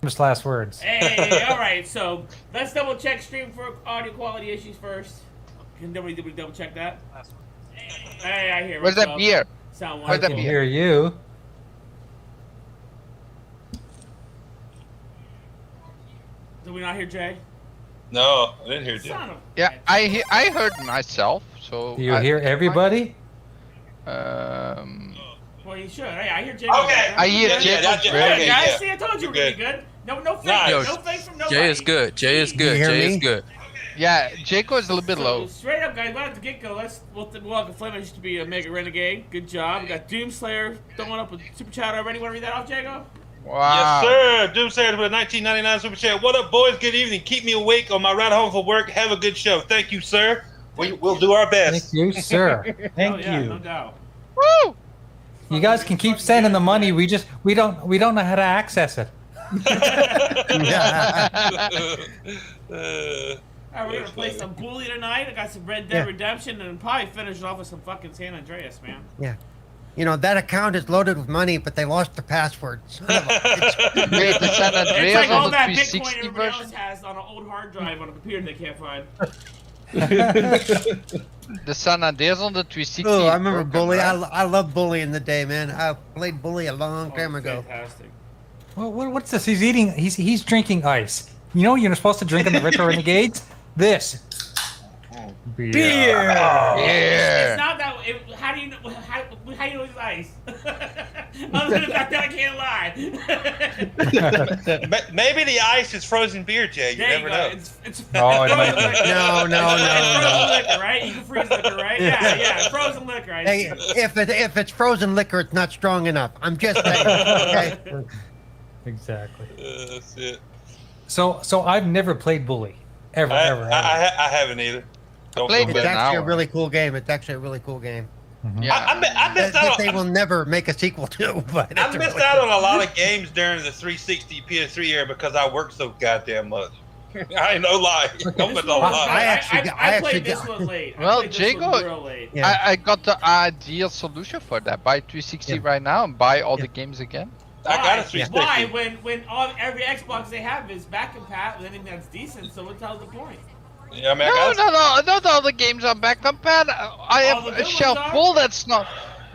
Famous last words. Hey, all right. So let's double check stream for audio quality issues first. Can nobody double- double check that? Hey, I hear. Where's what's that up? beer? Sound Where's I that can hear beer? you. Did we not hear Jay? No, I didn't hear you. Son of a Yeah, bitch. I he- I heard myself. So Do you I, hear everybody? Um, Well, you should. Hey, I hear Jay. Okay. I hear yeah, Jay yeah, that's it. Jay. Hey, Okay, guys, yeah. see, I told you we're You're gonna be good. No, no fake. Nice. No fake from nobody. Jay is good. Jay is good. hear Jay me? is good. yeah, Jaco is a little bit So, low. Straight up, guys. Right at the get go, let's we'll th- welcome Flemish to be a mega renegade. Good job. We got Doomslayer throwing up a super chat already. Want to read that off, Jago? Wow. Yes, sir. Doomsayer with a 1999 super chat. What up, boys? Good evening. Keep me awake on my ride home from work. Have a good show. Thank you, sir. We, we'll do our Thank best. you, sir. Thank oh, yeah, you. No doubt. Woo! You guys can keep sending the money. We just we don't we don't know how to access it. Uh, All right, we're gonna Yes, play baby. some Bully tonight. I got some Red Dead Yeah. Redemption and probably finish it off with some fucking San Andreas, man. Yeah. You know, that account is loaded with money, but they lost the password. Son of a- Wait, the San It's Andreas like all on the that Bitcoin 360 everybody else version. has on an old hard drive on a computer they can't find. The San Andreas on the 360. Oh, I remember broken, Bully. I, right? lo- I love Bully in the day, man. I played Bully a long time Oh, ago. Fantastic. Well, what, what's this? He's eating. He's he's drinking ice. You know what you're supposed to drink in the retro renegades. This beer. It's yeah. not that. It, how do you know? How, how do you know it's ice? Other than the fact that I can't lie. ma- maybe the ice is frozen beer, Jay. You there you never go. know. It's, it's Oh, it might frozen be- liquor. No, no, It's no, frozen no. liquor, right? You can freeze liquor, right? Yeah, yeah. Frozen liquor. I Hey, if it if it's frozen liquor, it's not strong enough. I'm just saying. Okay. Exactly. Uh, that's it. So so I've never played bully ever I, ever. ever. I, I, ha- I haven't either. Don't played feel It's Been an bad. actually a hour. really cool game. It's actually a really cool game. Mm-hmm. yeah. I, I, mi- I That, missed that out they on, will never make a sequel to. But I it's a missed really out on a lot of games during the 360 PS3 era because I worked so goddamn much. I ain't no lie. Don't put no one- I- I lie. actually I, got- I, I played actually this got- one late. I Well, played this one Jago- real late. Yeah. I, I got the ideal solution for that. Buy 360 Yeah. right now and buy all Yeah. the games again. I got a Why? 360. Why? When when all every Xbox they have is back and pat with anything that's decent, so what tells the point? Yeah, I mean, No, I got no, no, not all the games are back compatible. I All have the good a ones shelf are? full that's not.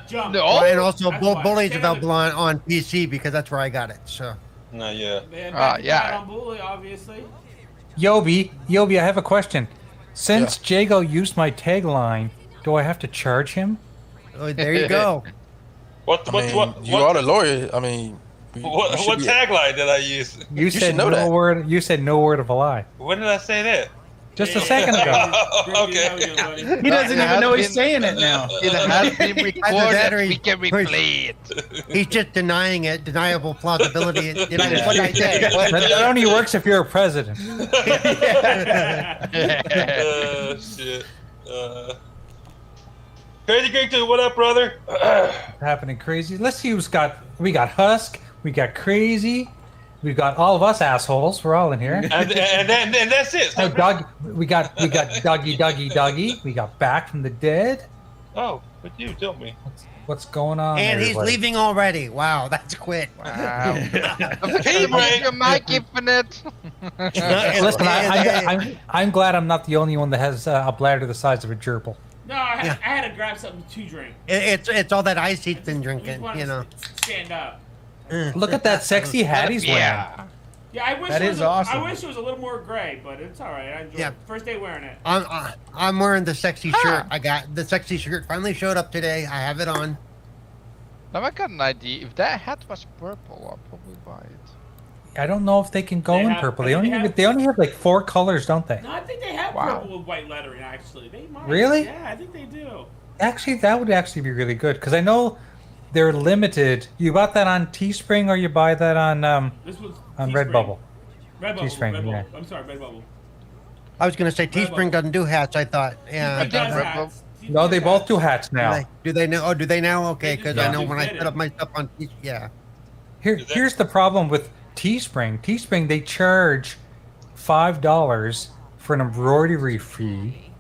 Jump. No. Well, and also, That's Bull why. Bully's Stand available up. on, on PC because that's where I got it. So no, yeah. Man, Ah, back and yeah. pat On Bully, obviously. Yobi, Yobi, I have a question. Since Jago used my tagline, do I have to charge him? oh, there you go. What, I what, mean, what, you what, are the lawyer. I mean, you- you what, should what be- tagline did I use? You, You should said know no that. word. You said no word of a lie. When did I say that? Just Yeah. a second ago. Great Okay. to have you, buddy. He doesn't It even has know he's been- saying it now. It has been that or recorded. he- We can or he- replay it. He's just denying it, deniable plausibility. You know, Yeah. what I say. That, that only works if you're a president. Uh, shit. Uh, Crazy Greek dude, what up, brother? Happening crazy. Let's see who's got. We got Husk. We got Crazy. We got all of us assholes. We're all in here. and, and, and, and that's it. Oh, Doug. We got we got Dougie, Dougie, Dougie. We got Back from the Dead. Oh, but you tell me. What's going on? And he's everybody? leaving already. Wow, that's quick. Wow. Hey, Ray. Your mic infinite. Listen, I, I'm, I'm, I'm glad I'm not the only one that has uh, a bladder the size of a gerbil. No, I had, Yeah. I had to grab something to drink. It- it's it's all that ice he's been You drinking, want you know. to stand up. Look at that sexy hat he's wearing. Yeah. Yeah, I wish That it is was awesome. I wish it was a little more gray, but it's all right. I enjoy Yeah. it. First day wearing it. I'm uh, I'm wearing the sexy shirt. I got the sexy shirt. Finally showed up today. I have it on. Now I got an idea. If that hat was purple, I'd probably buy it. I don't know if they can go They in have- purple. I They think only they have, have- they only have like four colors, don't they? No, I think they have Wow. purple with white lettering. Actually, they might. Really? Yeah, I think they do. Actually, that would actually be really good because I know they're limited. You bought that on Teespring or you buy that on um, This was on Teespring. Redbubble. Redbubble. Teespring, Redbubble. yeah. I'm sorry, Redbubble. I was gonna say Red Teespring bubble. doesn't do hats. I thought. Yeah. I think Teespring does Redbubble- hats. Teespring No, they does both hats. do hats Do now. they, do they know? Oh, do they now? Okay, They because just I know don't when I fit put it. up my stuff on Teespring. Yeah. Here, Is that- here's the problem with Teespring. Teespring they charge five dollars for an embroidery fee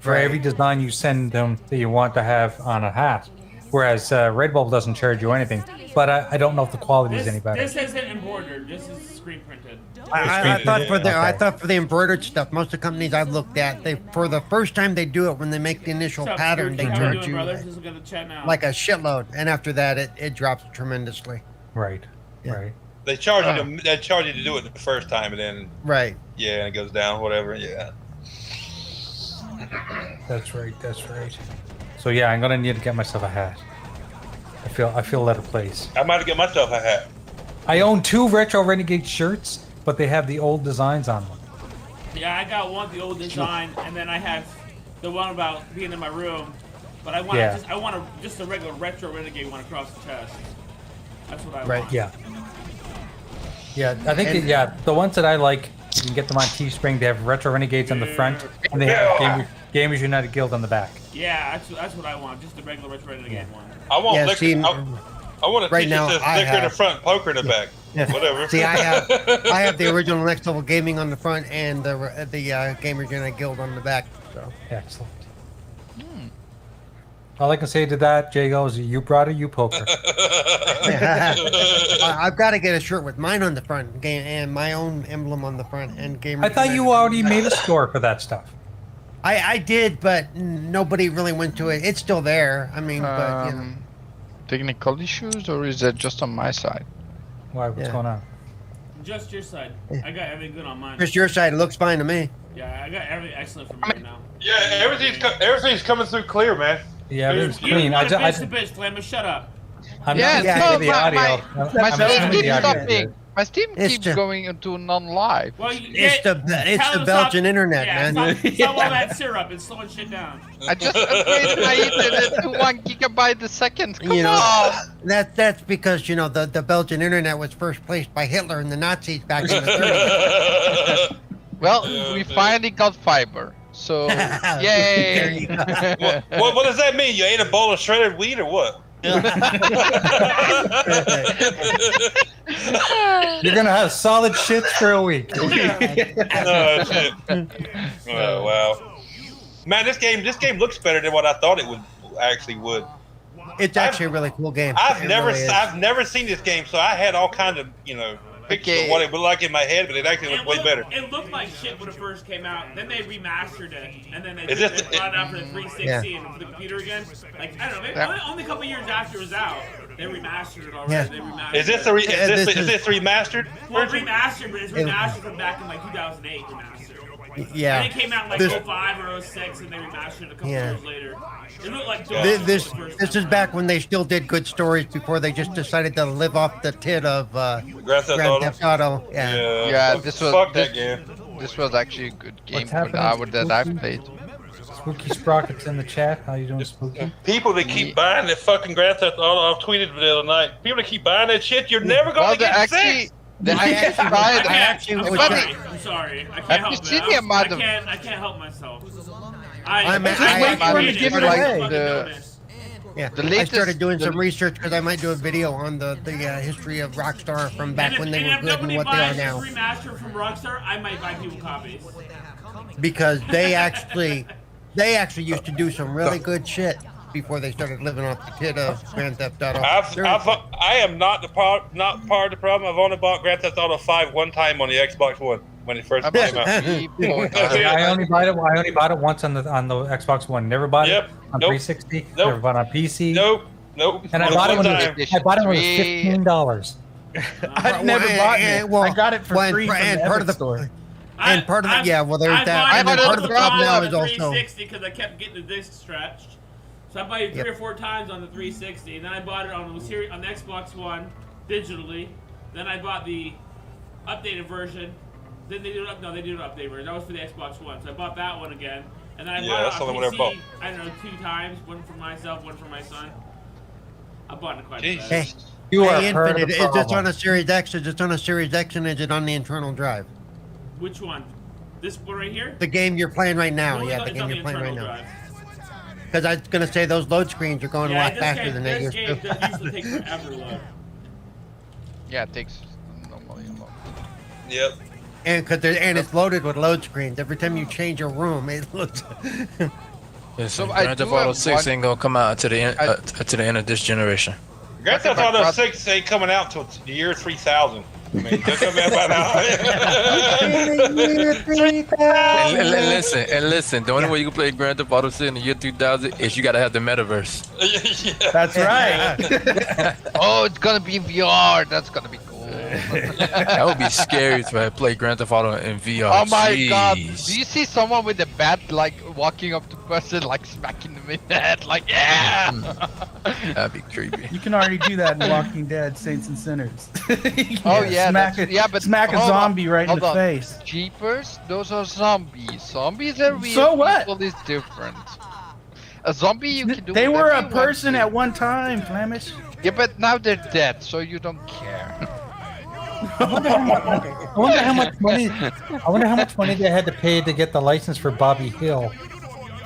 for every design you send them that you want to have on a hat, whereas uh, Redbubble doesn't charge you anything. But I, I don't know if the quality is This, any better. this isn't embroidered. This is screen printed. I, I- I thought for the I Okay. thought for the embroidered stuff, most of the companies I've looked at, they for the first time they do it when they make the initial What's up, pattern, they Spooky? How we charge doing, you brothers? This is gonna chat now. like a shitload, and after that it, it drops tremendously. right, Yeah. right. They charge you. To, they charge you to do it the first time, and then Uh. Right. yeah, and it goes down. Whatever. Yeah. That's right. That's right. So yeah, I'm gonna need to get myself a hat. I feel I feel out of place. I might have get myself a hat. I own two retro renegade shirts, but they have the old designs on them. Yeah, I got one the old design, and then I have the one about being in my room. But I want Yeah. just I want a, just a regular retro renegade one across the chest. That's what I Right, want. Yeah. Yeah, I think And- yeah the ones that I like. You can get them on Teespring. They have retro renegades on the front, and they have Gamers, Gamers United Guild on the back. Yeah, that's, that's what I want. Just the regular retro renegade Yeah. one. I want Yeah, liquor. see, I, I want a right t-shirt now, that says I liquor in have- the front, poker in the back. Yeah. Whatever. See, I have I have the original Next Level Gaming on the front and the the uh, Gamers United Guild on the back. So Excellent. All I can say to that, Jago, is you brought it, you poker. I, I've got to get a shirt with mine on the front game and my own emblem on the front and Gamers. I thought United you on already the back. made a score for that stuff. I I did, but n- nobody really went to it. It's still there. I mean, but you know. Um, technical issues, or is that just on my side? Why? What's Yeah. going on? Just your side. I got everything good on mine. Chris, your side looks fine to me. Yeah, I got everything excellent for me right now. yeah, everything's co- everything's coming through clear, man. Yeah, everything's You clean. I, want ju- to I, bitch the bitch, Flammer. Shut up. I'm Yeah, not listening no, to the my- audio. my- I'm- My I'm Steam listening to the keeps audio. stopping. My Steam It's keeps ju- going into non-live. Well, you, It's yeah, the it's tell the them stop- Belgian internet, yeah, man. Stop, stop all that syrup. It's slowing shit down. I just upgraded my internet to one gigabyte a second. Come You know. on! That that's because you know the, the Belgian internet was first placed by Hitler and the Nazis back in the 30s. Well, we finally got fiber. So, There yay! you go. what, what, what does that mean? You ate a bowl of shredded wheat or what? You're gonna have solid shits for a week. oh, shit. oh wow, man, this game this game looks better than what I thought it would actually would. It's actually a really cool game. I've It never really is. I've never seen this game, so I had all kinds of you know pictures Okay. of what it would look like in my head, but it actually looked way looked- better. It looked like shit when it first came out. Then they remastered it, and then they, Is they this- brought it out for the 360 and the computer again. Like I don't know, maybe Yeah. only, only a couple years after it was out, they remastered it already. Yeah. They remastered Is this it. a re- Yeah, is this, this is is- this remastered? well version? remastered? But it's remastered from back in like 2008 remastered. Yeah. And it came out in like This- 05 or 06, and they remastered it a couple Yeah. years later. It looked like dog Thi- shit This the first this time is back around. when they still did good stories before they just decided to live off the tit of uh, Grand Theft Grand Auto. Theft Auto. Yeah. Yeah. Yeah, this was fuck this, that game. this was actually a good game for the happening? hour that I've played. Spooky Sprockets in the chat. How you doing, Spooky? People that keep buying that fucking Grand Theft Auto, I've tweeted the other night. People that keep buying that shit, you're never gonna Well, the get actually, sex. the I actually actually- I tried. can't, I actually I'm was sorry. trying- I'm sorry. I can't Have help you it. seen the I'm- amount I of- can't. I can't help myself. I, I'm- I, I- wait I'm for him to just give it like away. the- Yeah, The I latest- started doing the- some research because I might do a video on the the uh, history of Rockstar from back and if, when they and were if good and nobody what they are buys now. this remaster from Rockstar, I might buy people copies. Because they actually they actually used to do some really good shit before they started living off the tit of Grand Theft Auto. I've, Seriously. I've, I am not the part, not part of the problem. I've only bought Grand Theft Auto Five one time on the Xbox One when it first I came out. must be poor. I only bought it. I only bought it once on the on the Xbox One. Never bought Yep. it on Nope. 360. Nope. Never bought it on PC. Nope, nope. And I Only bought it one when time. it was, I bought it when it was Three. fifteen dollars. I've never Well, bought and- it. well, I got it for well, and free pr- from and the part Epic of the- store. I- And part of the- I've- yeah, well, there's I've that. bought And then it part of the multiple problem is times on the also- 360 because I kept getting the disc stretched. So I bought it three Yep. or four times on the 360, and then I bought it on the series on the Xbox One digitally. Then I bought the updated version. Then they did an up no, they did an updated version. That was for the Xbox One, so I bought that one again. And then I Yeah, that's bought the it only on one I PC. bought. I don't know two times, one for myself, one for my son. I bought it quite a Jesus. bit. Hey, You are hey, part of Infinite, the is this problem. on a Series X? Is this on a Series X and is it on the internal drive? Which one? This one right here? The game you're playing right now. No, yeah, the it's on game you're playing right internal now. drive. Because I was going to say those load screens are going a lot this faster game- than they this used game does usually to. take forever to load. Yeah, it takes normally a lot. Yep. and, cause they're- and it's loaded with load screens. Every time you change a room, it looks. Yeah, so So I Grand Theft do have Auto 6 one- ain't gonna come out until the end, I- uh, to the end of this generation. Grand That's Theft about Auto right. 6 ain't coming out till the year 3000. I mean, they'll come out by now. And, and- and listen, and listen. The only way you can play Grand Theft Auto 6 in the year 2000 is you gotta have the metaverse. yeah. That's right. Oh, it's gonna be in VR. That's gonna be cool. That would be scary if I play Grand Theft Auto in VR. Oh my god! Jeez. Do you see someone with a bat like walking up to person like smacking them in the head like yeah? Hmm. That'd be creepy. You can already do that in Walking Dead, Saints and Sinners. Oh, yeah, smack that's- a, yeah, but smack a hold on, zombie right in hold the on. face. Jeepers, those are zombies. Zombies are real. So what? People is different. A zombie you can do. They whatever were a you want person to. at one time, Flemish. Yeah, but now they're dead, so you don't care. I wonder how much money. I wonder how much money they had to pay to get the license for Bobby Hill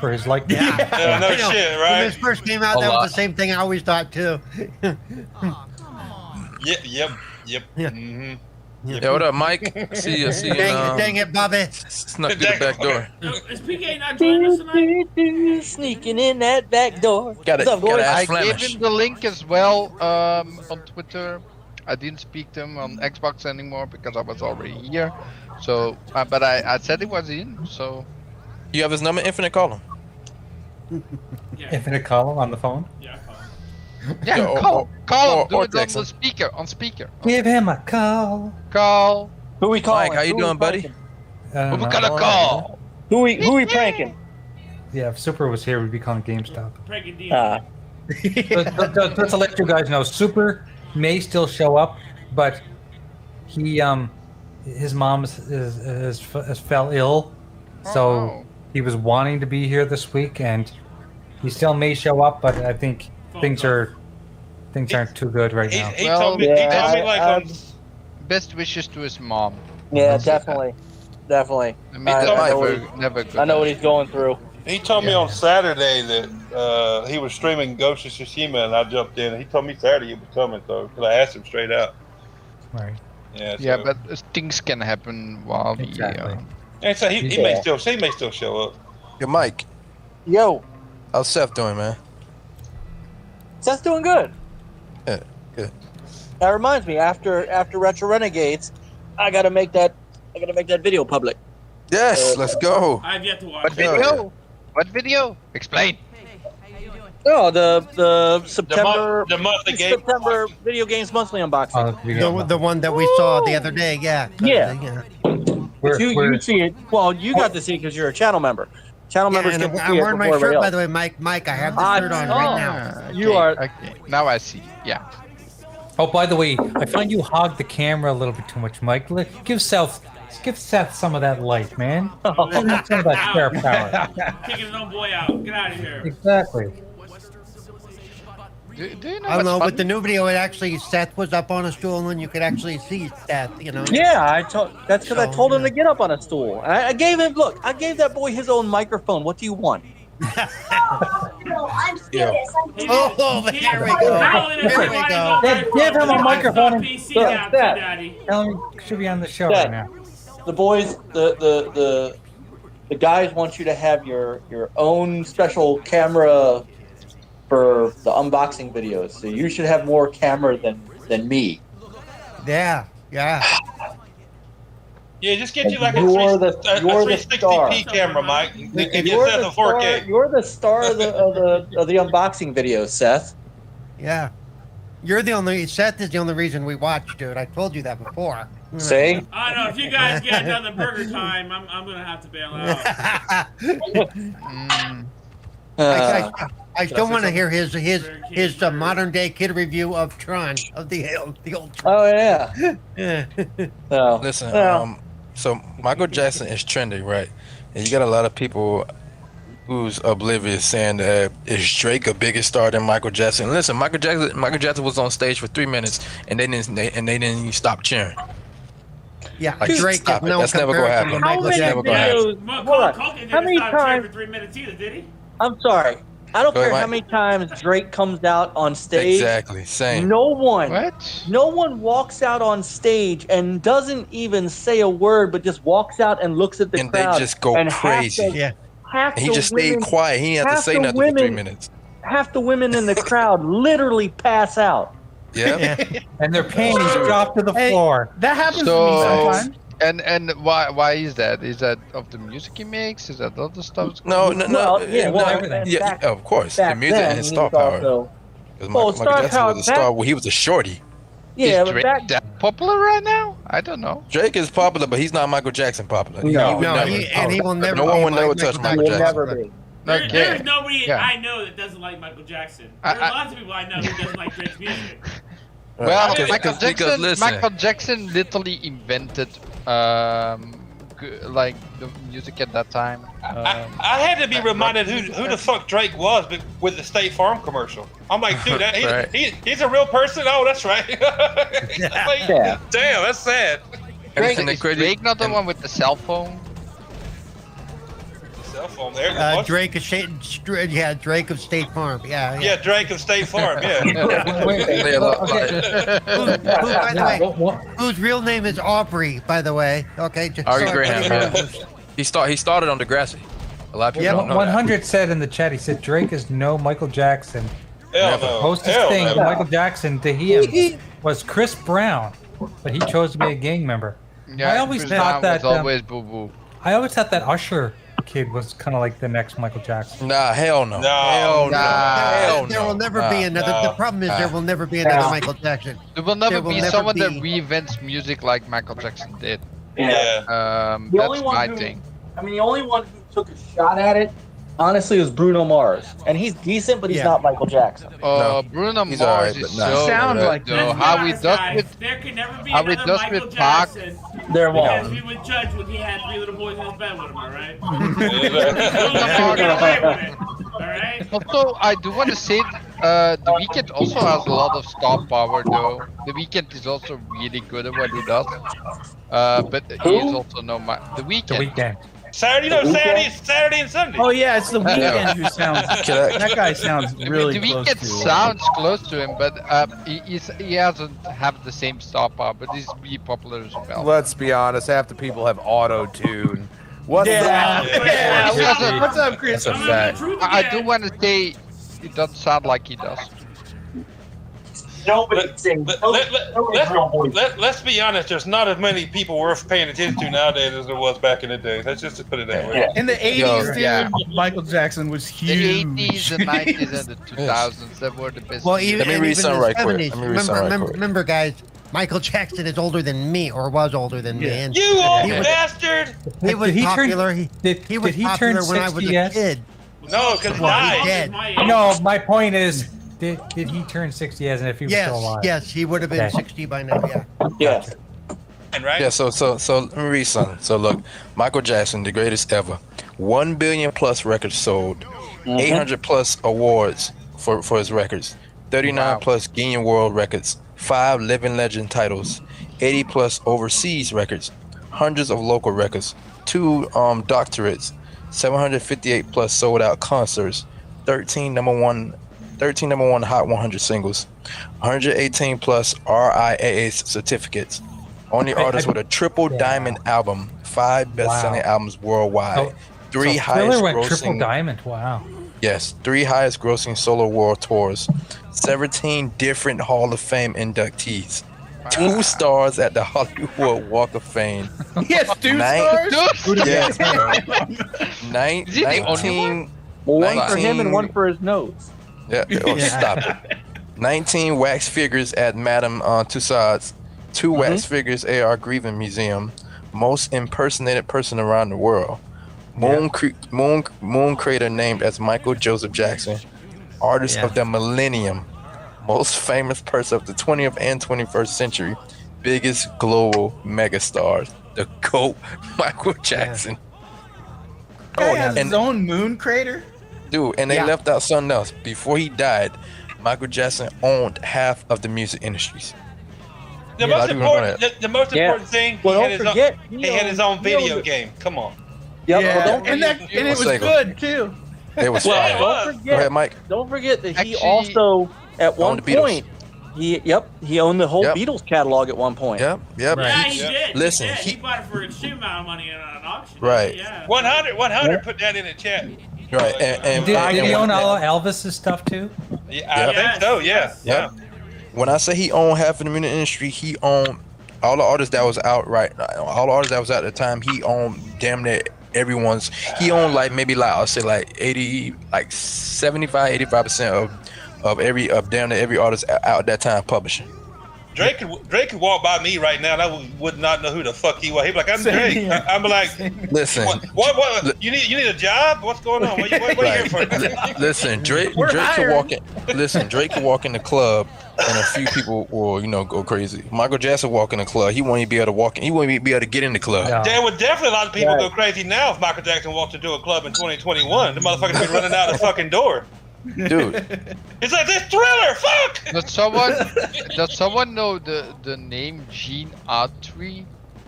for his like. Yeah, no I know. shit, When right? this first came out, A that lot. was the same thing I always thought too. Yep, yep, yep. Yeah. hmm Yeah, what up, Mike? See you. See you. in, dang, um, dang it, Bobby. Snuck through the back door. No, is PK not joining us tonight? Sneaking in that back door. Got it. What's up, Got boys? it. I Flemish. gave him the link as well um, on Twitter. I didn't speak to him on Xbox anymore because I was already here. So, uh, but I, I said it was in. So You have his number. Infinite. Call him. Yeah, Infinite column on the phone. yeah. I follow. yeah, Yeah, or- call, or- call Oh, or- him. Do or it on text the him. speaker. On speaker. Give him a call. Call. Who we calling? Mike, how you Who we doing, buddy? pranking? I don't Who we know. gonna Alright. call? Who we who we pranking? Yeah, if Super was here, we'd be calling GameStop. Pranking Dean. Uh, just, just- just to let you guys know, Super may still show up, but he um his mom is, is, is, is fell ill, so Oh, no. he was wanting to be here this week, and he still may show up, but I think Phone things call. are things aren't too good right He, now. he Well, told me, he yeah, told me I- like um, I'm- on, Best wishes to his mom. yeah, Let's do that. definitely, definitely. I mean, I- that's I know never, what never good. I know what he's going through. he told me on Saturday that uh, he was streaming Ghost of Tsushima, and I jumped in. He told me Saturday he was coming, though, because I asked him straight out. Right. Yeah, Yeah, so- but uh, things can happen while the. Exactly. uh, and so he, he may Yeah. still, he may still show up. Yo, Mike. Yo, How's Seth doing, man? Seth's doing good. Yeah, good. That reminds me, after after Retro Renegades, I gotta make that I gotta make that video public. Uh, Yes. Let's go. I've yet to watch What it. Yeah. video? What video? Explain. No, the the The September month, the month the game. September Video Games Monthly unboxing. Uh, we The, the one that we saw the other day, yeah. Yeah. yeah. we're- you we're- you see it? Well, you got to see because you're a channel member. Channel Yeah, members and get I'm, to I'm see it wearing my before everybody shirt, by else. the way, Mike. Mike, I have the I- shirt on right now. Ah, You okay, are- Okay. Now I see. Yeah. oh, by the way, I find you hog the camera a little bit too much, Mike. Let- Give Seth give Seth some of that light, man. Oh, Give him some of that spare power. Kicking his own boy out. Get out of here. Exactly. Do, do you know I don't what's know, funny? with the new video, it actually Seth was up on a stool, and then you could actually see Seth. You know. Yeah, I told. That's because I So, told him yeah. to get up on a stool. And I, I gave him. Look, I gave that boy his own microphone. What do you want? No, I'm Yeah. serious. I'm He Oh, did- he there did- we go. Howling at There we everybody's go. own Give- microphone. give him a Stop microphone. PC Look, now, that. daddy. Tell him he should be on the show right Yeah. now. The boys, the the the, the guys want you to have your your own special camera for the unboxing videos. So you should have more camera than than me. Yeah. Yeah. Yeah, just get you like a, You're the- 360 you're the a star. 360p camera, Mike. You can You're get that the in star. 4K. You're the star of the of the, of the unboxing videos, Seth. Yeah. You're the only Seth is the only reason we watch, dude. I told you that before. See? I don't know. If you guys get another burger time, I'm, I'm gonna have to bail out. Mm. Uh, I, I, I still want to hear his his his uh, Very modern day kid review of Tron of the old the old. oh yeah. Yeah. No. Listen, Well, um, so Michael Jackson is trending, right? And you got a lot of people who's oblivious saying that is Drake a bigger star than Michael Jackson? Listen, Michael Jackson, Michael Jackson was on stage for three minutes and they didn't, they, and they didn't even stop cheering. Yeah, Like, Drake stop is it. no That's never gonna comparison happen. to Michael That's Jackson. never gonna happen. Mo- Hold Cole on. Culkin didn't How many stop cheering times- for three minutes either, did he? I'm sorry. I don't Go care ahead, how Mike. many times Drake comes out on stage. Exactly, same. No one. What? No one walks out on stage and doesn't even say a word, but just walks out and looks at the and they crowd. just go and half crazy. the- Yeah. Half And he the just women, stayed quiet. He didn't have to half say the nothing for three women- minutes. Half the women in the crowd literally pass out. Yeah. and their panties drop to the Hey. floor. That happens to So- me sometimes. And and why why is that? Is that of the music he makes? Is that other stuff? No, no, no. Well, yeah, no, well, everything. yeah, back- of course. The Back music then, and his he star was power. also- Well, 'Cause Michael, Michael star Jackson power was a star. back- Well, he was a shorty. yeah, is but Drake back that popular right now? I don't know. Drake is popular, but he's not Michael Jackson popular. He No. would No, never. he, and he will never. No one be would never touch he Michael will Jackson. never be. There, Okay. There's nobody Yeah. I know that doesn't like Michael Jackson. I- There's I- lots of people I know who doesn't like Drake's music. Well, Because- Michael because- Jackson, because listen, Michael Jackson literally invented um, g- like the music at that time. I, Um, I had to be reminded who who the fuck Drake was but with the State Farm commercial. I'm like, dude, that, he, Right. he, he's a real person. Oh, that's right. Like, Yeah. Damn, that's sad. everything Drake, that is crazy- Drake not the and- one with the cell phone? Cell phone there. Uh, Drake of State, Stra- yeah, Drake of State Farm, yeah, Oh, yeah. Yeah, Drake of State Farm. Yeah. They a lot like- Who, who, by the way, What- what- whose real name is Aubrey, by the way. Okay, just Ari sorry. Graham. Yeah. He start. He started on Degrassi. A lot of people Yep. don't know One that. hundred said in the chat. He said Drake is no Michael Jackson. Hell Never. no. Closest Hell thing no. Michael Jackson to him was Chris Brown, but he chose to be a gang member. I always Chris thought Brown was that, um, always boo boo. I always thought that Usher kid was kind of like the next Michael Jackson. Nah, hell no. No, hell no. nah. Hell there no. will never Nah. be another. nah, the problem is there nah. will never be another Nah. Michael Jackson. There will never there will be never someone that be- reinvents music like Michael Jackson did. Yeah. Um, The only that's one my who- thing. I mean, the only one who took a shot at it, honestly, was Bruno Mars, and he's decent, but he's Yeah. not Michael Jackson. Oh, Bruno He's Mars alright, is but nah. so Sound good, like though. Let's be How he honest, does guys. with There could never be how he another does Michael with Pac. Jackson. There Because won't. we would judge when he had three little boys in his bed with him, alright? Yeah. Alright? Also, I do want to say uh, the weekend also has a lot of star power, though. The weekend is also really good at what he does. Uh, but he is also no ma- the The weekend. weekend. Saturday, you know, Saturday, Saturday and Sunday. Oh yeah, it's the weekend who sounds. Can I- That guy sounds I mean, really the close weekend to. sounds close to him, but uh, he, he's, he hasn't have the same star power, but he's be popular as well. Let's be honest, half the people have auto tune. What's Yeah. that? Yeah. What's up- What's up, Chris? That's a I'm gonna fact. be truth I, I do again. want to say it doesn't sound like he does. Nobody Let- let- let- let- Let, let's be honest, there's not as many people worth paying attention to nowadays as there was back in the day. Let's just put it that way. In the 80s, dude, yeah. Michael Jackson was The huge. 80s, the 90s, and the 2000s that were the best. Well, years. even, Let me and read even something the right quick. 70s. Let me read remember, something right remember, quick. remember, guys, Michael Jackson is older than me, or was older than me, Yeah. and You old He was- bastard! he was Did he turn- popular. he, Did he he, was did he popular turn when I was sixty a yet? kid. No, because he Well, he died. did. My age. No, my point is, did, did he turn sixty yes? And if he was still Yes, alive, yes, he would have been Okay. 60 by now. Yeah. Yes. right? Yeah, so so so let me read something. So look, Michael Jackson, the greatest ever, one billion plus records sold, Mm-hmm. hundred plus awards for for his records, thirty nine Wow. plus Guinness World Records, five Living Legend titles, eighty plus overseas records, hundreds of local records, two um doctorates, seven hundred fifty eight plus sold out concerts, thirteen number one. 13 number one hot 100 singles, 118 plus RIAA certificates, only I- artist I- with a triple diamond album, five best-selling Wow. albums worldwide, So- three so highest Thriller went triple grossing diamond. Wow. yes, three highest grossing solo world tours, 17 different Hall of Fame inductees, two stars at the Hollywood Walk of Fame. Yes, dude. Nine- Dude, Yes, bro. Nine, Is he the only 19 Well, one for him and Nineteen- one for his nose. yeah, oh, stop it. 19 wax figures at Madame uh, Tussauds, 2 wax figures at our Grieving Museum, most impersonated person around the world, Moon, cre- moon, moon crater named as Michael Joseph Jackson, artist of the millennium, most famous person of the 20th and 21st century, biggest global megastars, the GOAT, Michael Jackson. Oh, Guy has and- his own moon crater. Dude, and they Yeah. left out something else. Before he died, Michael Jackson owned half of the music industries. The Yeah, I most do remember important, the, that. the most Yeah. important thing, Well, he, don't had his forget, own, he he had his own owned- he video owned- game. Come on. Yeah, Yeah, but don't and that and it was Sega. good too. They was Well, fire. it was. don't Go forget, ahead, Mike. don't forget that he Actually, also at one the Beatles. point he yep he owned the whole Yep. Beatles catalog at one point. Yep, yep. Yeah, Right. he did. Listen, he, did. he he- bought it for an extreme amount of money at an auction. Right. Yeah. 100, 100, put that in the chat. Right. And, and, Did, and did he own when- all of Elvis's stuff too? Yeah, I Yep. think so, yeah. Yes. Yep. When I say he owned half of the music industry, he owned all the artists that was out right all the artists that was out at the time, he owned damn near everyone's he owned like maybe like I'll say like 80 like 75 85 percent of of every of damn near every artist out at that time publishing. Drake could, Drake could walk by me right now and I would, would not know who the fuck he was. He'd be like, I'm Same Drake. here. I'm like, Listen, what, what, Look. what, you need you need a job? What's going on? What, what, what are you Like, here li- for? listen, Drake. We're Drake could hired. walk in. Listen, Drake could walk in the club, and a few people will, you know, go crazy. Michael Jackson walk in the club. He won't even be able to walk in. He won't even be able to get in the club. No. There would definitely a lot of people Right. go crazy now if Michael Jackson walked into a club in 2021. The motherfuckers be running out the fucking door. Dude, It's like this thriller, fuck! Does someone does someone know the the name Gene Autry?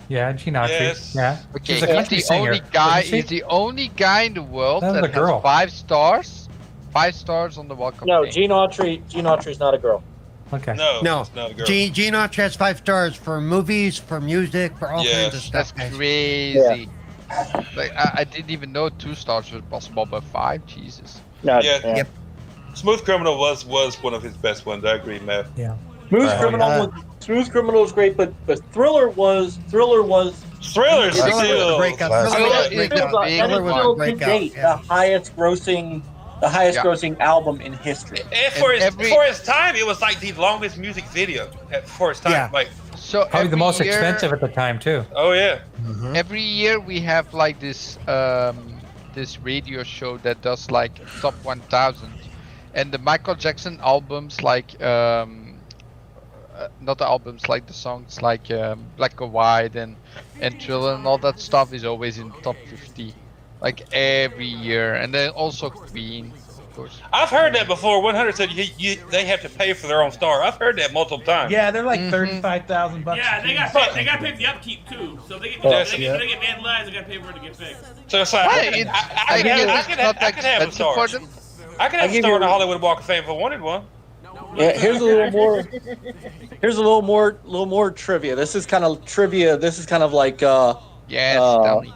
Yeah, Gene Autry. Yes. Yeah. Okay, He's a he's country the singer. only guy. Isn't she? He's the only guy in the world That was that a girl. has five stars. Five stars on the Walk of No, Fame. Gene Autry. Gene Autry's not a girl. Okay. No, No. it's not a girl. Gene, Gene Autry has five stars for movies, for music, for all Yes. kinds of stuff. That's guys. crazy. Like I, I didn't even know two stars was possible, but five, Jesus. No, Yeah. Yep. Smooth Criminal was was one of his best ones. I agree, Matt. Smooth Right. Criminal Yeah. was Smooth Criminal was great, but but Thriller was Thriller was Thriller Thriller was still. a breakout. Last- Thriller was a Thriller is breakout. the big that is Thriller was a still to breakout, date yeah. the highest grossing the highest Yeah. grossing album in history. And for his, Every- for his time, it was like the longest music video at for his time. Yeah. Like, So Probably every the most year- expensive at the time too. oh yeah. Mm-hmm. Every year we have like this um, this radio show that does like top 1000, and the Michael Jackson albums like um, uh, not the albums like the songs like um, Black or White and and Thriller and all that stuff is always in top 50, like every year, and then also Queen, of course. I've heard that before. 100 said you, you, they have to pay for their own star. I've heard that multiple times. Yeah, they're like Mhm. thirty-five thousand bucks. Yeah, they got pay, they got to pay for the upkeep too. So if they get if Yes, they get, yeah. if they get vandalized, they got to pay for it to get fixed. So it's like, Why? I, could- It's- I, I, I could have, I, guess could it's have, not I could have a expensive star. for them. I could have I'll a give star you- in the Hollywood Walk of Fame if I wanted one. Yeah, here's a little more. Here's a little more, little more trivia. This is kind of trivia. This is kind of like, uh, Yes, Uh, tell me.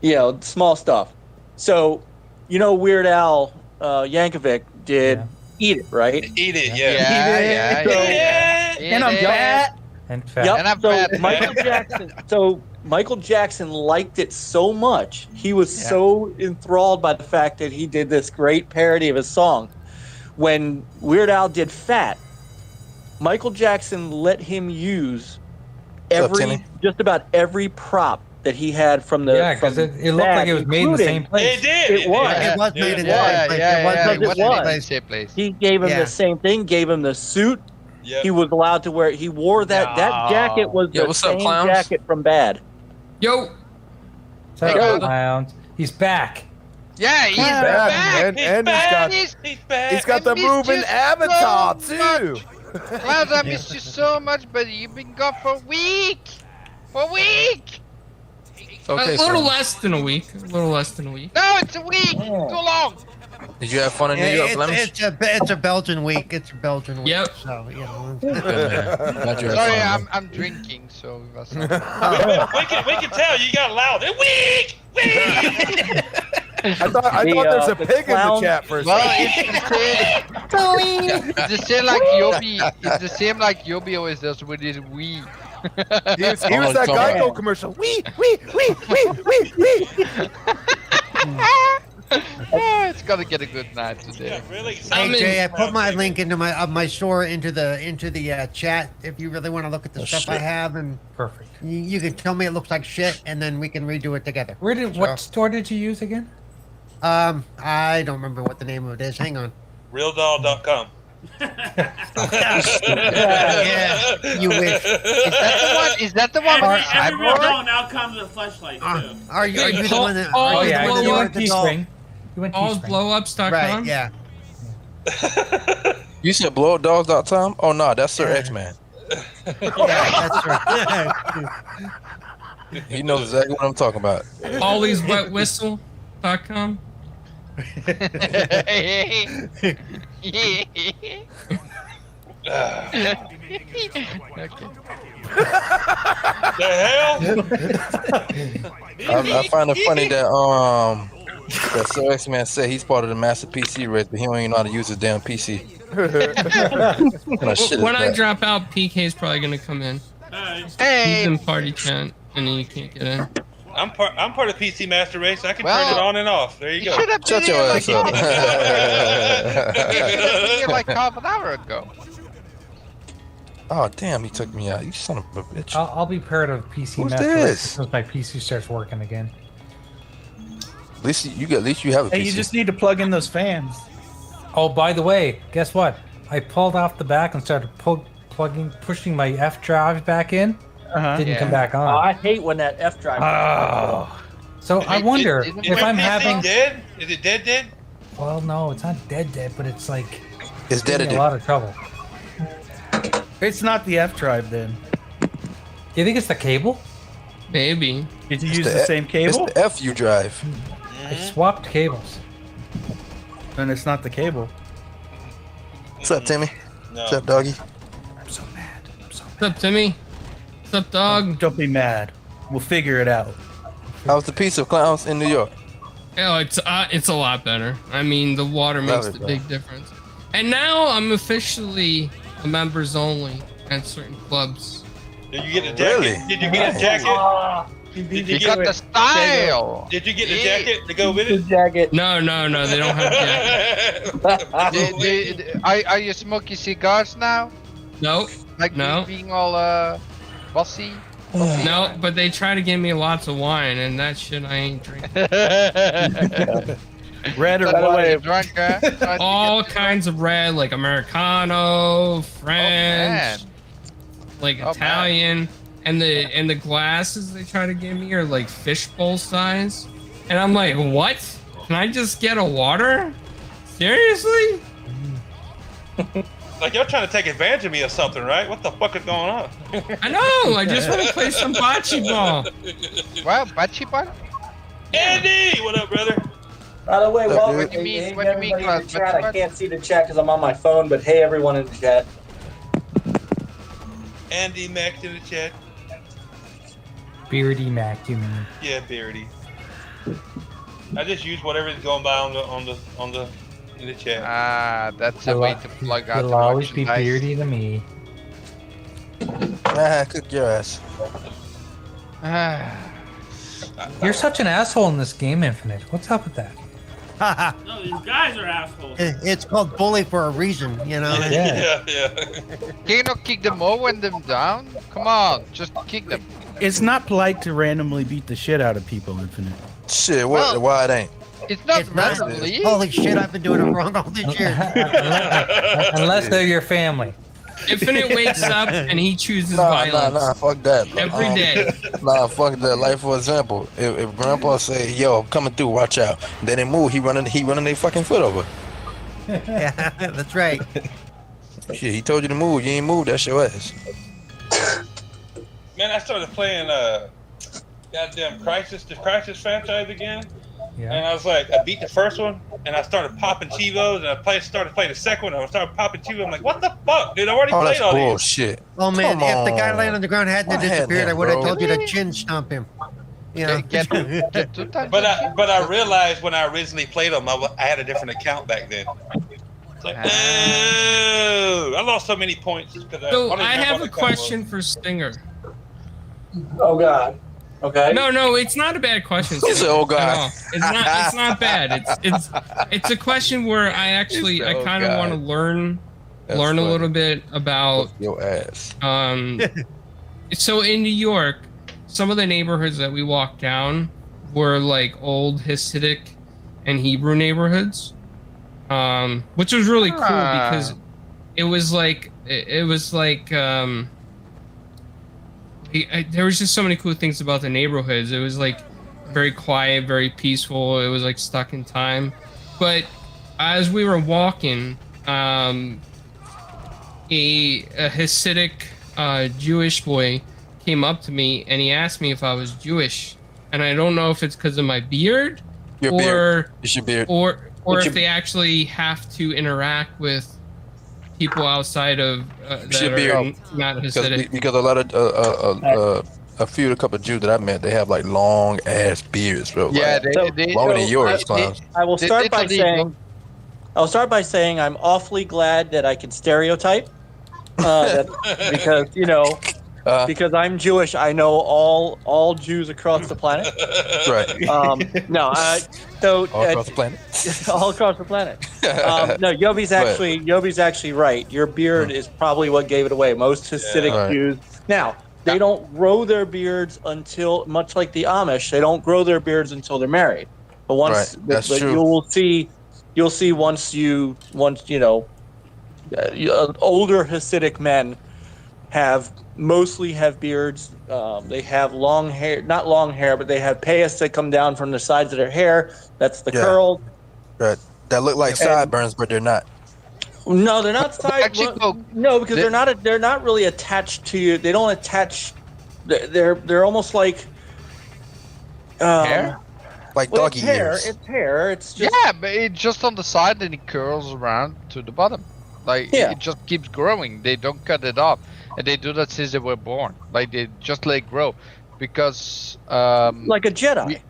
you know, small stuff. So, you know, Weird Al uh, Yankovic did Yeah. "Eat It," right? Eat it, Yeah, yeah, yeah. yeah, Yeah. And I'm Yeah. fat. And fat. Yep. And I'm so fat. Michael Jackson. So Michael Jackson liked it so much. He was Yeah. so enthralled by the fact that he did this great parody of his song. When Weird Al did "Fat," Michael Jackson let him use What's up, every Timmy? just about every prop that he had from the yeah, because from it, it looked like Fat, it was made in the including- same place. It did. It was. It was made in Yeah, yeah, yeah, place. yeah. it It was was it made in was. the place. same place. He gave him Yeah. the same thing. Gave him the suit. Yeah. He was allowed to wear. He wore that. That jacket was Yo, the what's up, same clowns? jacket from Bad. Yo, So, Yo. clowns. He's back. Yeah, he's Yeah, back. man. And- and he's got- He's- He's back. he's got the And he's moving just avatar so too. Cloud, I missed you so much, buddy. You've been gone for a week. For a week. okay. a little So, less than a week. A little less than a week. No, it's a week. Too long. did you have fun in New York, It's, Flemish? it's, a, it's a Belgian week. It's a Belgian week. Yep. So, you know. Glad you had Sorry, fun, I'm man. I'm drinking, so that's not. we, can, we can tell you got loud. Weak! Weak! I thought I The, thought there's uh, a the pig in the clown- chat for a Well, second. it's the same. It's the same like Yobi. It's the same like Yobi always does with his wee. He was, he was that Someone- someone- Geico commercial. Wee wee wee wee wee wee. Ah, it's gotta get a good night today. really? Hey Jay, I Oh, put my link into my of my store into the into the uh, chat if you really want to look at the Oh, stuff I shit. have and Perfect. you, you can tell me it looks like shit and then we can redo it together. Where did what store did you use again? Um, I don't remember what the name of it is. Hang on. Realdoll.com. yeah, you wish. Is that the one? Is that the one? Every, where every real I'm doll now comes with a flashlight too. Are you, are you the Paul- one that? oh, Paul are you is the the one one that who ordered the doll? Teespring. You went Teespring. Allsblowups.com? Right. Yeah. You said blowdogs.com? Oh, no, that's Sir X Man. yeah that's right. He knows exactly what I'm talking about. Alwayswetwhistle.com? okay. The hell? I, I find it funny that um that Sir X Man said he's part of the master PC race, but he don't even know how to use his damn PC. What kind of shit is when I that? drop out, PK's probably going to come in. He's in party chat, and he can't get in. I'm part. I'm part of PC Master Race. I can Well, turn it on and off. There you go. should have Shut been your here ass like, up. Uh. here like half an hour ago. oh damn, he took me out. You son of a bitch. I'll, I'll be part of PC Who's Master Race this? as soon as my PC starts working again. At least you at least you have a Hey, PC. you just need to plug in those fans. Oh, by the way, guess what? I pulled off the back and started pull, plugging, pushing my F drive back in. Uh-huh. Didn't Yeah. come back Oh, on. I hate when that F drive. Oh. So I wonder Is it- if Your I'm PC having. dead? Is it dead? Dead? Well, no, it's not dead dead, but it's like it's giving me dead. a lot of trouble. It's not the F tribe then. Do you think it's the cable? Maybe. Did you use the, same cable? It's the F you drive. I swapped cables. Then it's not the cable. What's up, Timmy? No. What's up, doggy? What's up, Timmy? What's up, dog? Don't be mad. We'll figure it out. How's the piece of clowns in New York? Oh, it's uh, it's a lot better. I mean, the water Love makes it, the bro. big difference. And now I'm officially a members only at certain clubs. Did you get a jacket? Really? Did you get a jacket? Ah, you beat Did the You you get got the a, style. Did you get a Yeah. jacket to go with it? jacket. No, no, no, they don't have jackets. Did- did- are, are you smoking cigars now? Nope, Like No. being all uh, bossy? no, but they try to give me lots of wine, and that shit I ain't drinking. Red or That's why white? you're drunk, huh? Trying to All get- kinds of red, like Americano, Oh, man. French, like Oh, man. Italian, and the and the glasses they try to give me are like fishbowl size, and I'm like, what? Can I just get a water? Seriously? Like y'all trying to take advantage of me or something, right? What the fuck is going on? I know. I just want to play some bocce ball. Well, bocce ball? Andy, what up, brother? By the way, What welcome. do you Hey, mean- hey, what do you everybody mean, in the Klaus? chat. What- I can't see the chat because I'm on my phone, but hey, everyone in the chat. Andy Mac in the chat. Beardy Mac, you mean? Yeah, Beardy. I just use whatever is going by on the on the on the in the chat. Ah, that's a It'll- way to plug out It'll the always be merchandise. beardy to me. Nah, cook your ass. Ah. You're such an asshole in this game, Infinite. What's up with that? No, these guys are assholes. It- it's called bully for a reason, you know. Yeah. yeah, yeah. Can you not kick them over and them down? Come on, just kick them. It's not polite to randomly beat the shit out of people, Infinite. Shit, what, why it ain't? It's not It's not- randomly. Holy shit! I've been doing it wrong all this year. Unless they're your family. Infinite wakes up and he chooses Nah, nah, violence nah, fuck that. every Um, day. Nah, fuck that. Like for example, if, if Grandpa say, "Yo, I'm coming through, watch out," then they move. He running, he running their fucking foot over. yeah, that's right. Shit, he told you to move. You ain't move. That's your ass. Man, I started playing uh goddamn Crisis the Crisis franchise again. And Yeah. I was like, I beat the first one, and I started popping Chivos, and I played, started playing the second one, and I started popping Chivos. I'm like, what the fuck, dude? I already Oh, played that's all these. bullshit. Oh man, Come if the guy on. laying on the ground hadn't Why hadn't disappeared, I would have bro? told you to chin stomp him. You know. Get, get, get two times But a I, shit. but I realized when I originally played them, I, wa- I had a different account back then. It's like, Ah. oh, I lost so many points because I. So don't even I remember have a what the account was. question for Stinger. Oh God. Okay. No, no, it's not a bad question. He's Sam, an old at guy. all. It's not. It's not bad. It's it's it's a question where I actually He's an I old kind of guy. want to learn That's learn a funny. little bit about Your ass. um. so in New York, some of the neighborhoods that we walked down were like old Hasidic and Hebrew neighborhoods, um, which was really cool Ah. because it was like it, it was like um, I- I- there was just so many cool things about the neighborhoods. It was like very quiet, very peaceful. It was like stuck in time, but as we were walking, um, a, a Hasidic uh, Jewish boy came up to me and he asked me if I was Jewish, and I don't know if it's because of my beard Your or beard. It's your beard. or or It's if your- they actually have to interact with people outside of uh, It's that your are beard. not Because, be- Hasidic. because a lot of uh, uh, uh, uh, a few a couple of Jews that I met, they have like long ass beards, bro. Yeah, like, they, So- they, longer than so yours, I- clowns. I will Did- start did by the league saying, I'll start by saying I'm awfully glad that I can stereotype, uh, that, because you know, Uh, because I'm Jewish, I know all all Jews across the planet. right. Um, no, uh, so All across uh, the planet. all across the planet. Um, no, Yobi's actually Yobi's actually right. Your beard is probably what gave it away. Most Hasidic Right. Jews now they don't grow their beards until much like the Amish, they don't grow their beards until they're married. But once Right, that's but true. you'll see, you'll see once you once you know, uh, you- uh, older Hasidic men have mostly have beards. Um, they have long hair, not long hair, but they have payas that come down from the sides of their hair. That's the Yeah. curl. Right. That look like sideburns, but they're not. No, they're not side. Actually, well, no, because they- they're not. they're not really attached to you. They don't attach. They're they're, they're almost like. Um, Hair? Like well, doggy it's hair. ears. It's hair. It's just. yeah, but it's just on the side and it curls around to the bottom. Like Yeah. it just keeps growing. They don't cut it off, and they do that since they were born. Like they just let it grow, because um, Like a Jedi. We-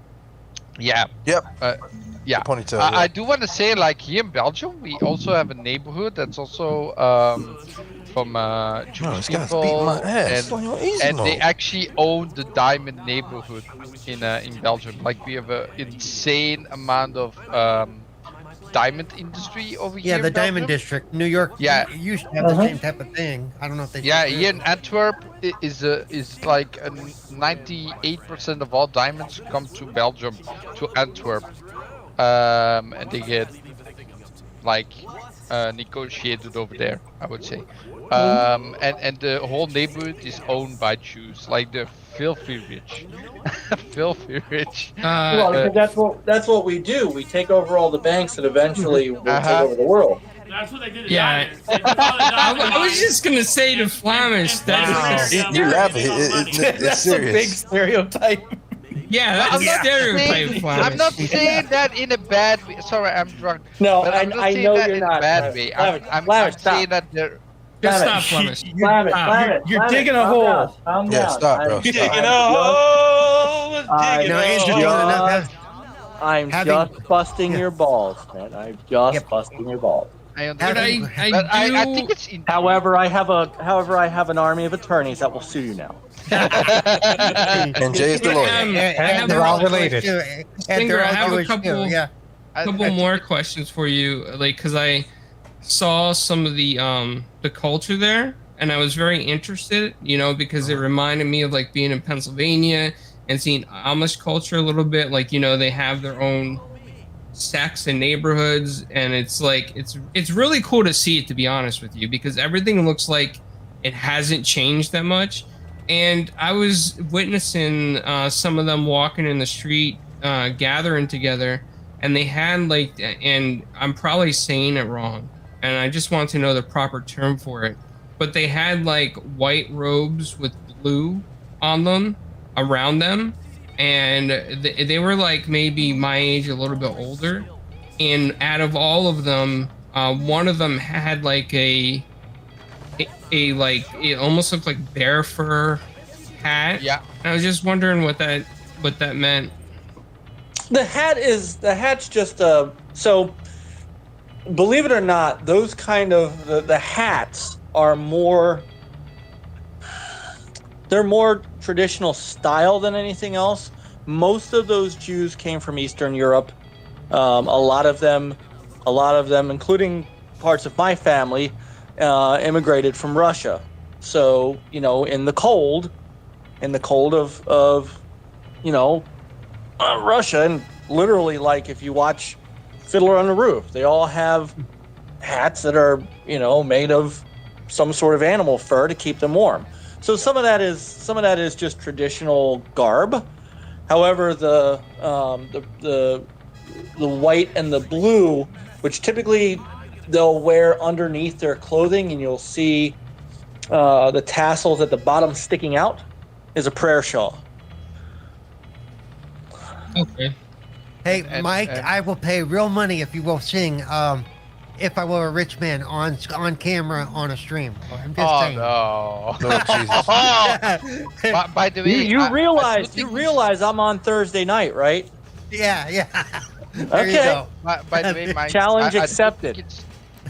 yeah, Yep. Uh, yeah. The ponytail. yeah. I, I do want to say, like here in Belgium, we also have a neighborhood that's also um, from uh, Jewish Bro, Oh, this guy's people, beating my ass. and, and they actually own the diamond neighborhood in uh, in Belgium. Like we have an insane amount of um, diamond industry over here. Yeah, in the Diamond Belgium. District, New York. Yeah. you used to have Mhm. the same type of thing. I don't know if they. Yeah, still do. here in Antwerp i- is a, is like a n- 98% of all diamonds come to Belgium, to Antwerp, um, and they get like uh, negotiated over there. I would say, um, and and the whole neighborhood is owned by Jews, like they're filthy rich, filthy rich. Uh, well, because that's what that's what we do. We take over all the banks, and eventually we'll take Uh-huh. over the world. That's what they did. to Yeah. Diamonds. They took all the I, diamonds I was just gonna say to and- Flamish and- that is and- and- just- You- you laughing. It- it- Money. it's That's a big serious. stereotype. yeah, that's I'm a not stereotype, saying- Flamish. I'm not saying that in a bad way. Sorry, I'm drunk. No, But I, I'm not I saying know that you're in not. a bad way. I'm, Lavish, I'm, Lavish, I'm stop. saying that they're Just Flamish, stop, Flamish. You- Lavish, Stop. Lavish, You're- you're Lavish, digging a calm down, hole. calm Yeah, down. stop, I'm- bro. Digging I'm a just- hole. I Digging No, a it's just hole. doing enough. I'm Having- just busting Yeah. your balls, man. I'm just Yep. busting your balls. I But understand. I, Having- I, But I, I do- think it's in- However, I have a however I have an army of attorneys that will sue you now. and Jay is the lawyer. Um, Yeah, I and have they're a- all Jewish related. too. And Stinger, they're all I have a Jewish too, couple- Yeah. I- couple I- more questions for you, like because I saw some of the um the culture there, and I was very interested, you know, because Uh-huh. it reminded me of like being in Pennsylvania and seeing Amish culture a little bit. Like you know, they have their own sects and neighborhoods, and it's like it's it's really cool to see it to be honest with you, because everything looks like it hasn't changed that much. And I was witnessing uh, some of them walking in the street, uh, gathering together, and they had like and i'm probably saying it wrong and i just want to know the proper term for it but they had like white robes with blue on them around them and they, they were like maybe my age a little bit older and out of all of them uh, one of them had like a a, a like it almost looked like bear fur hat Yeah. and i was just wondering what that what that meant The hat is the hat's just uh so believe it or not, those kind of the, the hats are more they're more traditional style than anything else. Most of those Jews came from Eastern Europe. Um, a lot of them, a lot of them, including parts of my family, uh, immigrated from Russia. So you know, in the cold, in the cold of of, you know, uh, Russia, and literally like if you watch Fiddler on the Roof, they all have hats that are you know made of some sort of animal fur to keep them warm. So some of that is some of that is just traditional garb. However, the um, the, the the white and the blue, which typically they'll wear underneath their clothing, and you'll see uh, the tassels at the bottom sticking out, is a prayer shawl. Okay. Hey, Mike, I will pay real money if you will sing um, "If I Were a Rich Man" on on camera on a stream. I'm just saying. Oh no! Oh, by, by the way, You, you I- I realize still you think- realize I'm on Thursday night, right? Yeah, yeah. There you Okay. go. By, by the way, my Challenge I- I do accepted. think it's-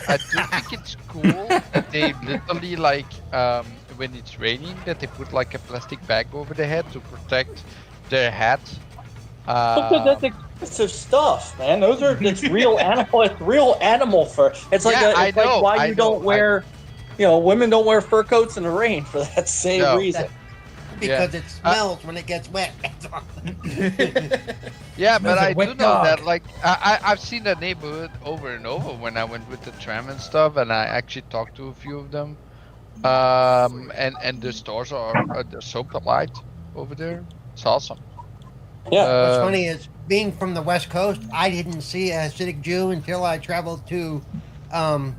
I do think it's cool that they literally like um, when it's raining that they put like a plastic bag over the head to protect their hat. But th- Uh, that's expensive stuff, man. Those are it's real animal. It's real animal fur. It's like Yeah, a, I it's know, like why I you know, don't I- wear, you know, women don't wear fur coats in the rain for that same No. reason. Because Yeah. it smells when it gets wet. That's all. yeah, Smells but like I wet do know that dog. like I, I I've seen that neighborhood over and over when I went with the tram and stuff, and I actually talked to a few of them. Um, and and the stores are uh, they're so polite over there. It's awesome. Yeah. What's Um, funny is being from the West Coast, I didn't see a Hasidic Jew until I traveled to, um,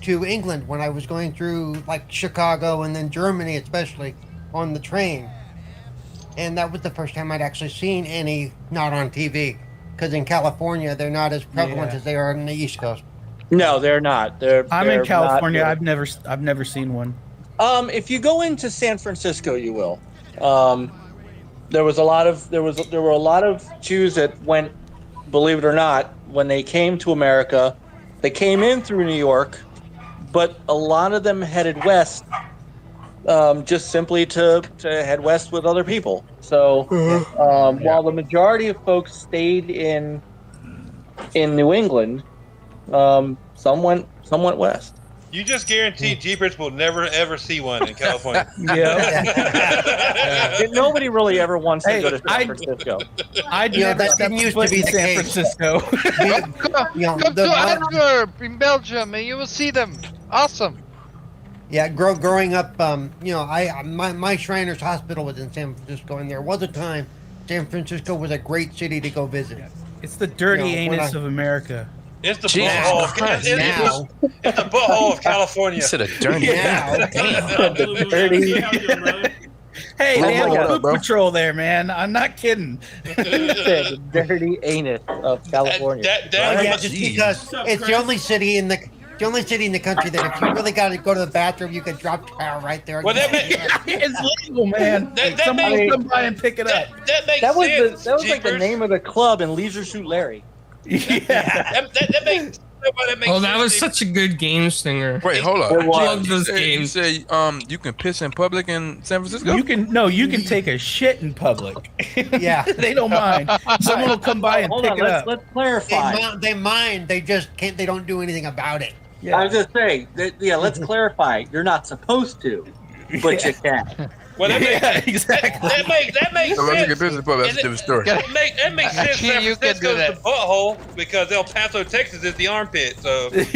to England when I was going through like Chicago and then Germany, especially on the train. And that was the first time I'd actually seen any not on TV, because in California they're not as prevalent Yeah. as they are on the East Coast. No, they're not. They're. I'm they're in not California. good. I've never, s- I've never seen one. Um, if you go into San Francisco, you will. Um, there was a lot of there was there were a lot of Jews that went, believe it or not, when they came to America, they came in through New York, but a lot of them headed west, um, just simply to to head west with other people. So um, while the majority of folks stayed in in New England, um, some went some went west. You just guarantee Jeepers will never ever see one in California. Yeah, Yeah, nobody really ever wants to Hey, go to San I- Francisco. I You know, never that stepped didn't used to foot be in the San case. Francisco. Come, You know, come the- to Antwerp in Belgium, and you will see them. Awesome. Yeah, grow, growing up, um, you know, I my, my Shriners Hospital was in San Francisco, and there was a time San Francisco was a great city to go visit. it's the dirty Yeah, we're anus not- of America. It's the Jesus butthole. of- Christ, It's, it's, Now, it's the butthole of California. You said a dirty now, dirty- How you doing, brother? Hey, Oh they have my a God, poop bro. patrol there, man. I'm not kidding. the dirty anus of California. That, that, Oh, yeah, that, just Jeez. because it's the only city in the the only city in the country that if you really got to go to the bathroom, you could drop towel right there. Well, that may- it's legal, man. That- that Somebody may- come by and pick it up. that, that makes that was the, sense. that was like the Jeepers. name of the club in Leisure Suit Larry. Yeah. That, that, that makes. why That makes Oh, that sense. was such a good game stinger. Wait, hold up. It was. Love those You said- You say games. um, you can piss in public in San Francisco. You can no, you can take a shit in public. Yeah. they don't mind. Someone will come by and Hold pick on, it let's, up. let's they, clarify. mi- they mind, they just can't. They don't do anything about it. Yeah. I was just saying, that, yeah, let's clarify. You're not supposed to, but you can. Well, that makes yeah, that, exactly. that makes that makes So let's sense. get this in public. That's a Is it- different story. That, make, that makes sense. Actually, San you can do Francisco's the butthole because El Paso, Texas, is the armpit. So That's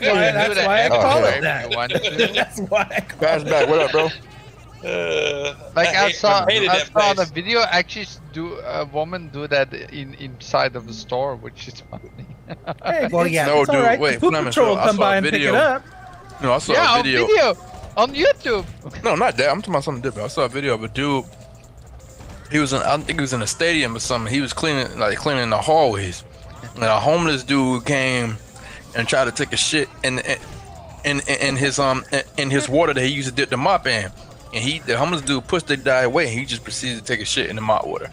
why. You can do That's why I Oh, call yeah. it that. Everyone. That's why I call Pass it back. What up, bro? uh, Like I, hate- saw, hated I that saw on a place. video actually s- do a woman do that in inside of a store, which is funny. Hey, Oh, Well, yeah. No, it's all dude, right. wait, the poop phenomenal. patrol will I come saw by a and pick video. it up. No, I saw yeah, a video. on video on YouTube. No, not that. I'm talking about something different. I saw a video of a dude. He was in, I think he was in a stadium or something. He was cleaning, like cleaning the hallways, and a homeless dude came and tried to take a shit in in in, in his um in, in his water that he used to dip the mop in. And he, the homeless dude, pushed the guy away, and he just proceeded to take a shit in the mop water.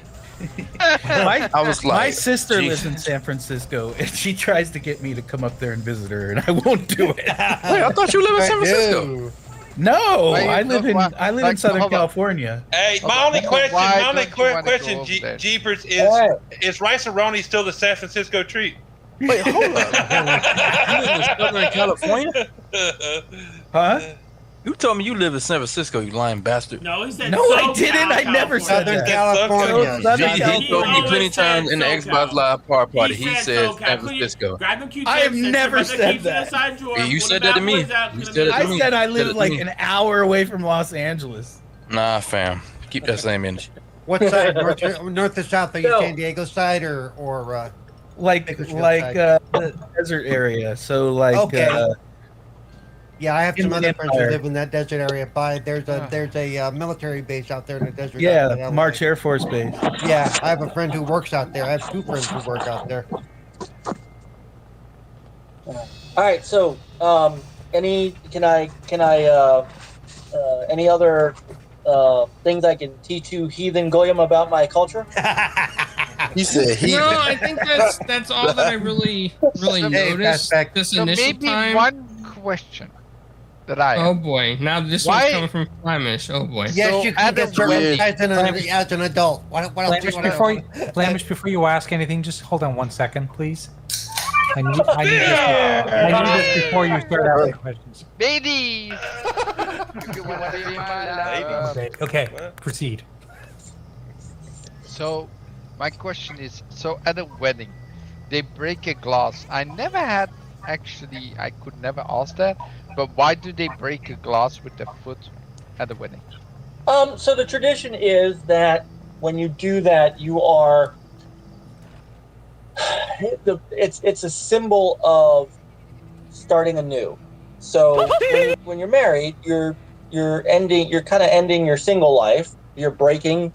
My, I was like, my sister lives Jesus. in San Francisco, and she tries to get me to come up there and visit her, and I won't do it. Wait, I thought you live in San Francisco. No. No, Why you I live don't in want- I live in like, Southern hold on. California. Hey, my only Why question, my only don't you que- wanna go question, over Je- there? Jeepers, is Hey. is rice and roni still the San Francisco treat? Wait, hold up. you live in Southern California? Huh? You told me you live in San Francisco, you lying bastard. No, he said No, I SoCal, didn't. I never said Southern that. California. Southern He, he told me California. plenty times in the He always said Xbox SoCal. Live Power Party. He He said says San SoCal. Could you Francisco. Grab the Q-tips I have and never put the said keys in the that. side drawer, Yeah, you pull said the that to bad me. boys out, You put said them it back. to I me. said I Tell it live to like me. an hour away from Los Angeles. Nah, fam. Keep that same energy. What side? North, or- north or south? Are you No. San Diego side or or? Uh, Like Bakersfield like side. uh, the desert area. So like Okay. uh, yeah, I have some Inland other friends who Empire. live in that desert area. By there's a there's a uh, military base out there in the desert. out in yeah, LA. March Air Force Base. Yeah, I have a friend who works out there. I have two friends who work out there. All right. So, um, any can I can I uh, uh, any other uh, things I can teach you heathen goyim about my culture? He said he. No, I think that's that's all that I really really So- Hey, noticed Fastback, this So initial maybe time. one question that I have. Oh boy! Now this Why- one's coming from Flemish. Oh boy! Yes, So you at can a get weird- circumcised in a, as an adult. What, what else do Flamish, you want to before you, Flamish, before you ask anything, just hold on one second, please. I need, I need, this, I need this before you start asking questions. Ladies! You wanna be my lover. Okay, okay, proceed. So, my question is: so at a wedding, they break a glass. I never had actually. I could never ask that. But why do they break a glass with their foot at a wedding? Um, so the tradition is that when you do that, you are the it's it's a symbol of starting anew. So when, when you're married, you're you're ending you're kind of ending your single life. You're breaking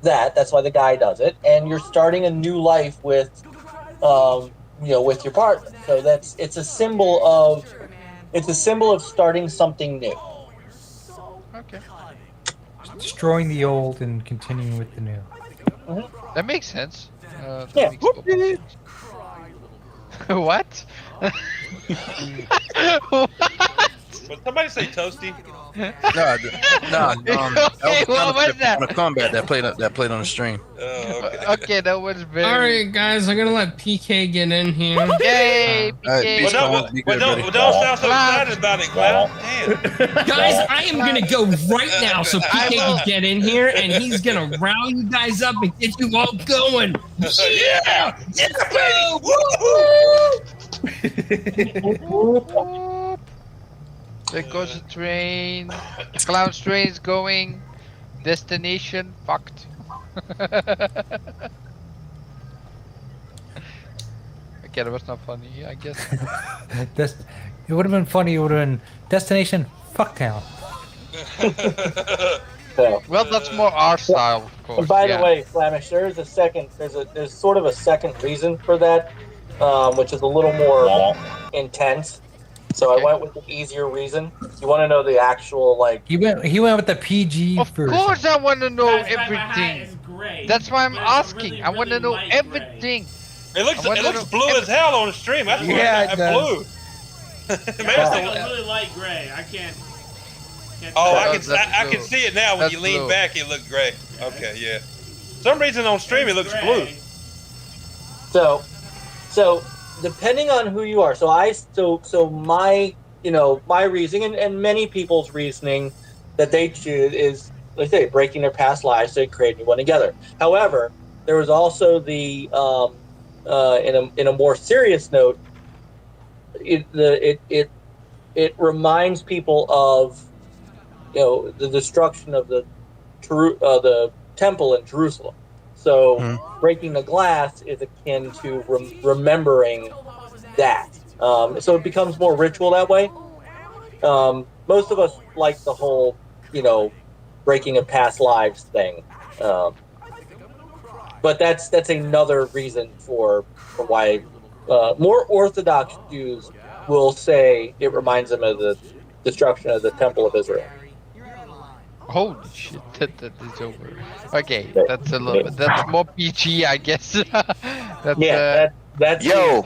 that. That's why the guy does it, and you're starting a new life with um, you know with your partner. So that's it's a symbol of it's a symbol of starting something new. Okay, Destroying the old and continuing with the new. Mm-hmm. that makes sense. Uh, that Yeah. makes total sense. what? But somebody say toasty. Nah, d- nah. Um, that Okay, was what was that? On a combat that played that played on the stream. Oh, okay. okay, that was very. All right, guys, I'm gonna let PK get in here. Yay! All right, PK. bitch. Well, don't, well, don't, well, don't sound so excited about it, Cloud. Damn. Guys, I am gonna go right now so I PK will- can get in here and he's gonna rile you guys up and get you all going. yeah, yeah, baby. Woo-hoo. There goes a train. Clown's train's going. Destination fucked. okay, that was not funny, I guess. This, it would have been funny. It would have been destination fucktown. So. Well, that's more our style, of course. And by yeah. the way, Flamish, there is a second. There's a there's sort of a second reason for that, um, which is a little more intense. So Okay. I went with the easier reason. You want to know the actual like? He went. He went with the PG of version. course, I want to know Guys, my- my hat is everything. gray, That's why I'm but it's a asking. really, I want to really know light gray. everything. It looks I it wonder looks if- blue as hell on the stream. That's Yeah, why it it's does. blue. Maybe It's it's like the- a really light gray. I can't. can't oh, tell. I That's can I, I can blue. see it now. When That's you lean blue. back, it looked gray. Okay, yeah. Some reason on stream it It's looks gray. blue. So, so depending on who you are. So I so so my you know my reasoning and, and many people's reasoning that they choose is like they say breaking their past lives to create a new one together. However, there was also the um, uh, in a in a more serious note, it the it it it reminds people of you know the destruction of the Jeru- uh, the temple in Jerusalem. So breaking the glass is akin to rem- remembering that. Um, so it becomes more ritual that way. Um, most of us like the whole, you know, breaking of past lives thing. Um, but that's that's another reason for for why uh, more Orthodox Jews will say it reminds them of the destruction of the Temple of Israel. Holy shit, that, that is over. Okay, that's a little bit. That's more PG, I guess. that's, Yeah, uh, that, that's Yo.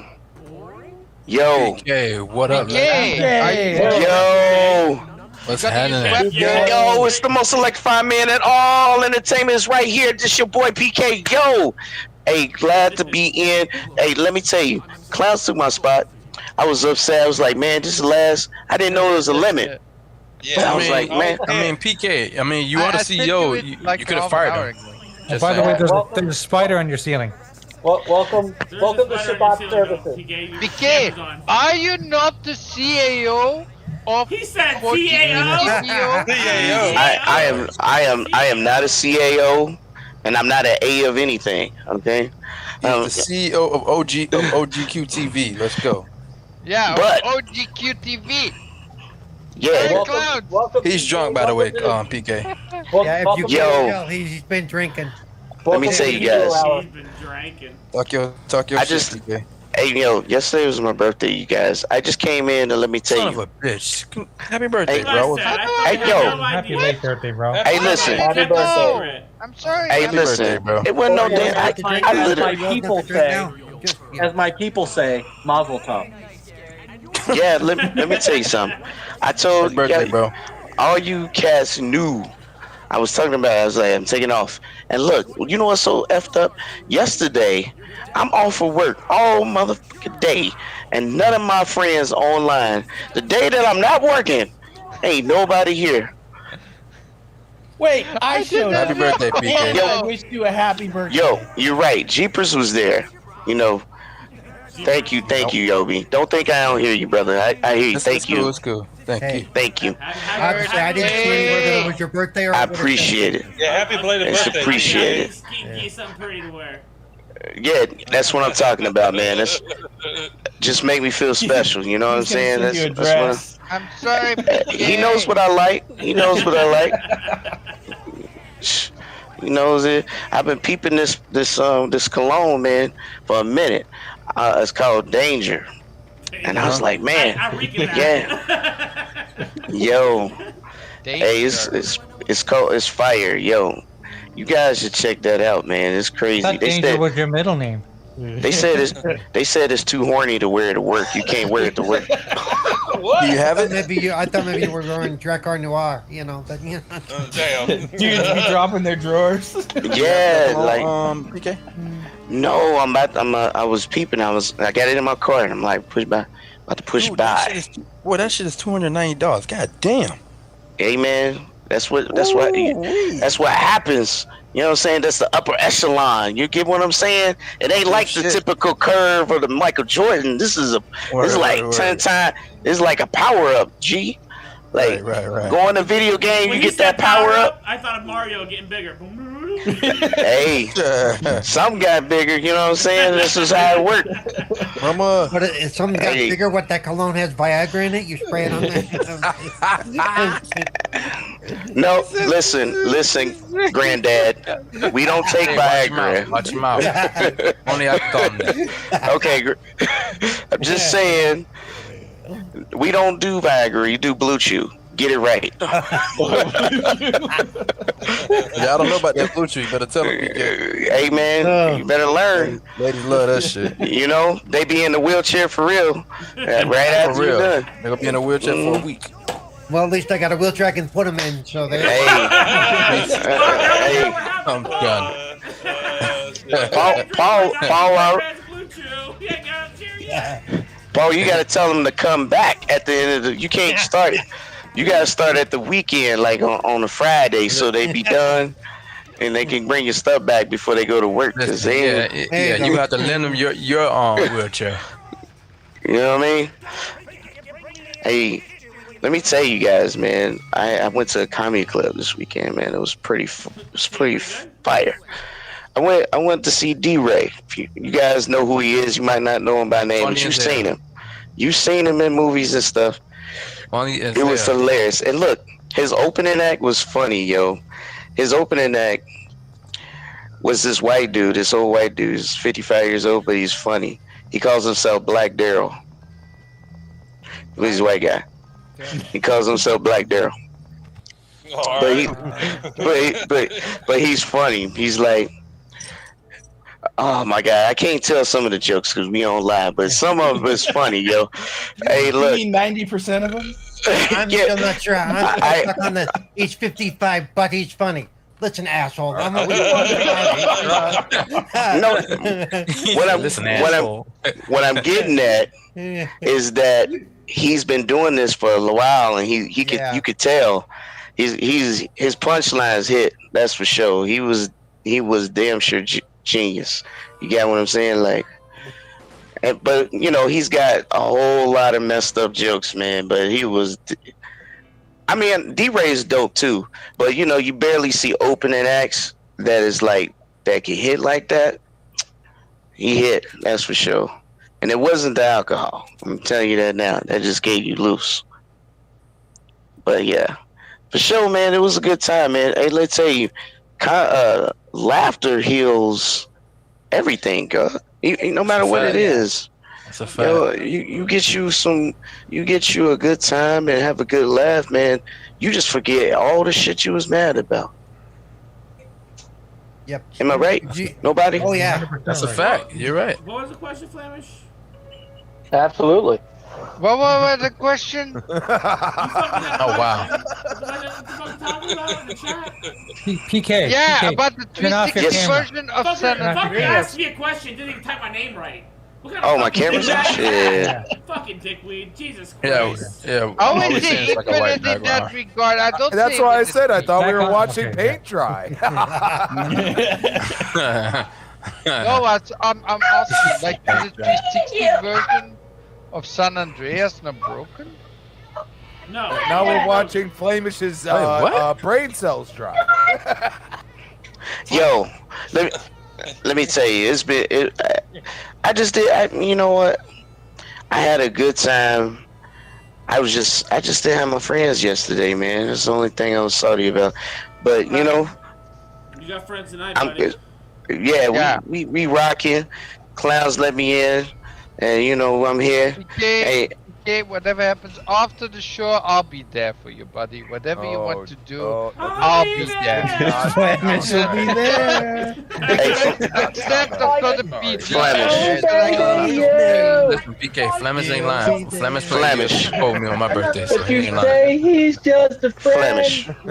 Yo. Okay, what up? PK, man? are you- Hey. Yo. What's happening? Yo, it's the most electrifying man at all entertainment is right here. This your boy PK. Yo, hey, glad to be in. Hey, let me tell you, clowns took my spot. I was upset. I was like, man, this is the last. I didn't know it was a limit. Yeah, I was like, man. I mean, PK. I mean, you I- are the I sent you CEO. it You, like you could half have an hour fired him. And Just by the saying. way, there's a, there's a spider on your ceiling. Well, welcome, welcome to Shabbat services. BK, are you not the CAO of He said CAO? I, I am I am I am not a CAO, and I'm not an A of anything. Okay, um, He's the CEO of OG of OGQ TV. Let's go. Yeah, But- OGQTV. Yeah. Hey, Welcome- Clouds. He's drunk, by the way, um, PK. yeah, if you welcome to can the tell, he's, he's been drinking. Let me tell you guys. He's been drinking. Talk your talk your I shit, just- PK. hey yo, yesterday was my birthday, you guys. I just came in and let me tell Son you, of a bitch. Con- Happy birthday, Hey, bro. Listen, I Hey, thought you yo. had no Happy idea. late birthday, bro. hey, listen, Happy Happy birthday. birthday. I'm sorry. hey, I'm- Happy birthday, listen. bro. It wasn't no Oh, yeah, damn. I, that's I, right. That's literally, right. people Just, you know, As my people say, Mazel Tov. yeah. Let, let me tell you something. I told Happy birthday, yeah, bro. all you cats knew. I was talking about. it. I was like, I'm taking off. And look, you know what's so effed up? Yesterday, I'm off for work all motherfucking day, and none of my friends online. The day that I'm not working, ain't nobody here. Wait, I, showed Happy up. birthday, And PK. I wish you a happy birthday. Yo, you're right. Jeepers was there. You know. Thank you, thank you, Yobi. Don't think I don't hear you, brother. I, I hear you. It's- Thank it's cool, you. It's cool. Thank Hey. you. Thank you. Happy- happy- Obviously, I happy- didn't explain whether it was your birthday or I whatever. appreciate it. Yeah, happy belated It's birthday. appreciated. Get- Get get something pretty to wear. Yeah, that's what I'm talking about, man. That's just make me feel special. You know what I'm He's gonna saying? send That's, you a that's what I'm- dress. I'm sorry. he knows what I like. He knows what I like. Shh, He knows it. I've been peeping this this um this cologne man for a minute. Uh, it's called Danger, and Uh-huh. I was like, I, man, I recognize yeah. yo, hey, it's it's it's called it's fire, yo. You guys should check that out, man. It's crazy. That They danger said was your middle name. they said it's they said it's too horny to wear to work. You can't wear it to work. Do you have I thought it? maybe you, I thought maybe you were going Dracar Noir, you know, but you know. Uh, damn. You gonna be dropping their drawers. Yeah, like Um, PK. No, I'm about. I'm. Uh, I was peeping. I was. I got it in my car, and I'm like, push by, about to push Dude, that by. shit is- Boy, that shit is two hundred ninety dollars. God damn. Hey, man, that's what. That's what. Ooh-wee. That's what happens. You know what I'm saying? That's the upper echelon. You get what I'm saying? It ain't like the Oh, shit. typical curve or the Michael Jordan. This is a. Word, it's word, like word. ten times. It's like a power up. G. Like Right, right, right. go in a video game, When you he get that said power up. I thought of Mario getting bigger. hey, Yeah. some got bigger. You know what I'm saying? This is how it works. Mama. But if something got Hey. bigger, what that cologne has Viagra in it, you spray it on there. No, listen, listen, granddad. We don't take Watch him out. Viagra. Watch him out. Only I thought of that. Okay, gr- I'm just saying. We don't do Viagra. You do Blue Chew. Get it right. Yeah, I don't know about that blue chew. You better tell him. PK. Hey, man, you better learn. Ladies love that shit. You know, they be in the wheelchair for real. uh, Right For after real. you're They're done. Mm-hmm. gonna be in a wheelchair for a week. well, at least I got a wheelchair I can put him in. So there. Hey. hey. I'm done. Paul, Paul, Paul, out. Paul, you gotta tell them to come back at the end of the. You can't start it. You gotta start at the weekend, like on, on a Friday, so they be done, and they can bring your stuff back before they go to work. Cause Listen, they, yeah, ain't- yeah, Hey, you have to lend them your your um wheelchair. you know what I mean? Hey, let me tell you guys, man. I, I went to a comedy club this weekend, man. It was pretty, f- it was pretty f- fire. I went, I went to see D Ray. If you, you guys know who he is, you might not know him by name, Funny but you've as hell. seen him. You've seen him in movies and stuff. Only is It was there. hilarious. And look, his opening act was funny, yo. His opening act was this white dude, this old white dude. He's 55 years old, but he's funny. He calls himself Black Daryl. He's a white guy. He calls himself Black Daryl. All But he, right. but, he- but, but he's funny. He's like, oh my God, I can't tell some of the jokes because we don't lie, but some of them is funny, yo. Hey, You look. mean ninety percent of them? I'm Yeah. still not sure. I'm still I- stuck on the each 55 butt each funny. Listen, asshole. I'm a no, what I'm Listen, what I'm what I'm getting at is that he's been doing this for a while, and he he could Yeah. you could tell he's he's his punchlines hit. That's for sure. He was he was damn sure g- genius. You got what I'm saying? Like, and, but you know he's got a whole lot of messed up jokes, man. But he was. I mean, D Ray is dope too, but you know, you barely see opening acts that is like that can hit like that. He hit, that's for sure. And it wasn't the alcohol. I'm telling you that now. That just gave you loose. But yeah, for sure, man. It was a good time, man. Hey, let's tell you, co- uh, laughter heals everything, uh, you- you- no matter what it fact. is. That's a You, fact. know, you you get you some you get you a good time and have a good laugh, man. You just forget all the shit you was mad about. Yep. Am I right? Nobody. Oh yeah. That's a fact. You're right. What was the question, Flemish? Absolutely. What was the question? Oh wow. P- PK. Yeah, PK, about the turn off your 360 camera. version of Fucker, San fucker Andreas. asked me a question, didn't even type my name right. What kind of Oh, my fucking camera's dickweed on. is Yeah. that? Fucking dickweed. Jesus Christ. Yeah, yeah. How I'm is always saying it it's like a white infinite in that background. regard? I don't That's think why I it is. said I thought we Back were on? watching Okay, paint dry. No, I, am I'm asking, like, is the 360 version of San Andreas not broken? No. now we're watching Flamish's uh, Wait, what? uh, brain cells dry. Yo, let me let me tell you, it's been. It, I, I just did. I, you know what? I had a good time. I was just. I just didn't have my friends yesterday, man. That's the only thing I was salty about. But you know, You got friends tonight, I'm. buddy. Yeah, Yeah. we we, we rocking. Clowns let me in, and you know I'm here. Okay, Hey, okay, whatever happens after the show, I'll be there for you, buddy. Whatever you Oh, want to do, oh, I'll be there. God. Flemish will be there. hey, Except I'm gonna be Flemish. Yeah. Listen, PK, Flemish ain't lying. Flemish played Flemish. told me on my birthday, so But he you ain't lying. say he's just a friend. Flemish. I like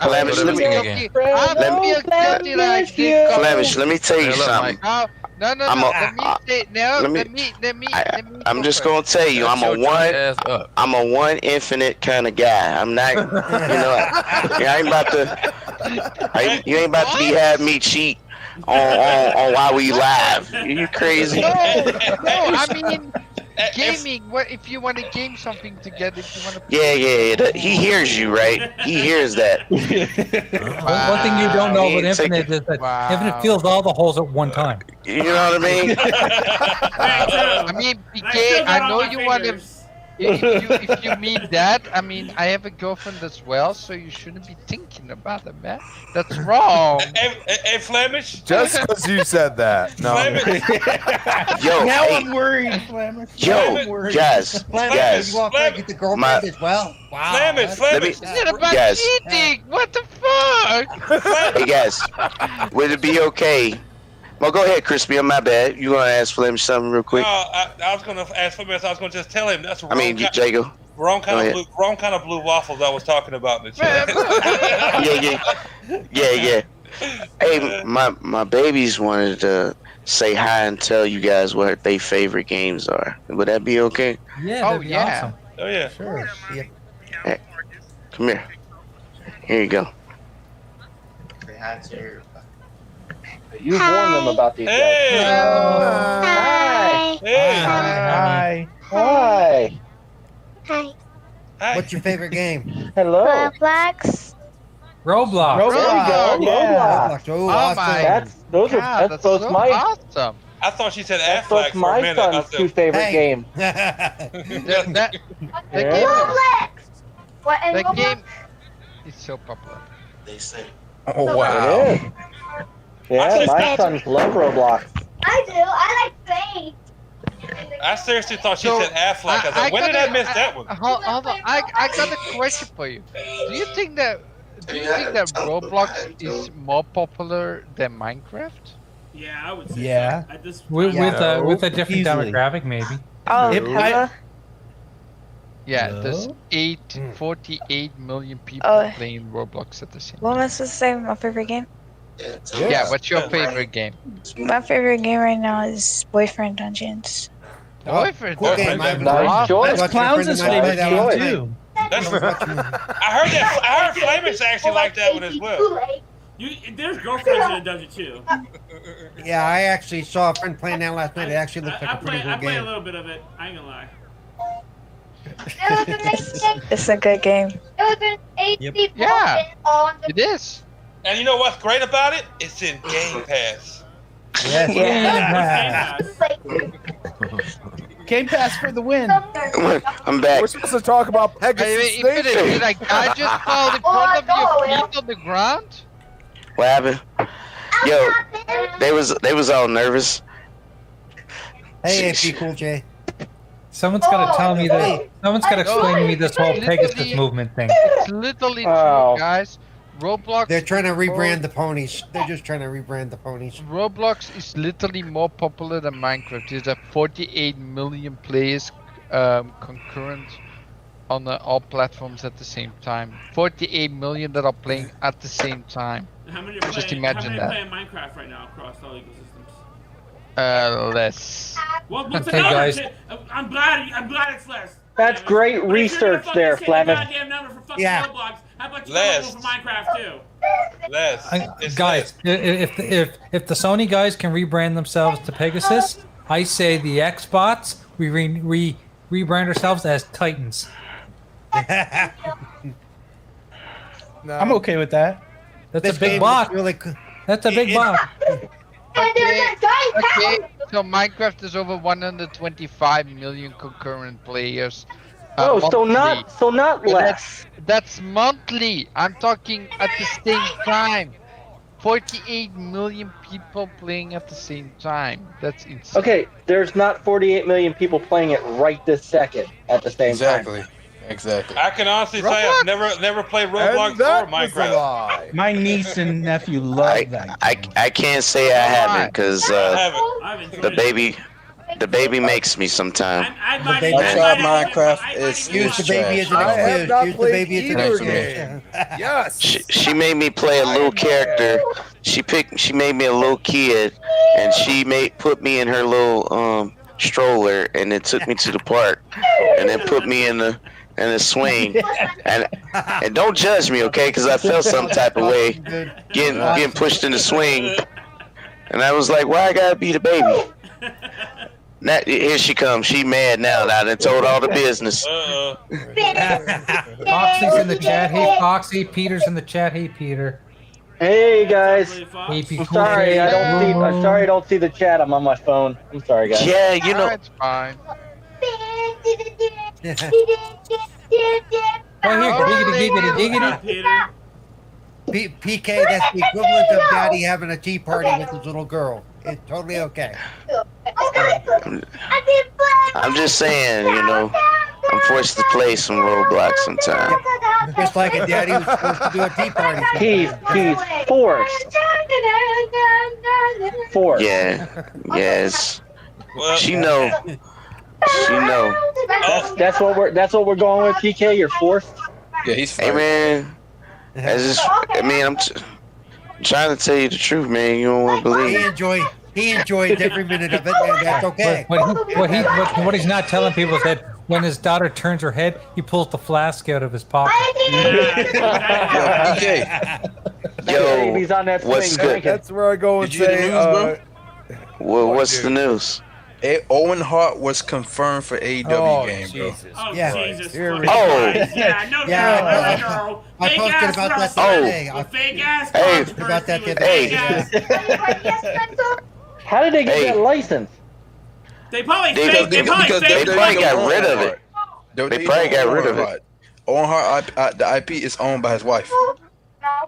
Flemish, what let I'm me- saying Okay, again. I'm Let gonna me- be guilty like Flemish, this. Flemish, let me tell you Hey, look, something. No, no, no, I'm no. a- let me I- say no. let Let me- me, let me, let me. I- I'm just go gonna tell you, I'm a Shut your one. ass up. I'm a one infinite kind of guy. I'm not, you know, I, I ain't about to. I, you ain't about to be having me cheat on on, on why we live. You crazy? No, no. I mean, If- gaming. What if you want to game something together? If you want to. Yeah, yeah, yeah. that- he hears you, right? He hears that. One- One thing you don't Wow. know He about ain't taking- Infinite is that Wow. Infinite fills all the holes at one time. You know what I mean? Hey, Joe, I mean, I still PK. I got all know my you want to. fingers. If you, if you mean that, I mean, I have a girlfriend as well, so you shouldn't be thinking about it, man. That's wrong. Hey, hey, hey, Flemish. Just because you said that. No. I'm Flemish. Yo, now hey, I'm worried, Flemish. Now I'm yo, worried. guys, Flemish, guys. you walk Flemish. back with the girlfriend My- as well. Wow. Flemish, that's- Flemish. Is it about Yes. cheating? What the fuck? Hey guys, would it be okay? Well, go ahead, Crispy. I'm my bad. You gonna ask Flemish something real quick? No, Uh, I, I was gonna ask Flemish. I was gonna just tell him that's wrong. I mean, ki- Jago. wrong go kind ahead. of blue, wrong kind of blue waffles. I was talking about in the Man, chat. yeah, yeah, yeah, yeah. Hey, my my babies wanted to say hi and tell you guys what their favorite games are. Would that be okay? Yeah, Oh, that'd be yeah. awesome. Oh yeah. Sure. Yep. Come here. Here you go. You've warned them about these guys. Hey, Hi. Hi. hey. Hi. Hi. What's your favorite game? Oh. Hello. Roblox. Roblox. Roblox. Roblox, Yeah. yeah. Roblox. Oh, Oh, awesome. my That's those are God, that's that's both so my awesome. I thought she said that's Affleck both for a my minute. I son's two said, favorite Hey. games. That, that, that Yeah. game, Roblox. What in that Roblox? game is so popular. They say. Oh It wow. is. Yeah, said my stop. sons love Roblox. I do. I like Bane. I seriously thought she So, said Affleck. I was like, when did I miss that one? Hold, hold on, I, I got a question for you. Do you think that do you think that Roblox is more popular than Minecraft? Yeah, I would say Yeah. so. At this With, time- with, a, with a different Oh. Easily. demographic, maybe. Oh, It might- Yeah, there's No? eight, 48 million people Oh. playing Roblox at the same What am I supposed to say? My favorite game? time. Yeah, what's your favorite game? My favorite game right now is Boyfriend Dungeons. Boyfriend. Cool Dungeon. Oh, game, I Nice Wow. choice. Clowns is favorite game, That's- too. That's, I heard that. I heard Flamish actually like that one as well. You, there's girlfriends in the dungeon too. Yeah, I actually saw a friend playing that last night. It actually looks like I a pretty play, I cool play a game. little bit of it. I ain't gonna lie. It's a good game. Yep. Yeah, it is. And you know what's great about it? It's in Game Pass. Yes. Yeah. Game Pass for the win. I'm back. We're supposed to talk about Pegasus. Wait, wait, wait, Station. did I, I just fall in front Oh, of your feet on the ground? What happened? Yo, they was they was all nervous. Hey, AP Cool J. Someone's got to tell me that. Someone's got to explain to me this whole Pegasus movement thing. It's literally Oh. Oh. true, guys. Roblox. Oh. They're trying to rebrand the ponies. They're just trying to rebrand the ponies. Roblox is literally more popular than Minecraft. There's a 48 million players um, concurrent on the, all platforms at the same time. 48 million that are playing at the same time. How many are playing, Just how imagine many that. playing Minecraft right now across all ecosystems? Uh, less. Well, what's Okay, another? guys. Guys. I'm glad. I'm glad it's less. That's great But if you're gonna research there, fucking say the Flamin. Goddamn number for fucking Yeah. Roblox. How about you Less. come up with Minecraft too? Les, uh, I, guys, i- i- if, if if the Sony guys can rebrand themselves to Pegasus, I say the Xbots we re, we rebrand ourselves as Titans. I'm okay with that. That's This a game big is box. Really cool. That's a big box. Okay, okay, so Minecraft is over 125 million concurrent players. Uh, Oh, so not- monthly. so not But less. That's, that's monthly. I'm talking at the same time. 48 million people playing at the same time. That's insane. Okay, there's not 48 million people playing it right this second at the same Exactly. time. Exactly. I can honestly say I've never never played Roblox And that or was a Minecraft. lie. My niece and nephew love that. I, I can't say I haven't because uh, the baby the baby makes me sometimes. I tried Minecraft. It's Use the baby as an I have excuse. not Use the played baby as an either excuse. game. Yes. She, she made me play a little character. She picked she made me a little kid, and she made put me in her little um stroller, and it took me to the park, and then put me in the in the swing, and and don't judge me, okay? Because I felt some type of way getting getting pushed in the swing, and I was like, why I gotta be the baby? Now, here she comes. She mad now. Now done told all the business. Uh-uh. Foxy's in the chat. Hey, Foxy. Peter's in the chat. Hey, Peter. Hey guys, AP I'm sorry I don't see. I'm sorry I don't see the chat. I'm on my phone. I'm sorry guys. Yeah, you know. It's fine. Peter. P- PK, that's the equivalent of daddy having a tea party with his little girl. It's totally okay. I'm just saying, you know, I'm forced to play some Roblox sometime. Just like a daddy was supposed to do a tea party. He's he's forced. Forced. Yeah, yes. Well- She know. She know. That's, that's what we're that's what we're going with. PK, you're forced. Yeah, he's Hey man, that's just. I mean, I'm, t- I'm trying to tell you the truth, man. You don't want to He believe. enjoyed he enjoyed every minute of it, and that's okay. What, what he, what, he, what, what he's not telling people is that when his daughter turns her head, he pulls the flask out of his pocket. Baby's on that swing. what's good? drinking. That's where I go and Did you say, lose, uh, bro? Well, what's the news? A- Owen Hart was confirmed for AEW Oh, game, bro. Oh Yeah. Jesus! Here we fucking go. Oh, Christ. Oh. Yeah, no, Yeah. no, no, no. I Fake posted ass about that wrestling. today. I- With fake ass Hey. controversy About that with today. fake ass- How did they get Hey. that license? They probably They- fake. They, because- probably because They fake. they probably don't got rid know of it. They don't probably got own rid of Owen it. Hart. Owen Hart, I, I, the IP is owned by his wife.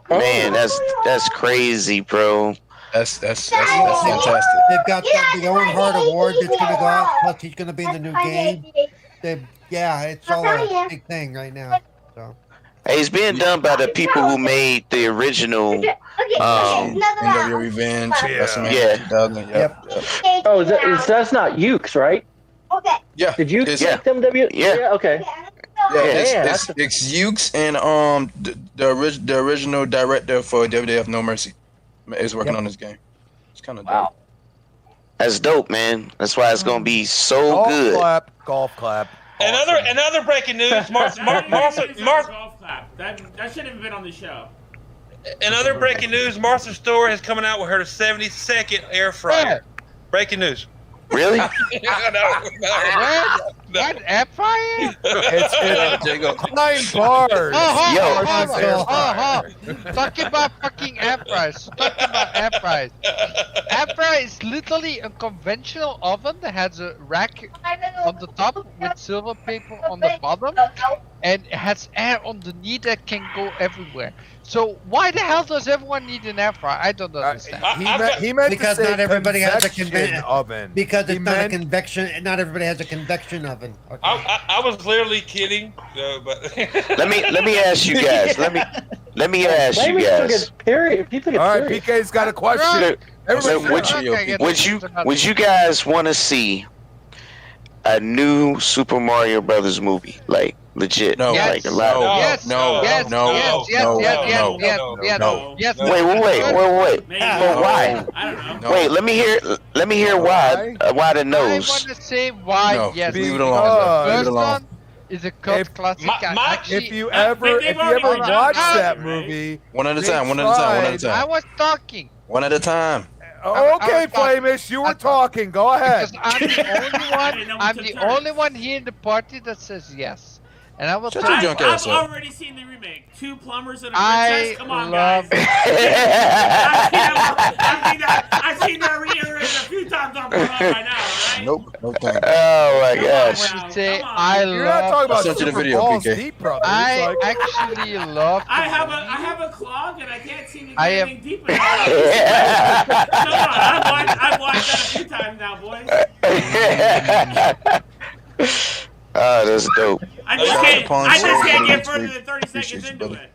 Man, that's that's crazy, bro. That's that's that's, that's fantastic. They've got the, the Owen Hart Award that's going to go out. Plus, he's going to be in the new game. They, yeah, it's all a big thing right now. So Hey, it's being done by the people who made the original. Um, NWA Revenge, Yeah. WrestleMania Yeah. 2000. Yep. yep. Oh, is that, is, that's not Ukes, right? Okay. Yeah. Did you it's- make them W? Yeah. Okay. Yeah, it's, man, it's, it's Ukes and um the the, orig- the original director for WWF No Mercy is working on this game. It's kind of dope. That's dope, man. That's why it's gonna be so golf Oh, good. clap, golf clap. Another another breaking news. Mark, Mark, Martha, Mark, Golf clap. That that should have been on the show. another breaking news. Martha Stewart is coming out with her 72nd air fryer. Breaking news. Really? What air fryer? It's Nine bars. Uh-huh, Martha's air uh-huh, uh-huh. fryer. Talking about fucking air fryers. Talking about air fryers. Air fryer is literally a conventional oven that has a rack on the top with silver paper on the bottom and it has air underneath that can go everywhere. So why the hell does everyone need an air fryer? I don't understand. He, meant, he meant Uh, because to say not everybody has a convection convection oven. Because it's He not meant- a convection. Not everybody has a convection oven. Okay. I, I, I was literally kidding, uh, but Let me let me ask you guys. Let me let me ask you Raymond took guys. it period. He took it All right, serious. PK's got a question. Right. Everybody, So would you would you would you guys want to see a new Super Mario Brothers movie? Like legit? No, like a lot. no, Yes. no, Yes. no, Yes. Yes. no, Yes. Yes. no, Yes. no, Yes. no. Yes. Wait, wait, wait, wait, wait. Maybe. But why? I don't know. No. Wait, let me hear. Let me hear why. Uh, why the I nose? want to say why No, yes. leave it alone, bro. The Leave it first alone. one is a cult If- classic. my- I my- actually- If you I think ever, if they've you already ever done watch that, that right? movie, One at a They time. One at a time. One at a tried- I time. was talking One at a time. Oh, I okay, was talking- Flamish, you I were was talking. Go ahead. because I'm the only one. didn't know we I'm took the turns. only one here in the party that says yes, and I will Shut tell your I've, you. junk I've ass up. already seen the remake. Two plumbers and a I princess. Come on, love. guys. I've seen that- I've seen that. I've seen that reiterated a few times on Pornhub by now, right? Nope. No thank you. Oh my I gosh. should say Come on. I You're not love. talking about I sent you the Super video, Balls PK. Deep, brother. I It's like, actually love. I have a I have a clog and I can't seem to get I am- anything deep enough. Come on, I've watched, I've watched that a few times now, boys. oh, that's dope. I just Shout out can't to Pawn I just Stars can't for get the further retweet. than thirty Appreciate seconds you, into brother.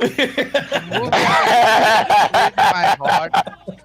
it. movie with my heart,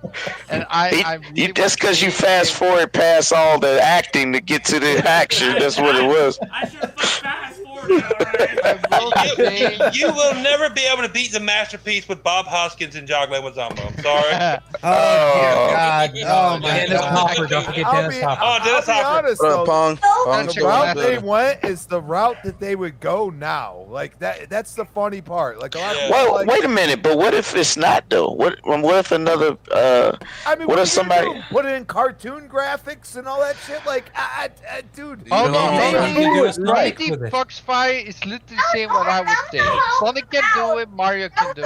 and I. I You- really That's want because to you say fast forward past all the acting to get to the action. That's what it was. I should have fast forwarded. All right. I will say- you, you will never be able to beat the masterpiece with Bob Hoskins and John Leguizamo. I'm sorry. oh, dear God. Oh my Dennis God. Hopper. Don't forget I'll Dennis be, Hopper. Oh, Dennis I'll be Hopper. honest What up, though, Pong? Pong, the you route they better. went is the route that they would go now. Like that. That's the funny part. Like a lot of people Well, like, wait a minute, but what if it's not though? What um, what if another? Uh, I mean, What what, if if somebody somebody- put it in cartoon graphics and all that shit? Like, I, I, I- dude, Oh, you know, no, they- no, You can do a Right. Sonic with it. Foxfire is literally saying what I would say. Sonic can do it, Mario can do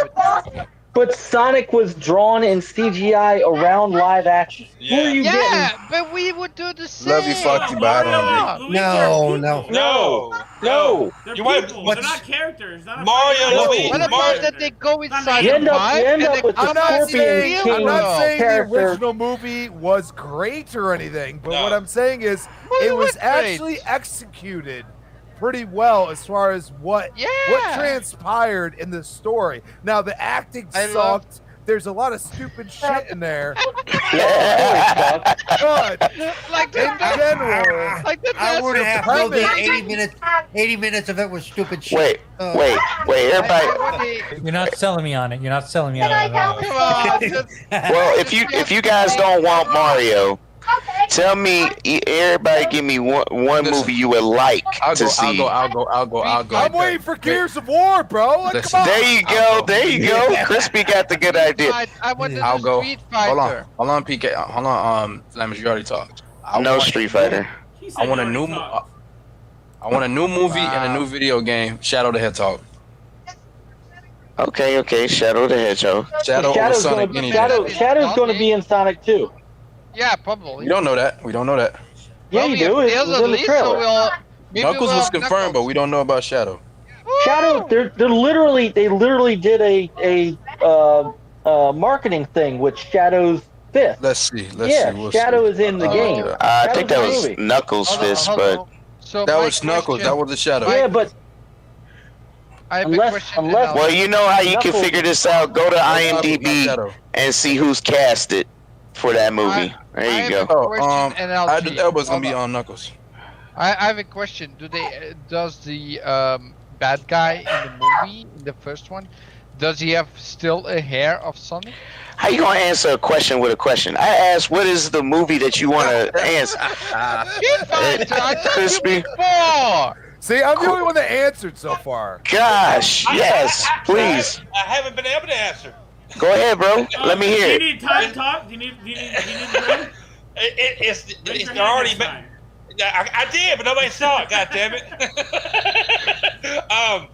it. But Sonic was drawn in CGI around live action. Who Yeah. are you Yeah, but we would do the same. Love you, fuck you, but I don't agree. Mario and Luigi No, no. are people. No, getting? No. They're You want- people. what's- They're not characters. Not a Oh, Mario fucking- and Luigi. What Mario- about that they go inside You a end up, you vibe end and they up with the I'm not saying, Scorpion King I'm not saying the character. original movie was great or anything, but No. what I'm saying is Well, it what was great? actually executed pretty well as far as what Yeah. what transpired in the story. Now the acting I sucked. love- There's a lot of stupid shit in there, Fuck. but like in that. general, Like that. I would have premise. voted 80 minutes. 80 minutes of it was stupid shit. Uh, wait, wait, So- wait, everybody. You're not selling me on it. You're not selling me on Can I it. at all. have Come on, just- Well, if you if you guys don't want Mario, tell me. e- Everybody, give me one one Listen. movie you would like I'll to see. I'll go, I'll go, I'll go. I'm waiting for Gears of War, bro. Like, Listen. come on. There you go. There you go. Crispy got the good idea. I, I want to I'll do go. Street Hold Fighter. on. Hold on, PK. Uh, Hold on, um, Flemish, you already talked. I No want- Street Fighter. He said I want a no new. to mo- talk. uh, I want a new movie and a new video game. Shadow the Hedgehog. Okay, okay. Shadow the Hedgehog. Shadow over Shadow's Sonic. gonna, any day. Shadow, Shadow's gonna be in Sonic too. Yeah, We probably. don't know that. We don't know that. Yeah, Well, you we have do. It Tails was at in the least, so trailer. we'll- maybe Knuckles we'll was have confirmed, but we don't know about Shadow. Woo! Shadow, they're they're literally they literally did a a uh, uh, marketing thing with Shadow's fist. Let's see. Let's yeah, see. We'll Shadow see. is in the Uh, game. yeah. Uh, I That think was that a was movie. Knuckles' Hold on, fist, hold but on. So That my was Knuckles. question- That was the Shadow. Yeah, but I have Unless- a question. unless- and I'll- well, you know how you can Knuckles- figure this out. Go to IMDb Shadow. and see who's casted for that movie. I There you have go. a go. question Oh, um, and I'll I cheat. that was gonna Hold be on Knuckles. I, I have a question. Do they? uh, Does the um, bad guy in the movie, in the first one, does he have still a hair of Sonic? How you gonna answer a question with a question? I asked, what is the movie that you want to answer? Crispy. See, I'm the only one that answered so far. Gosh, yes, please. I haven't been able to answer. Go ahead, bro. Let me hear Uh, Do you it. need time to talk? Do you need? Do you need? Do you need time? It, it, it's it's your hand already next been. I, I did, but nobody saw it. God damn it! um,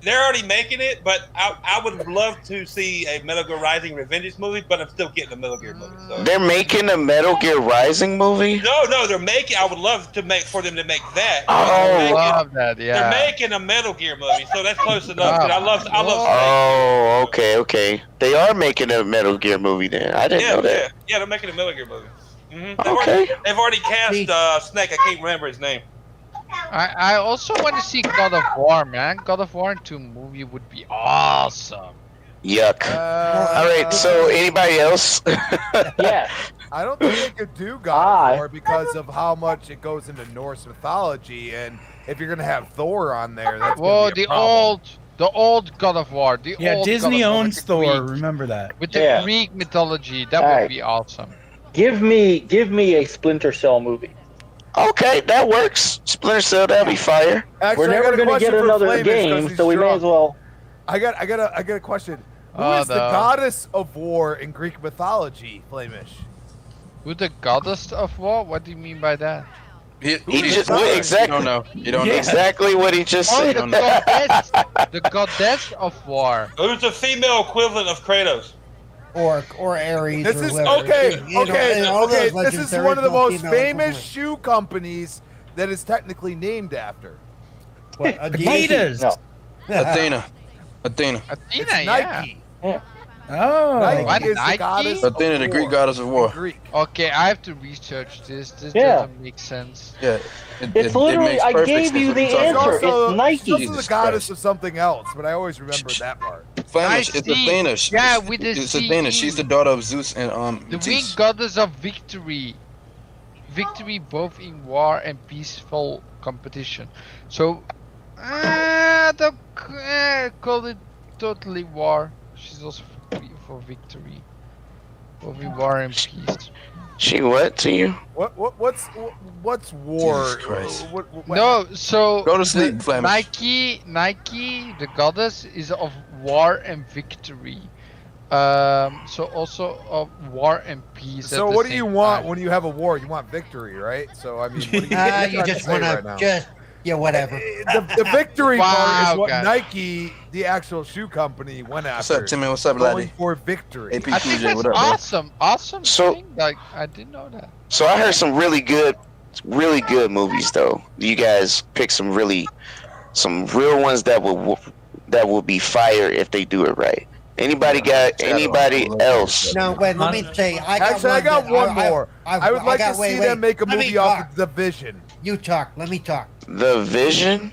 they're already making it, but I, I would love to see a Metal Gear Rising Revenge movie, but I'm still getting a Metal Gear movie. So. They're making a Metal Gear Rising movie. No, no, they're making. I would love to make for them to make that. They're Oh, making- love that. They're making a Metal Gear movie, so that's close enough. 'cause I love, I love. Oh, okay, okay. They are making a Metal Gear movie then. I didn't yeah, know yeah, that. yeah. They're making a Metal Gear movie. hmm They've, already, they've already cast uh, Snake. I can't remember his name. I, I also want to see God of War, man. God of War 2 movie would be awesome. Yuck. All right. So anybody else? yeah. I don't think they could do God of War because of how much it goes into Norse mythology, and if you're gonna have Thor on there, that's Whoa, gonna be a the problem. old, the old God of War. The Yeah, old Disney God of War owns with the Thor. Greek- Remember that. with the Yeah. Greek mythology, that All would right. be awesome. Give me, give me a Splinter Cell movie. Okay, that works. Splinter Cell, that'd be fire. Actually, We're I never got a gonna question get for another Flavius 'cause game, he's so we may drunk. as well. I got, I got, a, I got a question. Who is Oh, the no. goddess of war in Greek mythology, Flamish? With the goddess of war? What do you mean by that? He, Who is just that? what exactly? You don't know. You don't know. Exactly what he just Oh, said. the goddess, the goddess of war. Who's the female equivalent of Kratos? Orc or Ares. This or is whoever. okay, You know, okay, in all okay. those This legends, is there one of no the most female famous equivalent. shoe companies that is technically named after. What, Adidas. No. Athena. Athena. Athena, It's yeah. Nike. Oh, Nike What, is Nike? the goddess. of Athena, the Greek war. goddess of war. Greek. Okay, I have to research this. This Yeah. doesn't make sense. Yeah. It, it- It's it literally. makes I perfect gave sense you what the you're talking answer. about. It's also- it's Nike. She's also the Jesus goddess Christ. of something else, but I always remember that part. Flemish, I it's see. Athena. She- Yeah, it's, with the it's Athena. CE. She's the daughter of Zeus and um. The Greek Metis. goddess of victory. Victory both in war and peaceful competition. So, uh, don't c- uh, call it totally war. She's also for, pe- for victory. Both in war and peace. She what to you? What what what's what, what's war? Jesus Christ. What- what- what- No, so Go to sleep, Flemish. Nike, Nike, the goddess is of war and victory. Um, so also of war and peace. So what do you want when you have a war? You want victory, right? So I mean, what are you, what are Ah, you you trying to just say want right to now? Eh, just yeah, whatever. the, the victory part Wow, is what guys. Nike, the actual shoe company, went What's after. up, Timmy? What's up, Going laddie? for victory. AP I think Fusion, that's what up, bro? awesome, awesome So- thing. Like I didn't know that. So I heard some really good, really good movies though. You guys pick some really, some real ones that will that will be fire if they do it right. Anybody got anybody else? No, wait. Let me Huh? say, I got Actually, one I got that- one I- more. I, would like got- to wait, see wait. them make a Let me movie off talk. of The Vision. You talk. Let me talk. The Vision.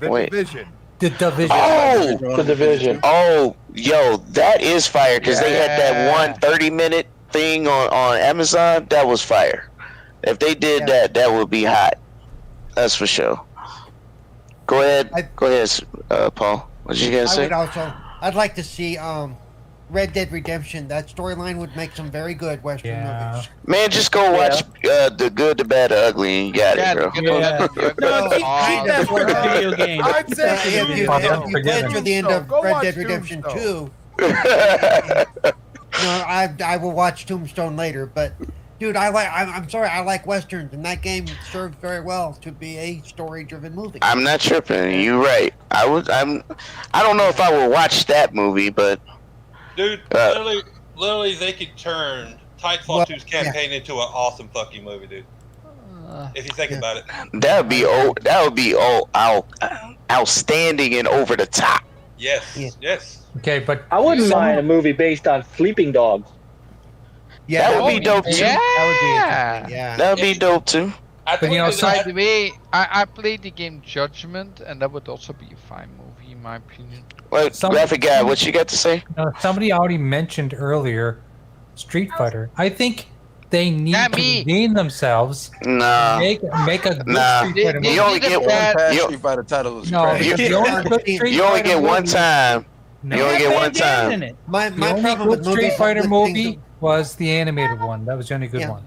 The Wait. Vision. The division. Oh, The division. oh, yo, that is fire because they had that one 30 minute thing on on Amazon. That was fire. If they did Yeah. that, that would be hot. That's for sure. Go ahead, I- go ahead, uh, Paul. What you gonna I say? would also. I'd like to see um, Red Dead Redemption. That storyline would make some very good Western Yeah. movies. Man, just go watch uh, the good, the bad, the ugly, and you got Yeah, it, bro. the good Yeah. ones, the No, good keep, keep ones. that for the video game. I'd say Uh, if you, Doomsday. if you played through the end of Go Red watch Dead Redemption Tombstone. 2, no, I, I will watch Tombstone later, but dude, I like, I'm, I'm sorry, I like Westerns, and that game served very well to be a story driven movie. I'm not tripping. You're right. I would. I'm. I don't know if I would watch that movie, but Dude, Uh, literally, literally, they could turn Titanfall Well, 2's campaign into an awesome fucking movie, dude. If you think Yeah. about it. that would be oh, that would be oh, out, outstanding and over the top. Yes. Yeah. Yes. Okay, but I wouldn't mind a movie based on sleeping dogs. yeah, that would be dope too. Oh, Yeah. That would be interesting, yeah. That would be dope too. I But, you know, tweeted some- By that- the way, I, I played the game Judgment, and that would also be a fine movie in my opinion. What Some- graphic guy? What you got to say? Oh. Uh, somebody already mentioned earlier Street Fighter. I think They need to redeem themselves. Nah. Make, make a good Nah, street fighter movie. you only get one time. You, by the title is No, trash. because the only good you Street only Fighter get one movie- time. You only get one in time. it. My, the only good Street Fighter movie was the animated one. That was the only good Yeah. one.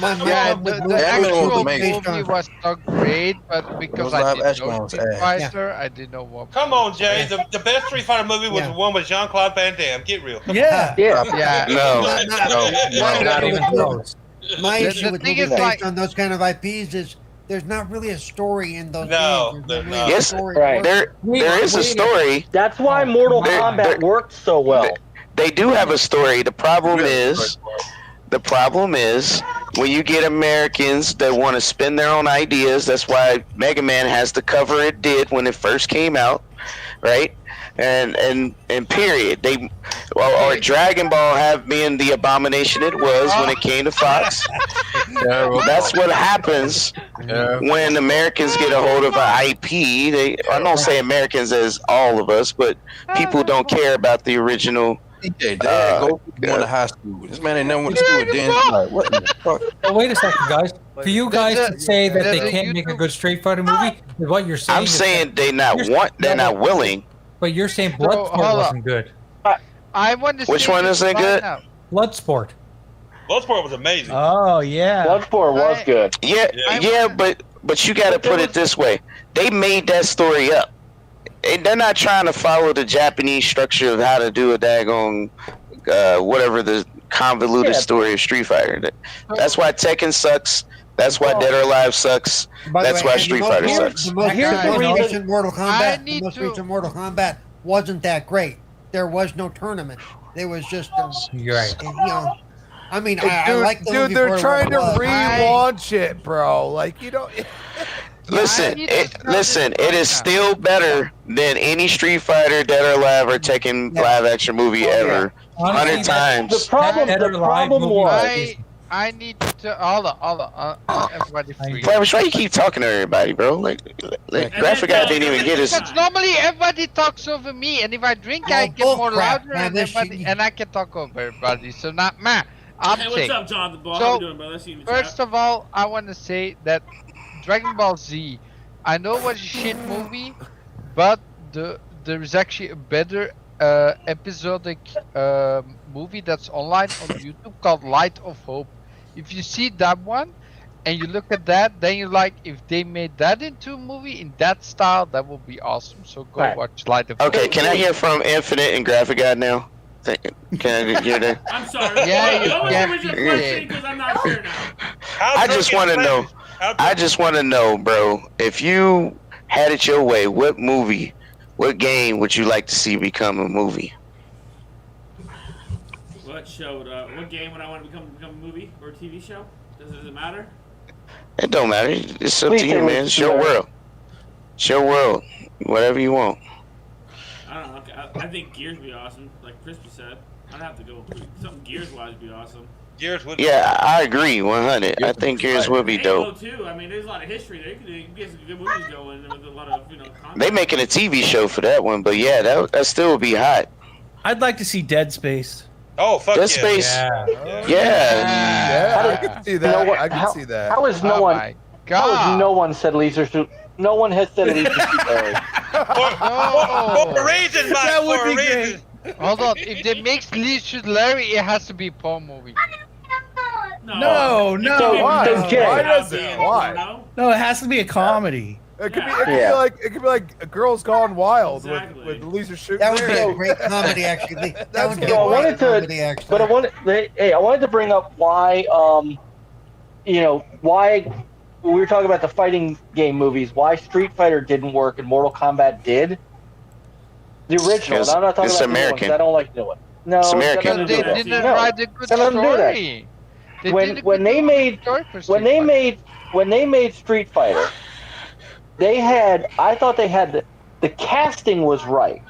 My, my Yeah, problem the, with the movies actual based on- movie was not great, but because I live didn't action know was Street ass. Fighter, I didn't know what. Come on, Jay. The, the best Street Fighter movie was the one with Jean Claude Van Damme. Get real. Come Yeah. Yeah. Yeah. No, no, No, no, Not even close. My The- issue the with thing movies is, based like- on those kind of IPs is there's not really a story in those. No, games. There's not really a Yes, story. there there is a story. That's Oh, why Mortal There- Kombat there- worked so well. They do have a story. The problem is, the problem is when you get Americans that want to spin their own ideas. That's why Mega Man has the cover it did when it first came out, right? And and and period. They or, or Dragon Ball have been the abomination it was when it came to Fox. That's what happens when Americans get a hold of an IP. They I don't say Americans as all of us, but people don't care about the original. uh, Yeah, dad, go going to high school. This man ain't never went to school. Then like, what the fuck? But wait a second, guys. For you guys to say that they can't make a good Street Fighter movie, what you're saying? I'm is saying they not You're- want, they're not willing. But you're saying Bloodsport hold on. wasn't good. I want to. Which see one this isn't right good? now. Bloodsport. Bloodsport was amazing. Oh yeah. Bloodsport was good. Yeah, Yeah. yeah, but but you got to put it this way: they made that story up. And they're not trying to follow the Japanese structure of how to do a daggone uh, whatever the convoluted Yeah. story of Street Fighter. That- That's why Tekken sucks. That's why Dead or Alive sucks. By the That's way, why and the Street most- Fighter here's sucks. The most, Here's the the most reason- recent Mortal I Kombat. The need most to- recent Mortal Kombat wasn't that great. There was no tournament. There was just, um, You're right. you know, I mean, Hey, I, I dude, like the dude movie for they're what trying it to was. relaunch it, bro. Like you don't. Listen, it, listen, it is still better than any Street Fighter, Dead or Alive, or Tekken live action movie ever. Honestly, Hundred The times. problem, Dead or the Alive problem movie Oh, was, I I need to all the all the uh, uh, everybody free. Travis, why you keep talking to everybody, bro? Like, like graphic guy didn't even get his. Because normally everybody talks over me, and if I drink, I Oh, get bull more crap, louder, man, and, this everybody, and I can talk over everybody. So not man, I'm Hey, sick. what's up, Jonathan Ball? So, How you doing, brother? See you in the First chat. of all, I want to say that Dragon Ball Z, I know it was a shit movie, but the there is actually a better uh, episodic um movie that's online on YouTube called Light of Hope. If you see that one and you look at that, then you're like, if they made that into a movie in that style, that would be awesome. So go Right. watch Light of Okay, Hope. can I hear from Infinite and graphic guy now? Th- Can I hear that? I'm sorry. Yeah, you- What was- what was your yeah. question? Because I'm not sure now. I just want to know. I just want to know, bro. If you had it your way, what movie, what game would you like to see become a movie? What show? would, Uh, what game would I want to become become a movie or a TV show? Does it, does it matter? It don't matter. It's up to Please you, say man. It's your what you world. It's your world. Whatever you want. I don't know. Okay, I, I think Gears would be awesome, like Crispy said. I'd have to go with something Gears wise would be awesome. Gears would. Yeah, I I agree, 100. I think yours would be Halo dope. too. I mean, there's a lot of history there. You could- You could get some good movies going with a lot of you know. Content. They making a TV show for that one, but yeah, that that still would be hot. I'd like to see Dead Space. Oh fuck Dead yeah. Space. Yeah. Oh, Yeah. Yeah, I can see that. what- I can how- see that. how is no Oh one? my How is God. no one said Lisa? Su- No one has said Lisa. Su- For, for a No. reason, Mike. That would for a be great. reason. Hold on. If they make Leech Larry, it has to be a porn movie. No, no. So- Why? so Jay- Why does it? Why? No. No, it has to be a comedy. It could be. Yeah. It could Yeah. be like. It could be like Girls Gone Wild Exactly. with with Lisa shooting. That would be a Larry. great comedy, actually. That would be a So I great wanted to- comedy, actually. But I wanted, they- hey, I wanted to bring up why, um, you know, why we were talking about the fighting game movies. Why Street Fighter didn't work and Mortal Kombat did. The original. It's- and I'm not talking it's about the new ones. American. I don't like the new one. No, It's it's got American. nothing to But do they with that. didn't No. write a good Tell them to do that. story. They When- did a when good they made- story for Street when they Fighter. made when they made Street Fighter, they had I thought they had the, the casting was right,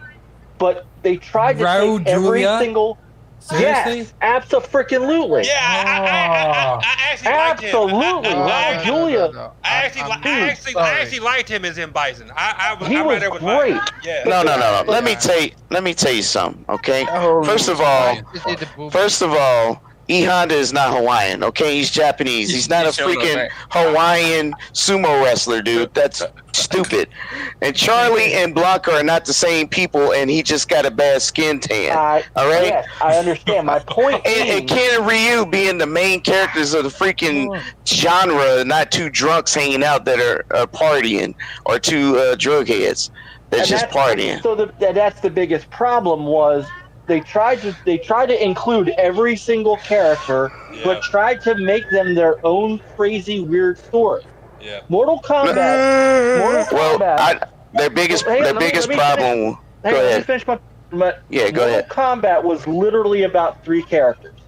but they tried to Raul take every Julia? single Seriously? yes, absolutely, Yeah, I, I, I, I, I actually liked him. absolutely. I, I, I, Raul actually- Julia, I actually, li- I dude, actually, I actually liked him as M Bison. I, I was, He I'm was right there with great. Bison. Yeah. No, no, no, no. Let me tell you, let me tell you something, okay? First of all, They did the movie. first of all, E Honda is not Hawaiian, okay? He's Japanese. He's not a Showed up, freaking right. Hawaiian sumo wrestler, dude. That's stupid. And Charlie and Blanca are not the same people, and he just got a bad skin tan. all right? Yes, I understand. My point and, and Ken and Ryu being the main characters of the Oh. freaking genre, not two drunks hanging out that are uh, partying or two uh, drug heads that's And just partying. So the, that- that's the biggest problem was they tried to they tried to include every single character, but tried to make them their own crazy weird story. Yeah. Mortal Kombat. Mortal Well, Kombat. I, their biggest Hey, their let me- biggest let me problem. Hey, go let me ahead. finish my, my Yeah, go Mortal ahead. Kombat was literally about three characters.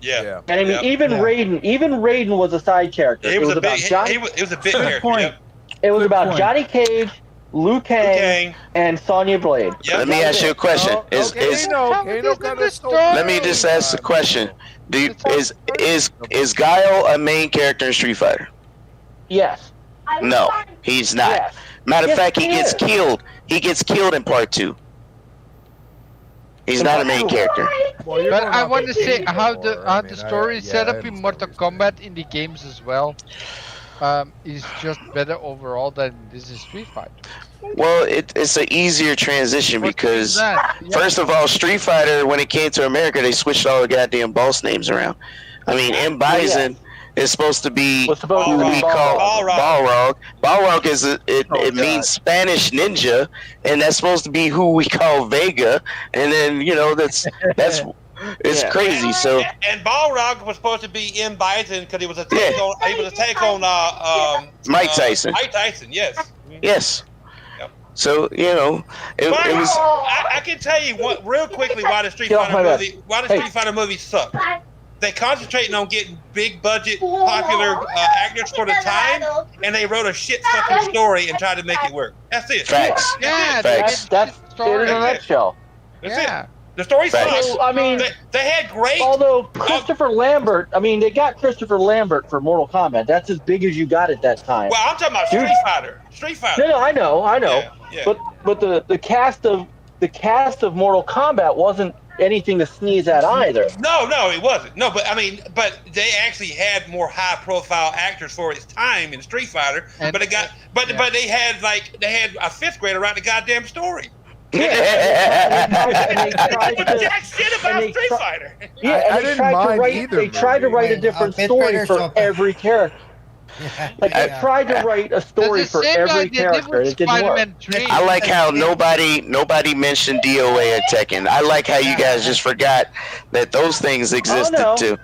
Yeah. And I mean, even Raiden, even Raiden was a side character. He it was was, a about big- he- Johnny. he was- it was a big character, yep. It was about point. Johnny Cage, Liu Kang, and Sonya Blade. Let me ask you a question. Is, is, let me just ask the question. Do you, is is is Guile a main character in Street Fighter? Yes. No, he's not. Matter of Yes, fact, he he gets is. killed. He gets killed in part two. He's not a main character. but I want to say how the how the mean, I- story is yeah, set I up in Mortal Kombat in the games as well um, is just better overall than this is Street Fighter. Well, it, it's an easier transition because that? first of all, Street Fighter when it came to America, they switched all the goddamn boss names around. I mean, M Bison is Oh, supposed to be Oh, who we call Balrog. Balrog is a, it, it means Spanish ninja, and that's supposed to be who we call Vega. And then you know that's that's it's Yeah. crazy. So And Balrog was supposed to be in Bison because he was a take on he was a take on uh, um, Mike Tyson. Mike Tyson, yes. yes, so you know it, But it was. I, I can tell you what, real quickly why the Street Get off Fighter my back. movie why the Street Fighter movies suck. They concentrating on getting big budget, popular uh, actors for the time, and they wrote a shit fucking story and tried to make it work. That's it. Facts. That's it. Facts. That's it in a That's it. nutshell. That's it. The story sucks. So, I mean, they, they had great. um, Although Christopher Lambert, I mean, they got Christopher Lambert for Mortal Kombat. That's as big as you got at that time. Well, I'm talking about Dude. Street Fighter. Street Fighter. No, no, I know, I know. yeah. But but the the cast of the cast of Mortal Kombat wasn't anything to sneeze at either. No, no, it wasn't. No, but I mean, but they actually had more high-profile actors for its time in Street Fighter. but it got, but but they had like they had a fifth grader write the goddamn story. And they tried to- Jack shit about Street Fighter. yeah, and they tried to write. they tried to write a different story for every character. Like they tried to write a story for every character. and It didn't work. I like how nobody nobody mentioned DOA and Tekken. I like how you guys just forgot that those things existed no. too.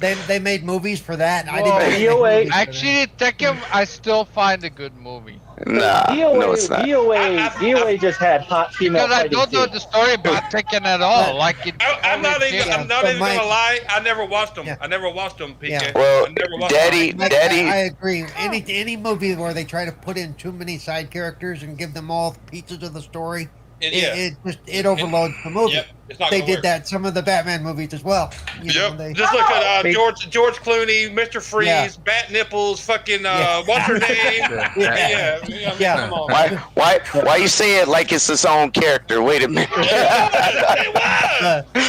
They, they made movies for that. I Whoa. didn't. make movies for that. Actually, Tekken, I still find a good movie. Nah, DOA, no, it's not. DOA, DOA just had hot female Because I fighting don't know scenes. the story about Tekken at all. Like it, I, I'm not even. I'm not So even Mike- gonna lie. I never watched them. I never watched them. PK. Well, I never watched Daddy, them. Like, I- I, agree. Any any movie where they try to put in too many side characters and give them all pieces of the story, It- it, yeah. it just it overloads the movie. it's not they gonna did work. that some of the Batman movies as well. You know, they- Just look at uh, they- George George Clooney, Mr. Freeze, Yeah. Bat Nipples, fucking uh, what's her name? Yeah. yeah, I mean, come on. Why why why you say it like it's its own character? Wait a minute.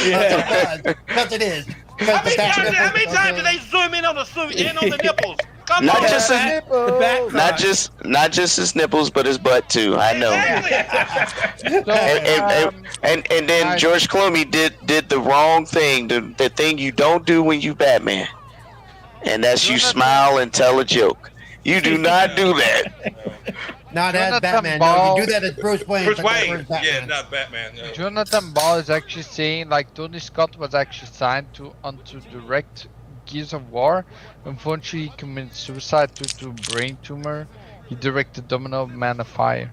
Because it is. How many, times, how many times did they zoom in on the zoom in on the nipples? Come Not on, just man. his, not just not just his nipples, but his butt too. I know. So, and, and, and, and, and then George Clooney did did the wrong thing, the, the thing you don't do when you Batman, and that's you smile and tell a joke. You do not do that. Not as Jonathan Batman. No, you Ball- do that as Bruce Wayne. but not as Batman. Yeah, not Batman. No. Jonathan Ball is actually saying like Tony Scott was actually signed to onto direct Gears of War. Unfortunately, he committed suicide due to brain tumor. He directed Domino Man of Fire.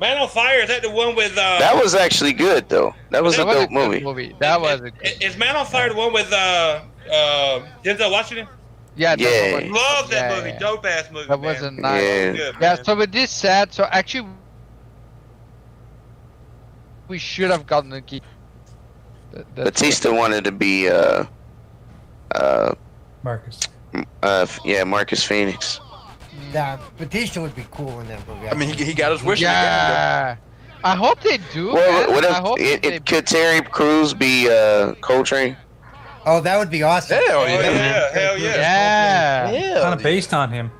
Man on Fire is that the one with? Uh, That was actually good though. That was a dope good movie. That was a Is, is Man on Fire the one with uh, uh, Denzel Washington? yeah. Yeah. Domino Man- Love that yeah, movie. yeah. Dope ass movie. That man. was a nice. Yeah. Yeah. so it is sad. So actually, we should have gotten the key. That- that's- Batista wanted to be uh, uh, Marcus. uh, yeah, Marcus Phoenix. Nah, Batista would be cool in that movie. I mean, he- he got his wish Yeah. Yeah. I hope they do. Well, man. what I hope if it, it, could Terry Crews be uh, Coltrane? Oh, that would be awesome. Hell yeah. yeah, hell yeah. Yeah. kind of based on him.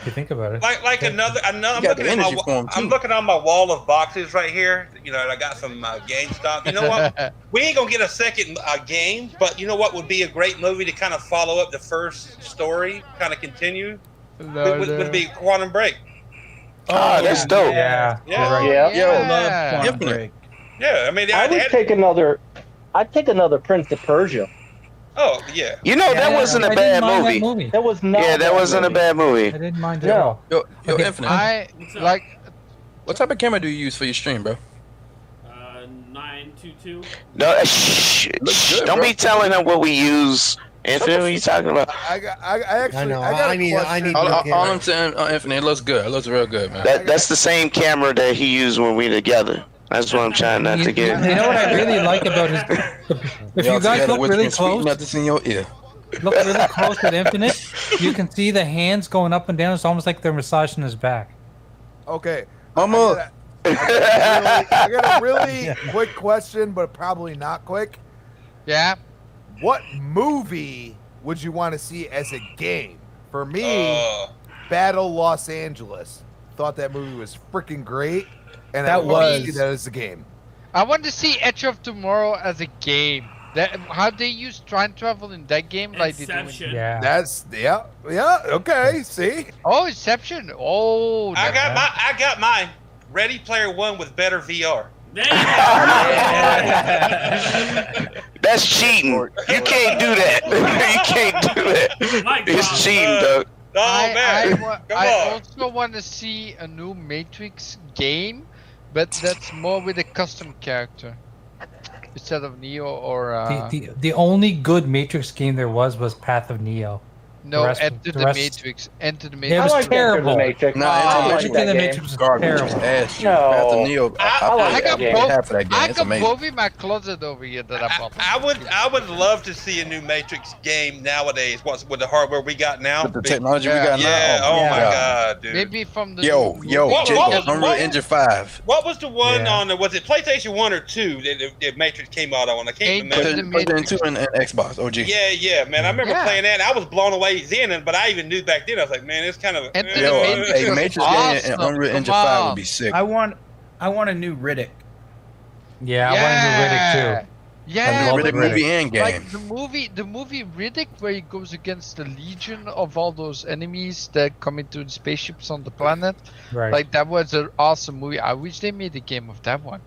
If you think about it. Like like another another. I'm You got looking, the at my, energy wa- for 'em, I'm too. looking on my wall of boxes right here. You know, and I got some uh, GameStop. You know what? we ain't gonna get a second uh, game, but you know what would be a great movie to kind of follow up the first story, kind of continue. No, would, would, no. would be Quantum Break. Oh, Ah, that's dope. Yeah. Yeah. Yeah. Yo, Quantum Break. Yeah, I mean, I I'd- would I'd- take another. I'd take another Prince of Persia. Oh yeah. You know that wasn't a bad movie. That was not. Yeah, that wasn't a bad movie. didn't mind it at all. Yo, yo, Infinite. I like. What type of camera do you use for your stream, bro? Uh, nine two two. No, shh, shh, good, don't bro. be telling them what we use. Infinite, what are you talking about? I got. I, I actually. I, got a question. all, all, all I'm saying, uh, Infinite, it looks good. It looks real good, man. That that's the same camera that he used when we together. That's what I'm trying not to get. You know what I really like about his. If you guys look really close, nothing's in your ear. look really close at Infinite, you can see the hands going up and down. It's almost like they're massaging his back. Okay. Mama. I got a really quick question, but probably not quick. Yeah. What movie would you want to see as a game? For me, Oh. Battle Los Angeles. Thought that movie was freaking great, and I That want to see was- that as a game. I want to see Edge of Tomorrow as a game. That how they use time travel in that game, like they do in- Inception. Yeah. That's yeah, yeah. Okay, see. Oh, Inception. Oh. I that- got my I got mine. Ready Player One with better VR. That's cheating. You can't do that. you can't do that. It's cheating, dog. Oh I, I, man. wa- Come I on. also want to see a new Matrix game, but that's more with a custom character instead of Neo or uh, The, the, the only good Matrix game there was was Path of Neo. no rest- Enter the the rest- Matrix. Enter the It Matrix. was terrible. No, I like Everything in that the game. Matrix was Garbage. terrible. Ass. No. Path of Neo. I, I, I, played got every both. half of that game. I it's got amazing. both in my closet over here that I bought. I would I would love to see a new Matrix game nowadays. Once with the hardware we got now, With the technology we got now, yeah, oh Oh my my God. god, dude. Maybe from the Yo, yo, What- what was- Jacob, Unreal what- Engine 5. What was the one Yeah. on the was it PlayStation One or two that that- that Matrix came out on? I can't remember. PlayStation 2 and, and Xbox, OG. Yeah, yeah, man. I remember Yeah. playing that. I was blown away then, but I even knew back then. I was like, man, it's kind of. eh. Yo, a Matrix game and Unreal Engine 5 would be sick. I want, I want a new Riddick. Yeah, I wanted to Riddick too. Yeah, I love but- Riddick movie and Like game. the movie, the movie Riddick, where he goes against the legion of all those enemies that come into the spaceships on the planet. Right. Like that was an awesome movie. I wish they made a game of that one.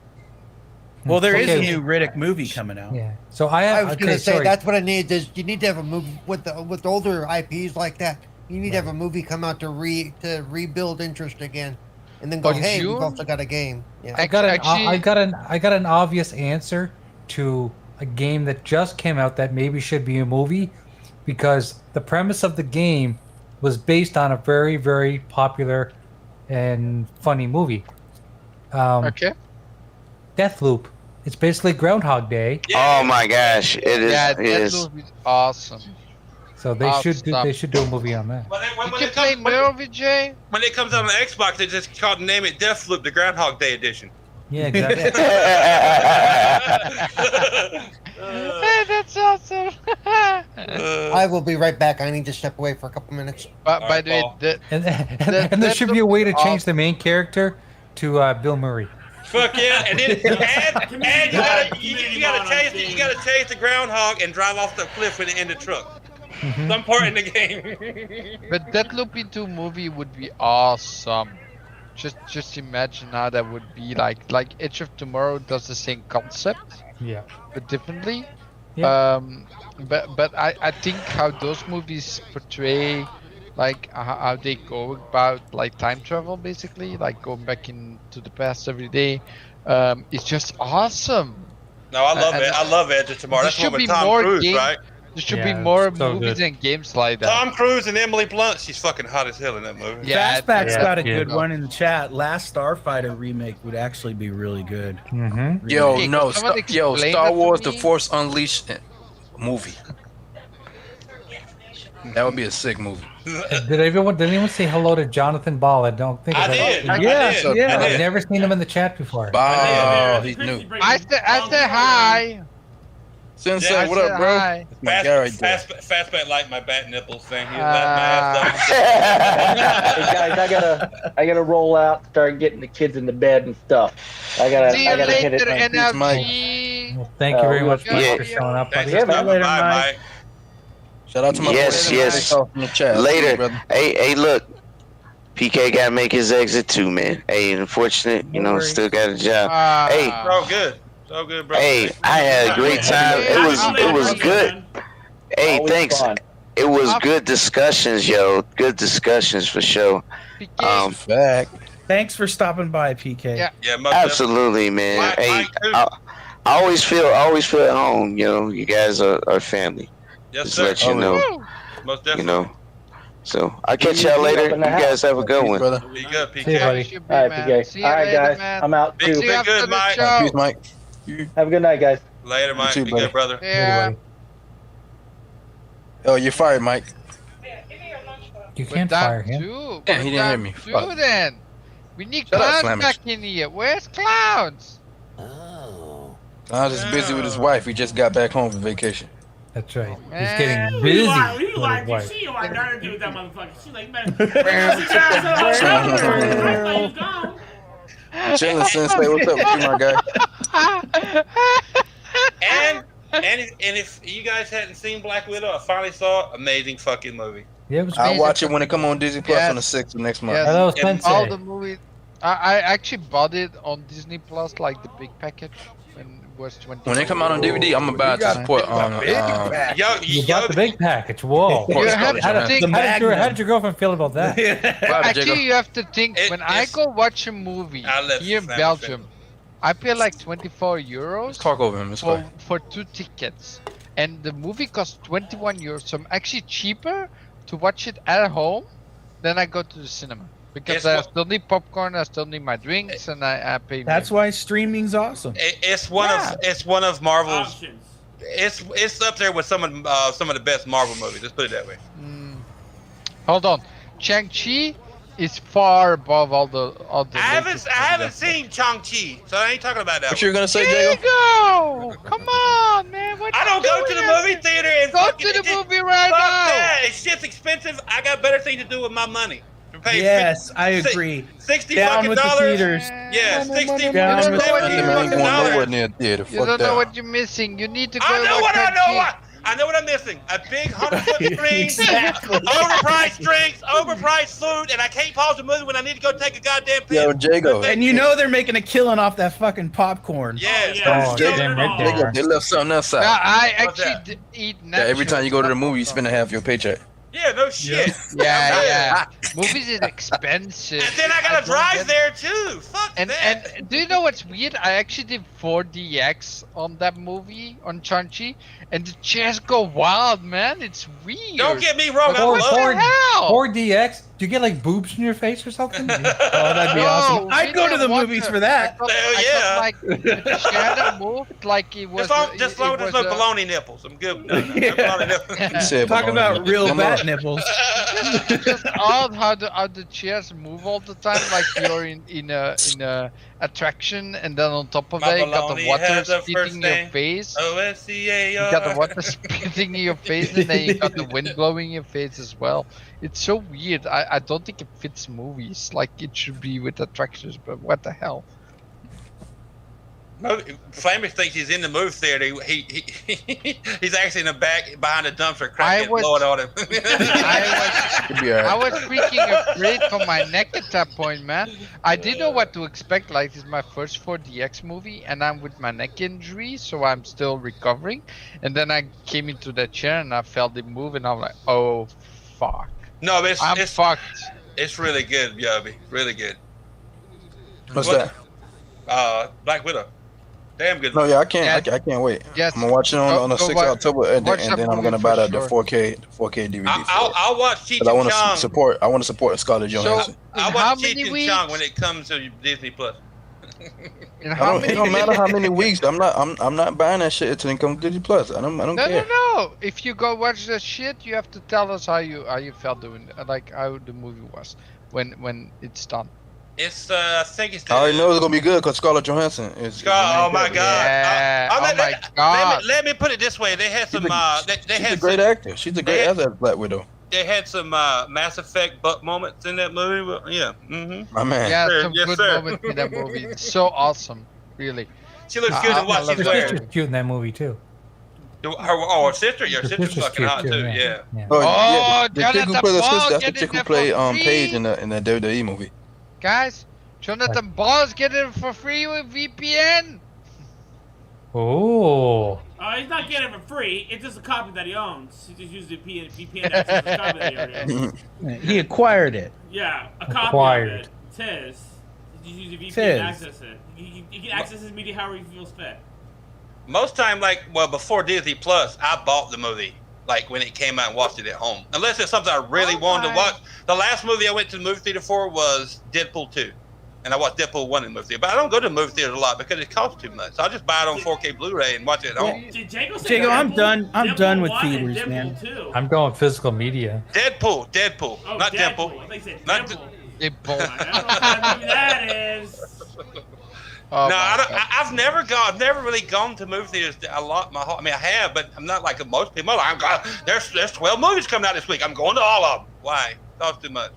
Well, there is Okay. a new Riddick movie coming out. Yeah. So I have. I was okay, gonna say sorry. that's what it needs is you need to have a movie with the with older IPs like that. You need to have a movie come out to re to rebuild interest again, and then go, Oh, hey, you? we've also got a game. Yeah, I got an. I got an. I got an obvious answer to a game that just came out that maybe should be a movie, because the premise of the game was based on a very very popular and funny movie. Um, okay. Deathloop. It's basically Groundhog Day, Oh my gosh, it is. yeah, it that is. movie is awesome. so they Oh, should do, stop. they should do a movie on that. When, when You it play comes, Nerve, Jay? when it comes out on Xbox, they just called name it Deathloop, the Groundhog Day edition. Yeah, exactly. Hey, that's awesome. by, I will be right back. I need to step away for a couple minutes. by the way, the, And, and, That- and there that should be a way to looks change the main character to uh, Bill Murray. Fuck yeah! And then and, and you gotta you, you gotta chase the, you gotta chase the groundhog and drive off the cliff when it in the truck. Mm-hmm. Hmm. Some part in the game. but Deathloop into a movie would be awesome. Just just imagine how that would be like. Like Edge of Tomorrow does the same concept. Yeah. but differently. Yeah. Um, but but I, I think how those movies portray, like how, how they go about like time travel basically, like going back into the past every day, um, it's just awesome. No, I love And- it. I love Edge of Tomorrow. There That's the should one be with Tom more Cruise, game- right? There should Yeah, be more it's so movies good. and games like that. Tom Cruise and Emily Blunt. She's fucking hot as hell in that movie. Yeah, Fastback's yeah, got a yeah. good one in the chat. Last Starfighter remake would actually be really good. Mm-hmm. Yo, Hey, no, could someone Star, yo, explain Star that to Wars: The me? Force Unleashed eh, movie. That would be a sick movie. Did everyone? Did anyone say hello to Jonathan Ball? I don't think I I've ever- did, I Yeah, did, yeah. I I've did. never seen him in the chat before. Wow, he's new. I said I said hi. Sensei, Yeah, I what up, said bro? hi. That's my guy right Fast, there. fast, fastback like my bat nipples thing. Uh, Hey, He guys, I gotta, I gotta roll out, start getting the kids into bed and stuff. I gotta, I gotta hit it. Thanks, Mike. Well, thank you Uh, very we much, will Mike, see for you. showing up. Thanks buddy. for stopping by, Mike. Shout out to my yes, boy. yes. Later. Hey, hey, look. PK got to make his exit too, man. Hey, unfortunate, you know, still got a job. Ah. hey, so good, so good, bro. hey, I had a great time. It was, it was good. Hey, thanks. It was good discussions, yo. Good discussions for sure. Um, Thanks for stopping by, PK. Yeah, yeah Absolutely, man. hey, I, I always feel, I always feel at home. You know, you guys are, are family. Yes, Just sir. let you Always. know. Most You definitely. know. So I'll catch y'all later. You guys have a good one. Be good, PK. All right, PK. All right, guys. I'm out Be, too. be good, Mike. Mike. Have a good night, guys. Later, Mike. too, be buddy. good, brother. Oh, you're fired, Mike. You can't fire him. Ooh, Yeah, he didn't hear me. Fuck. Do then. We need Shut up, clowns Slammers. back in here. Where's clowns? I was just busy with his wife. He just got back home from vacation. That's Oh, right. He's getting Well, busy. You lied. You lied. with You wife. see, you lied. Nothing to do with that motherfucker. She like, man. she drives her own number. I thought you was gone. Jalen Sensei, what's up with you, my guy? And and if, and if you guys hadn't seen Black Widow, I finally saw it. amazing fucking movie. I'll watch it when it come on Disney Plus on the Yes. 6th of next month. Yes. All the movies. I, I actually bought it on Disney Plus, like the big package. When it was 20 When they come out on DVD, I'm about to support on. um, Yo, you got the big package. Whoa. You how, have did, to how, think- did your, how Magnum. did your girlfriend feel about that? Actually, you have to think. when I go watch a movie here in Belgium, I pay like 24 euros talk over him. It's for, fine. for two tickets, and the movie costs 21 euros. So I'm actually cheaper to watch it at home than I go to the cinema because It's I what- still need popcorn, I still need my drinks, and I, I pay. That's why streaming's awesome. It, it's one of it's one of Marvel's. It's it's up there with some of uh, some of the best Marvel movies. Let's put it that way. Hmm. Hold on, Chang Chi is far above all the all the. I haven't I haven't seen Chong Chi, so I ain't talking about that. What you were gonna say, There you Jago? go! Come on, man. What I you don't go to doing? the movie theater and Go fucking, to the it just- movie right fuck now. that. It's shit's expensive. I got better things to do with my money. Than pay Yes, fif- I si- agree. Sixty Down fucking with the dollars. theaters. Yeah, Money, sixty money, money. You fucking don't know what Them you're ain't missing. going nowhere near the theater. You Fuck don't know that. what you're missing. You need to go I know to what I Chang know Chi. what I know what I'm missing. A big hundred foot screen, Exactly. overpriced drinks, overpriced food, and I can't pause the movie when I need to go take a goddamn piss. Yo, Jago. And you know they're making a killing off that fucking popcorn. Yes. Oh, Yeah. Jago, Jago, they left something else out. Yeah, I actually d- eat Yeah, every nachos. time you go to the movie, you spend a half your paycheck. Yeah, no shit. Yeah, yeah. Movies is expensive. Then I gotta don't drive get- there too. Fuck And that. and do you know what's weird? I actually did 4DX on that movie on Chang Chi, and the chairs go wild, man. It's weird. Don't get me wrong, I Or- love or- it. hell? or DX? Do you get like boobs in your face or something? oh, that'd be awesome. I'd go to the movies for that. Hell yeah. I got, like the shadow moved like it was. Just long, a- just it long as was there's no a- baloney nipples. I'm good. No, no, no baloney nipples. Said Talk baloney. about real Come bat on. nipples. just odd how the how the chairs move all the time, like you're in in a in a attraction, and then on top of My that you got baloney the has water a first spitting in your name. face. You O-S-C-A-R. got the water spitting in your face, and then you got the wind blowing in your face as well. It's so weird. I, I don't think it fits movies. Like it should be with attractions, but what the hell? No, Flamers thinks he's in the movie theater. He, he, he he's actually in the back behind the dumpster, cracking was- blowing on him. It'd be all right. I was freaking afraid for my neck at that point, man. I didn't know what to expect. Like, this is my first 4DX movie, and I'm with my neck injury, so I'm still recovering. And then I came into that chair and I felt it move, and I'm like, oh, fuck. no, but it's I'm it's, fucked. it's really good, Yobi. Really good. What's What- that? Uh, Black Widow. Damn good. No, yeah, I can't. I can't- I, can't wait. Yes. I'm gonna watch it on, Go- on the go 6th watch- of October, and, then- watch and that then I'm movie gonna buy for the, sure. the 4K the 4K DVD. I, I'll, I'll watch Cheech But I and want to Chong. support. I want to support Scarlett Johansson. I In how watch many Cheech and weeks? Chong when it comes to Disney Plus. In I how don't, it many don't matter how many weeks. I'm not. I'm. I'm not buying that shit until it comes to Disney Plus. I don't. I don't No, care. no, no. If you go watch that shit, you have to tell us how you how you felt doing, like how the movie was when when it's done. It's uh, I think it's. I already know it's gonna be good because Scarlett Johansson is. Scar- oh my god! Uh, Yeah, I- I oh mean, my let- Let God. me, let me put it this way: they had some. uh, they, they She's had a great some, actor. She's a great they- actor as Black Widow. They had some uh, Mass Effect butt moments in that movie. Well, yeah. Mm-hmm. My man. Yeah, Sir, some yes, good sir. moments in that movie. It's so awesome, really. She looks good in what I love she's that wearing. movie. She's cute in that movie too. Her, oh, her sister. Your Her sister's sister's fucking cute, hot too, too. yeah. Yeah. Oh, yeah, the, the chick Jonathan who played her Ball sister, that's the getting chick who it played for um free. Paige in the in the WWE movie. Guys, Jonathan Ball's getting it for free with VPN. Oh, Oh, he's not getting it for free. It's just a copy that he owns. He just used the P- VPN access to the copy that he already owns. He acquired it. Yeah, a copy of Acquired. it. It's his. He just used the VPN Tis. to access it. He, he, he can access his media however he feels fit. Most time, like well, before Disney Plus, I bought the movie like when it came out and watched it at home. Unless it's something I really wanted to watch. The last movie I went to the movie theater for was Deadpool two, and I watched Deadpool one in the movie theater. But I don't go to the movie theater a lot because it costs too much. So I just buy it on 4K Blu-ray and watch it at home. Did Jago say Jago, I'm Deadpool- done. I'm Deadpool done with 1 and theaters, Deadpool man. 2? I'm going physical media. Deadpool, Deadpool, Oh, not Deadpool. Deadpool. I think he said Not Deadpool. Deadpool. I don't know what kind of movie that is. Oh Oh, no, I don't, I, I've never gone. I've never really gone to movie theaters a lot. My whole, I mean, I have, but I'm not like most people. I'm going. There's there's 12 movies coming out this week. I'm going to all of them. Why? Cost too much.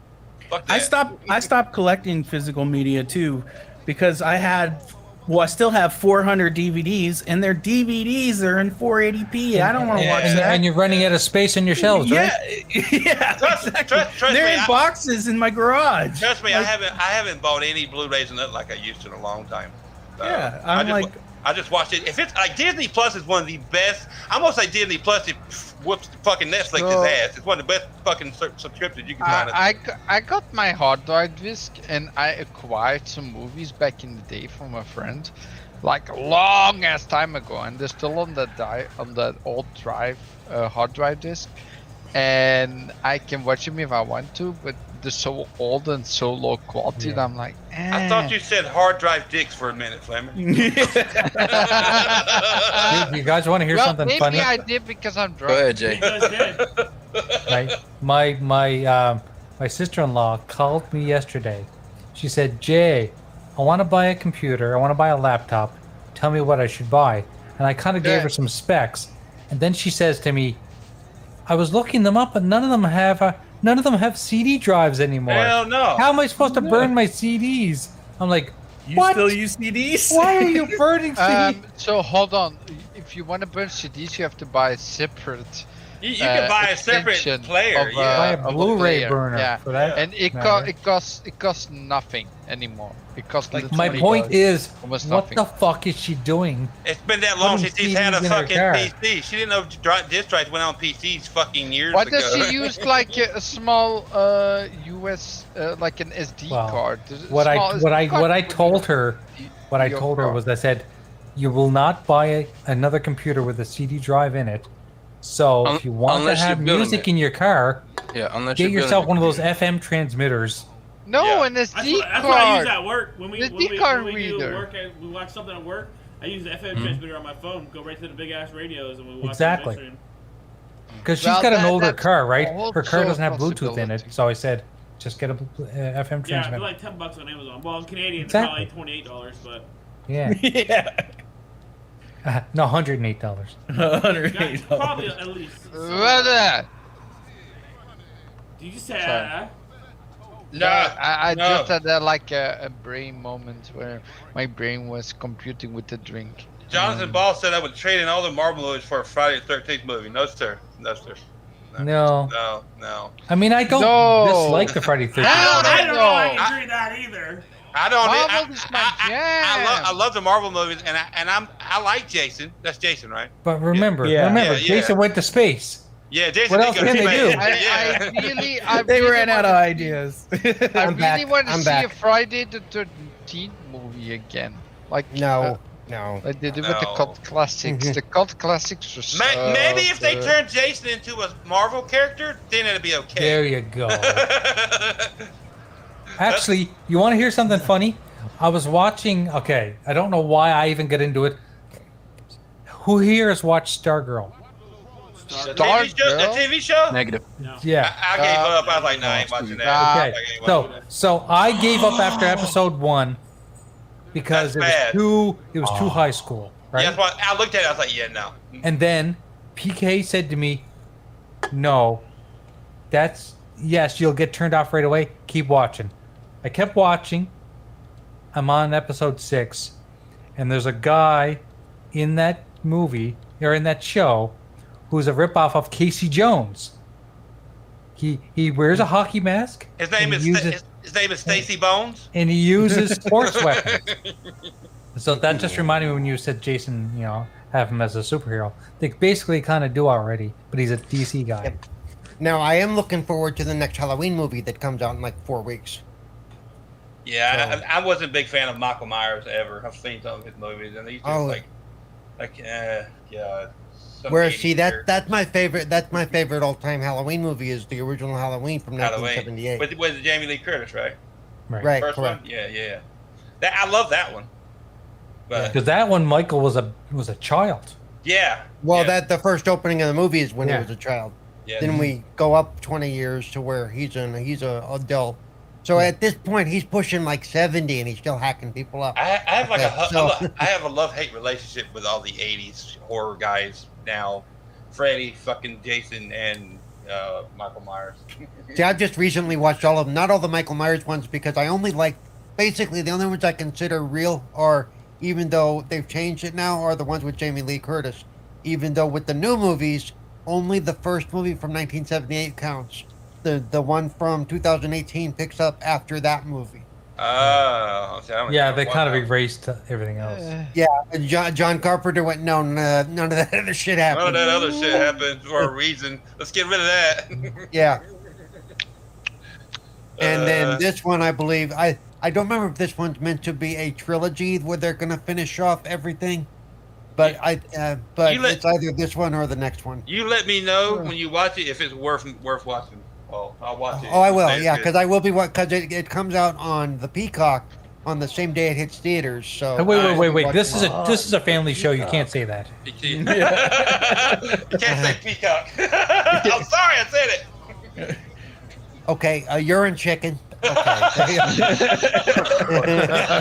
Fuck that. I stopped. I stopped collecting physical media too, because I had. Well, I still have 400 DVDs, and their DVDs are in 480p. I don't want to watch and, that. And you're running out of space in your shelves, yeah, right? yeah. exactly. They're in boxes in my garage. Trust me, I Like, haven't I haven't bought any Blu-rays and nothing like I used to in a long time. So, Yeah, I I'm just, like- I just watched it. If it's like Disney Plus is one of the best. I'm gonna say Disney Plus it whoops the fucking Netflix's So- ass. It's one of the best fucking sur- subscriptions you can find. I, I, g- I got my hard drive disk and I acquired some movies back in the day from a friend, like a long ass time ago, and they're still on that di- on that old drive uh, hard drive disk, and I can watch them if I want to, but they're so old and so low quality that I'm like, I thought you said hard drive dicks for a minute, Fleming. eh. uh, you guys want to hear well, something maybe funny? I did because I'm drunk. ahead, Jay. right? My my um, my sister-in-law called me yesterday. She said, "Jay, I want to buy a computer. I want to buy a laptop. Tell me what I should buy." And I kind of gave her some specs, and then she says to me, "I was looking them up, but none of them have uh, none of them have CD drives anymore. Hell no. How am I supposed to burn my CDs?" I'm like, You "What? still use CDs? Why are you burning CDs?" Um, so hold on. If you want to burn CDs, you have to buy a separate. uh, You- you can buy a separate extension player, Of, uh, yeah. Buy a of Blu-ray player, burner Yeah. for that And it, co- matter. it costs it costs nothing anymore. It costs like My point is, what almost nothing. the fuck is she doing? It's been that long Putting since she's had a CDs in her fucking car. PC. She didn't know dri- disk drives went on PCs fucking years Why ago. does she use like a, a small uh, US uh, like an SD Well, card? What Small I SD what I card what I would- told her, what I Your told her car. was I said, you will not buy a, another computer with a CD drive in it. So Un- if you want to unless you're have building music it. in your car, Yeah, unless get you're yourself building one of those FM transmitters. No, an SD That's, card. what, that's what I use at work. When we, The when we, D-card when we do reader. work, at, we watch something at work. I use the FM Mhm. transmitter on my phone. Go right to the big ass radios, and we watch the Exactly. midstream. Because she's Well, got an that- older that's car, also right? Her car a doesn't have Bluetooth in it. So I said, just get a bl- uh, FM Yeah, they're transmitter. like ten bucks on Amazon. Well, in Canadian, Exactly. it's probably twenty eight dollars, but Yeah. no, hundred and eight dollars. Yeah, probably at least. Brother! Did you Sorry. say? uh, No, I, I No. just had uh, like a, a brain moment where my brain was computing with the drink. Jonathan Ball said I would trade in all the Marvel movies for a Friday the 13th movie. No, sir. No, sir. No. No, no. I mean, I don't No. dislike the Friday I Thirteenth. don't, I don't know. I I- agree with that either. I don't. I, I, Marvel I- I love, I love the Marvel movies, and I and I'm I like Jason. That's Jason, right? But remember, Yeah. remember, Yeah, yeah. Jason went to space. Yeah, Jason. What else did go can to they space. do? Yeah. I really, I they really ran out wanna of ideas. I I'm really back. want to I'm see a back. Friday the Thirteenth movie again. Like No, uh, no. like they did with the No. cult Mm-hmm. classics. the cult classics were so. Ma- maybe if they good. turn Jason into a Marvel character, then it'd be okay. There you go. Actually, you want to hear something funny? I was watching. Okay, I don't know why I even got into it. Who here has watched Stargirl? The TV show? The TV show? Negative. Yeah. I, I gave Uh, up. I was like, nah, I ain't watching that. Okay. Like, I ain't watching So so I gave up after episode one because it was bad. too it was too high school, that. right? Yeah, that's why I looked at it. I was like, yeah, no. Mm-hmm. And then PK said to me, "No, that's yes. You'll get turned off right away. Keep watching." I kept watching. I'm on episode six, and there's a guy in that movie or in that show who's a ripoff of Casey Jones. He he wears a hockey mask. Mm-hmm. His name and he is uses- his, his name is Stacy Bones. and he uses sports weapons. So that just reminded me when you said Jason, you know, have him as a superhero. They basically kind of do already, but he's a DC guy. Now I am looking forward to the next Halloween movie that comes out in like four weeks. Yeah, I, I wasn't a big fan of Michael Myers ever. I've seen some of his movies, and he's just Oh. like, like, uh, God. some Where idiot see here. that that's my favorite that's my favorite all time Halloween movie is the original Halloween from Halloween 1978. with, with Jamie Lee Curtis, right? Right. Right, First one. Yeah, yeah. That I love that one. But Because that one, Michael was a was a child. yeah, Well, that the first opening of the movie is when Yeah. he was a child. Yeah. Then we go up 20 years to where he's an he's a adult. So at this point, he's pushing like 70 and he's still hacking people up. I, I have like a Okay, hu- so- I lo- I have a love hate relationship with all the '80s horror guys now. Freddy, fucking Jason, and uh, Michael Myers. See, I've just recently watched all of them, not all the Michael Myers ones, because I only like basically the only ones I consider real are even though they've changed it now are the ones with Jamie Lee Curtis. Even though with the new movies, only the first movie from 1978 counts. The the one from 2018 picks up after that movie. Oh, see, I don't Yeah, even they know kind what of erased everything else. Yeah, and John, John Carpenter went no, no, none of that other shit that- None happened. of that other shit happened for a reason. Let's get rid of that. Yeah. And Uh, then this one, I believe, I I don't remember if this one's meant to be a trilogy where they're gonna finish off everything, but I uh, but You let- it's either this one or the next one. You let me know when you watch it if it's worth worth watching. Oh, I'll watch it. Oh, I will, It's yeah, good. because I will be what because it, it comes out on the Peacock on the same day it hits theaters. So Hey, wait, wait, wait, wait. Watch This is it. a this is a family show. You can't say that. you can't say peacock. I'm sorry, I said it. okay. A urine chicken.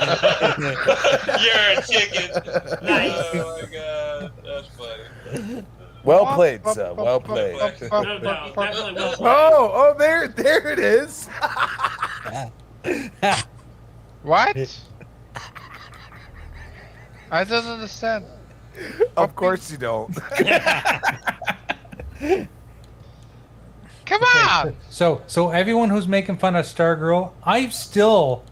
You're a chicken. Oh my god, that's funny. Well played, sir. Well played. No, no, definitely well played. Oh, oh, there, there it is. What? I don't understand. Of course you don't. Come on. So so everyone who's making fun of Stargirl, I still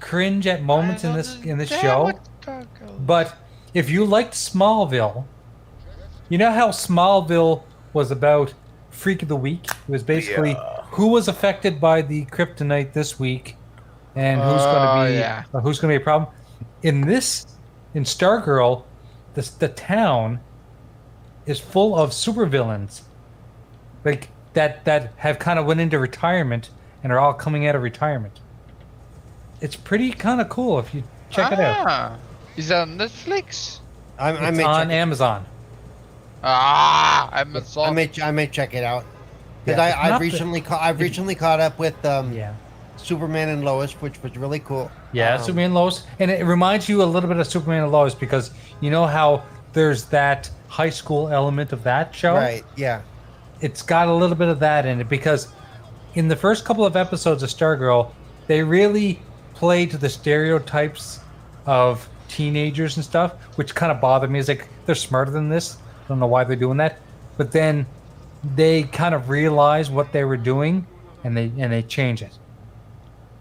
cringe at moments in this in this show. But if you liked Smallville, you know how Smallville was about Freak of the Week? It was basically who was affected by the kryptonite this week and who's Oh, going to be yeah. uh, who's going to be a problem. In this in Stargirl, this the town is full of supervillains. Like that that have kind of went into retirement and are all coming out of retirement. It's pretty kind of cool if you check it out. Ah, Is that on Netflix? I, I It's may on check it- Amazon. Ah, I'm I may ch- I may check it out because Yeah, it's I I not the- recently ca- I've recently caught up with um yeah. Superman and Lois, which was really cool. Yeah, Um, Superman and Lois, and it reminds you a little bit of Superman and Lois because you know how there's that high school element of that show. Right. Yeah. It's got a little bit of that in it because in the first couple of episodes of Stargirl, they really play to the stereotypes of teenagers and stuff, which kind of bothered me. It's like they're smarter than this. I don't know why they're doing that, but then they kind of realize what they were doing, and they and they change it.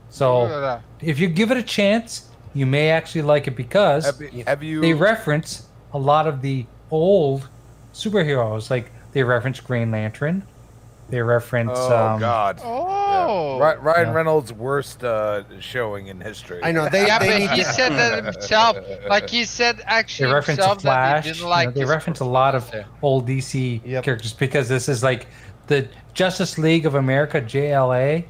So if you give it a chance, you may actually like it because Have you- have you- they reference a lot of the old superheroes. Like they reference Green Lantern, they reference. Oh um, God. Oh. Ri- Ryan Yeah. Reynolds' worst uh, showing in history. I know, they- yeah, they but need he to- said that himself. Like he said, They actually reference himself Flash. that he you didn't know, like. they this. reference a lot of old DC characters because this is like the Justice League of America (JLA).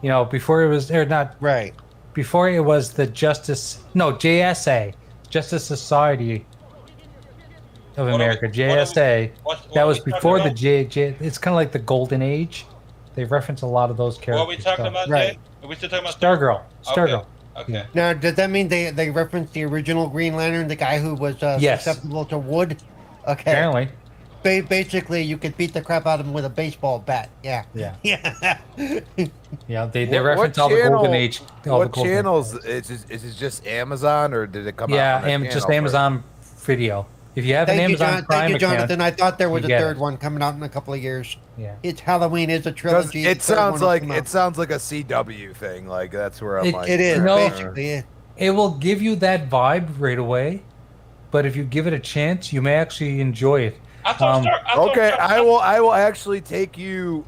You know, before it was or not right. Before it was the Justice no JSA Justice Society of America, JSA. that was before the J, J. It's kind of like the Golden Age. They reference a lot of those characters. What are we talking so- about, Right. Dave? Are we still talking about Stargirl. Stargirl. Okay. Okay. Now, does that mean they they reference the original Green Lantern, the guy who was uh, Yes. susceptible to wood? Okay. Apparently. Ba- basically, you could beat the crap out of him with a baseball bat. Yeah. Yeah. Yeah. Yeah, they, they What- what reference all the Golden channel- Age. All the What golden channels? Is, is, is it just Amazon or did it come yeah, out? on a Am- just channel Amazon Video. If you have Uh, an thank you, Amazon John- Prime Thank you, account, Jonathan. I thought there was you a get third one coming out in a couple of years. Yeah. It's Halloween is a first? 'Cause trilogy. It the third one sounds will like come out. it sounds like a CW thing. Like that's where I'm It- like it is, No. basically, yeah. It will give you that vibe right away, but if you give it a chance, you may actually enjoy it. Um, okay, I will. I will actually take you.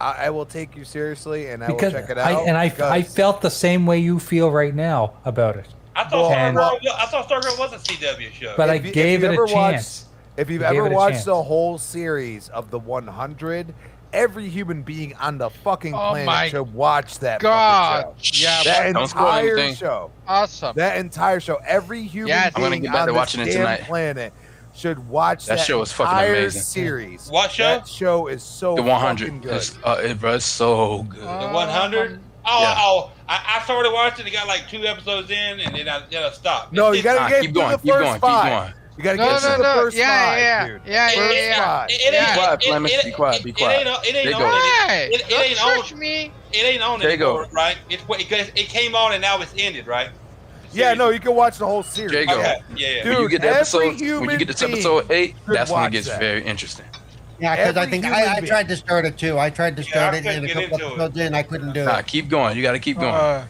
I, I will take you seriously, and I will because check it out. I, and I, I because- felt the same way you feel right now about it. I thought And- Stargirl. I thought Stargirl was a CW show. But I you- gave you it a ever watched- chance. if you've I gave ever it a watched chance. the whole series of the 100, every human being on the fucking Oh my planet should watch that fucking God. show. Yeah, that but- Don't spoil entire anything. show. Awesome. That entire show. Every human Yes. I'm being gonna get back on to this watching it damn tonight. planet should watch that, That show was fucking entire amazing. Series. What show? That show is so The 100. fucking good. It's, uh, it, bro, it's so good. The 100. Oh, oh! I, I started watching. it got like two episodes in, and then I, then I stopped. No, you Nah, gotta get keep through going, the keep going, first keep five. going. You gotta No, get no, through the no. first Yeah, yeah, five, dude. yeah, First yeah, yeah. five. It, it Be ain't. quiet, it- Flemish. it- Be quiet, be it- quiet. It ain't. It ain't They on. go. It, it, it Don't ain't on. touch me. It ain't on They go. anymore, right? It's what- it, it came on and now it's ended, right? Yeah, no, you can watch the whole series. Jago, Okay, yeah, yeah. when you Dude, get to every episode, when human you get to being episode eight, should that's when watch it gets that. very interesting. Yeah, because I Every think human I, I being. tried to start it too. I tried to Yeah, start I it, and couldn't a get couple into it. episodes in, I couldn't do Nah, it. keep going. You got to keep going. Uh,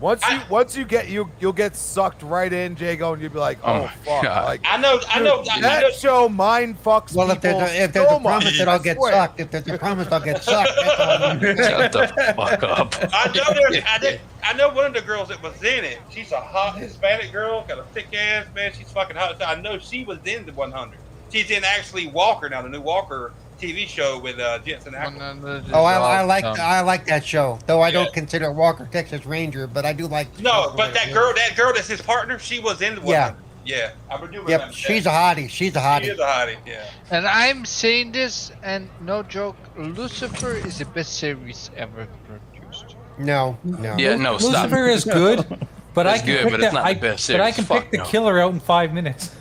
Once you once you get you you'll get sucked right in, Jago, and you'll be like, Oh oh, my fuck, God. like I know. I know. I, dude, I that know. show mind fucks Well, if people there's a, if there's so a promise much, that I'll get swear. sucked, if there's a promise I'll get sucked. That's all I'm gonna do. Shut the fuck up. I know, there's, I, did, I know one of the girls that was in it. She's a hot Hispanic girl, got a thick ass, man. She's fucking hot. So I know she was in the 100. She's in actually Walker now, the new Walker TV show with uh, Jensen Ackles. Oh, I, I like I like that show, though I Yeah. don't consider Walker Texas Ranger, but I do like. the No, show. but that girl, that girl that's his partner, she was in the Yeah. 100. Yeah, I do remember. Yep, she's a hottie. She's a hottie. She hottie. is a hottie. Yeah. And I'm saying this, and no joke, Lucifer is the best series ever produced. No, no. Yeah, no, stop. Lucifer is good, but I It's can good, pick but it's the- not the I- best But I series. can pick Fuck the no. killer out in five minutes.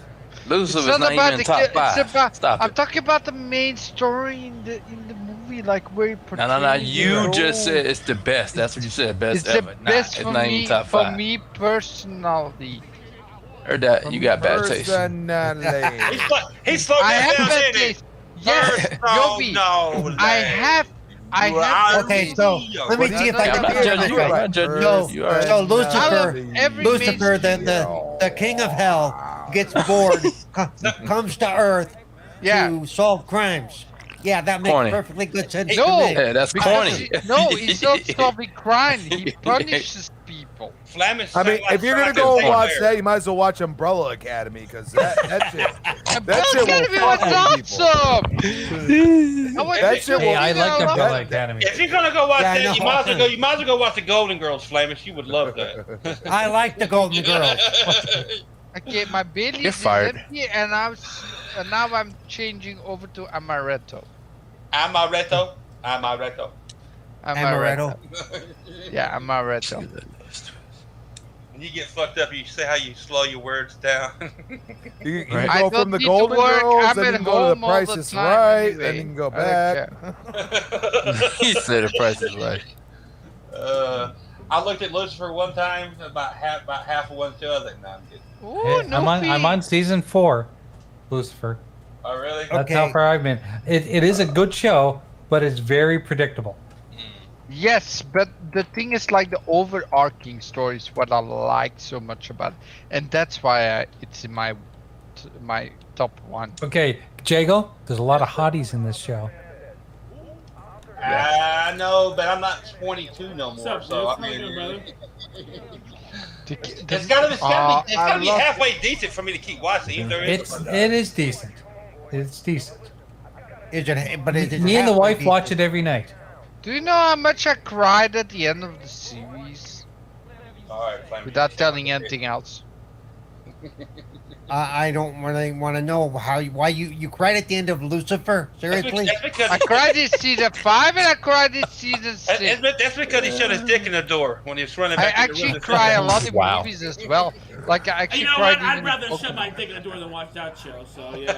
Lucifer's not, even in top ki- five. It's about, stop I'm it. talking about the main story in the in the movie, like where it No, no, no. portrays the You just role. said it's the best. That's what you said. Best it's ever. the best nah, for it's not me even top for five. me personally. Heard that? You got bad taste. He, Personally. sl- he slowed I that have down, bad didn't he? taste. Yes, First, no, Yobi, no, I Zach. have. I Well, have. I- Okay, so let me But see if I I'm can not figure judging this you. I'm out. not judging No, you. You all right. so I Lucifer, love every Lucifer, the, mainstream- the the king of hell, gets bored, co- comes to Earth Yeah. to solve crimes. Yeah, that makes Corny. perfectly good sense No. to me. Yeah, that's corny. no, he's not solving crime. He punishes people. Flemish. I mean, sound like if you're gonna Socrates go and over watch there. that, you might as well watch Umbrella Academy because that, that shit, that That's shit gonna be will what's fuck with people. awesome. I want That you shit to will- know Hey, I that like love Umbrella it. Academy. If you're gonna go watch Yeah, I that, you know. might as well go. You might as well go watch the Golden Girls, Flemish. You would love that. I like the Golden Girls. Okay, my belly You're is fired. empty, and I'm s- and now I'm changing over to amaretto. Amaretto. Amaretto. Amaretto. Yeah, amaretto. When you get fucked up, you say how you slow your words down. You, you Right. can I go from don't the need to Golden work. Girls, I'm then you at can go to the home all Price the is time Right, then anyway. you can go I don't back. care. he said the price is right. uh, I looked at Lucifer one time, about half, about half of one show. I was like, nah, I'm good. Ooh, no I'm on. I'm fee. on season four, Lucifer. Oh, really? That's how Okay. far I've been. It, it is a good show, but it's very predictable. Yes, but the thing is, like the overarching story is what I like so much about, it. and that's why I, it's in my t- my top one. Okay, Jago, there's a lot of hotties in this show. I know, but I'm not 22 no What's more, up, so I dude? mean, How you doing, The ki- the- it's gotta be, it's gotta Uh, be, it's I gotta be love- halfway decent for me to keep watching. Even though It's something like it that. is decent. It's decent. Is it? But is it Me and the halfway wife decent? watch it every night. Do you know how much I cried at the end of the series All right, Flemish. without telling anything else? I, I don't really want to know how you, why you you cried at the end of Lucifer. Seriously, That's because- I cried in season five and I cried in season That- That's, be- that's because he shut his dick in the door when he was running I back. to the actually room. cry a lot in movies as well. Like I actually You know cried what? I'd even- rather shut my dick in the door than watch that show. So yeah.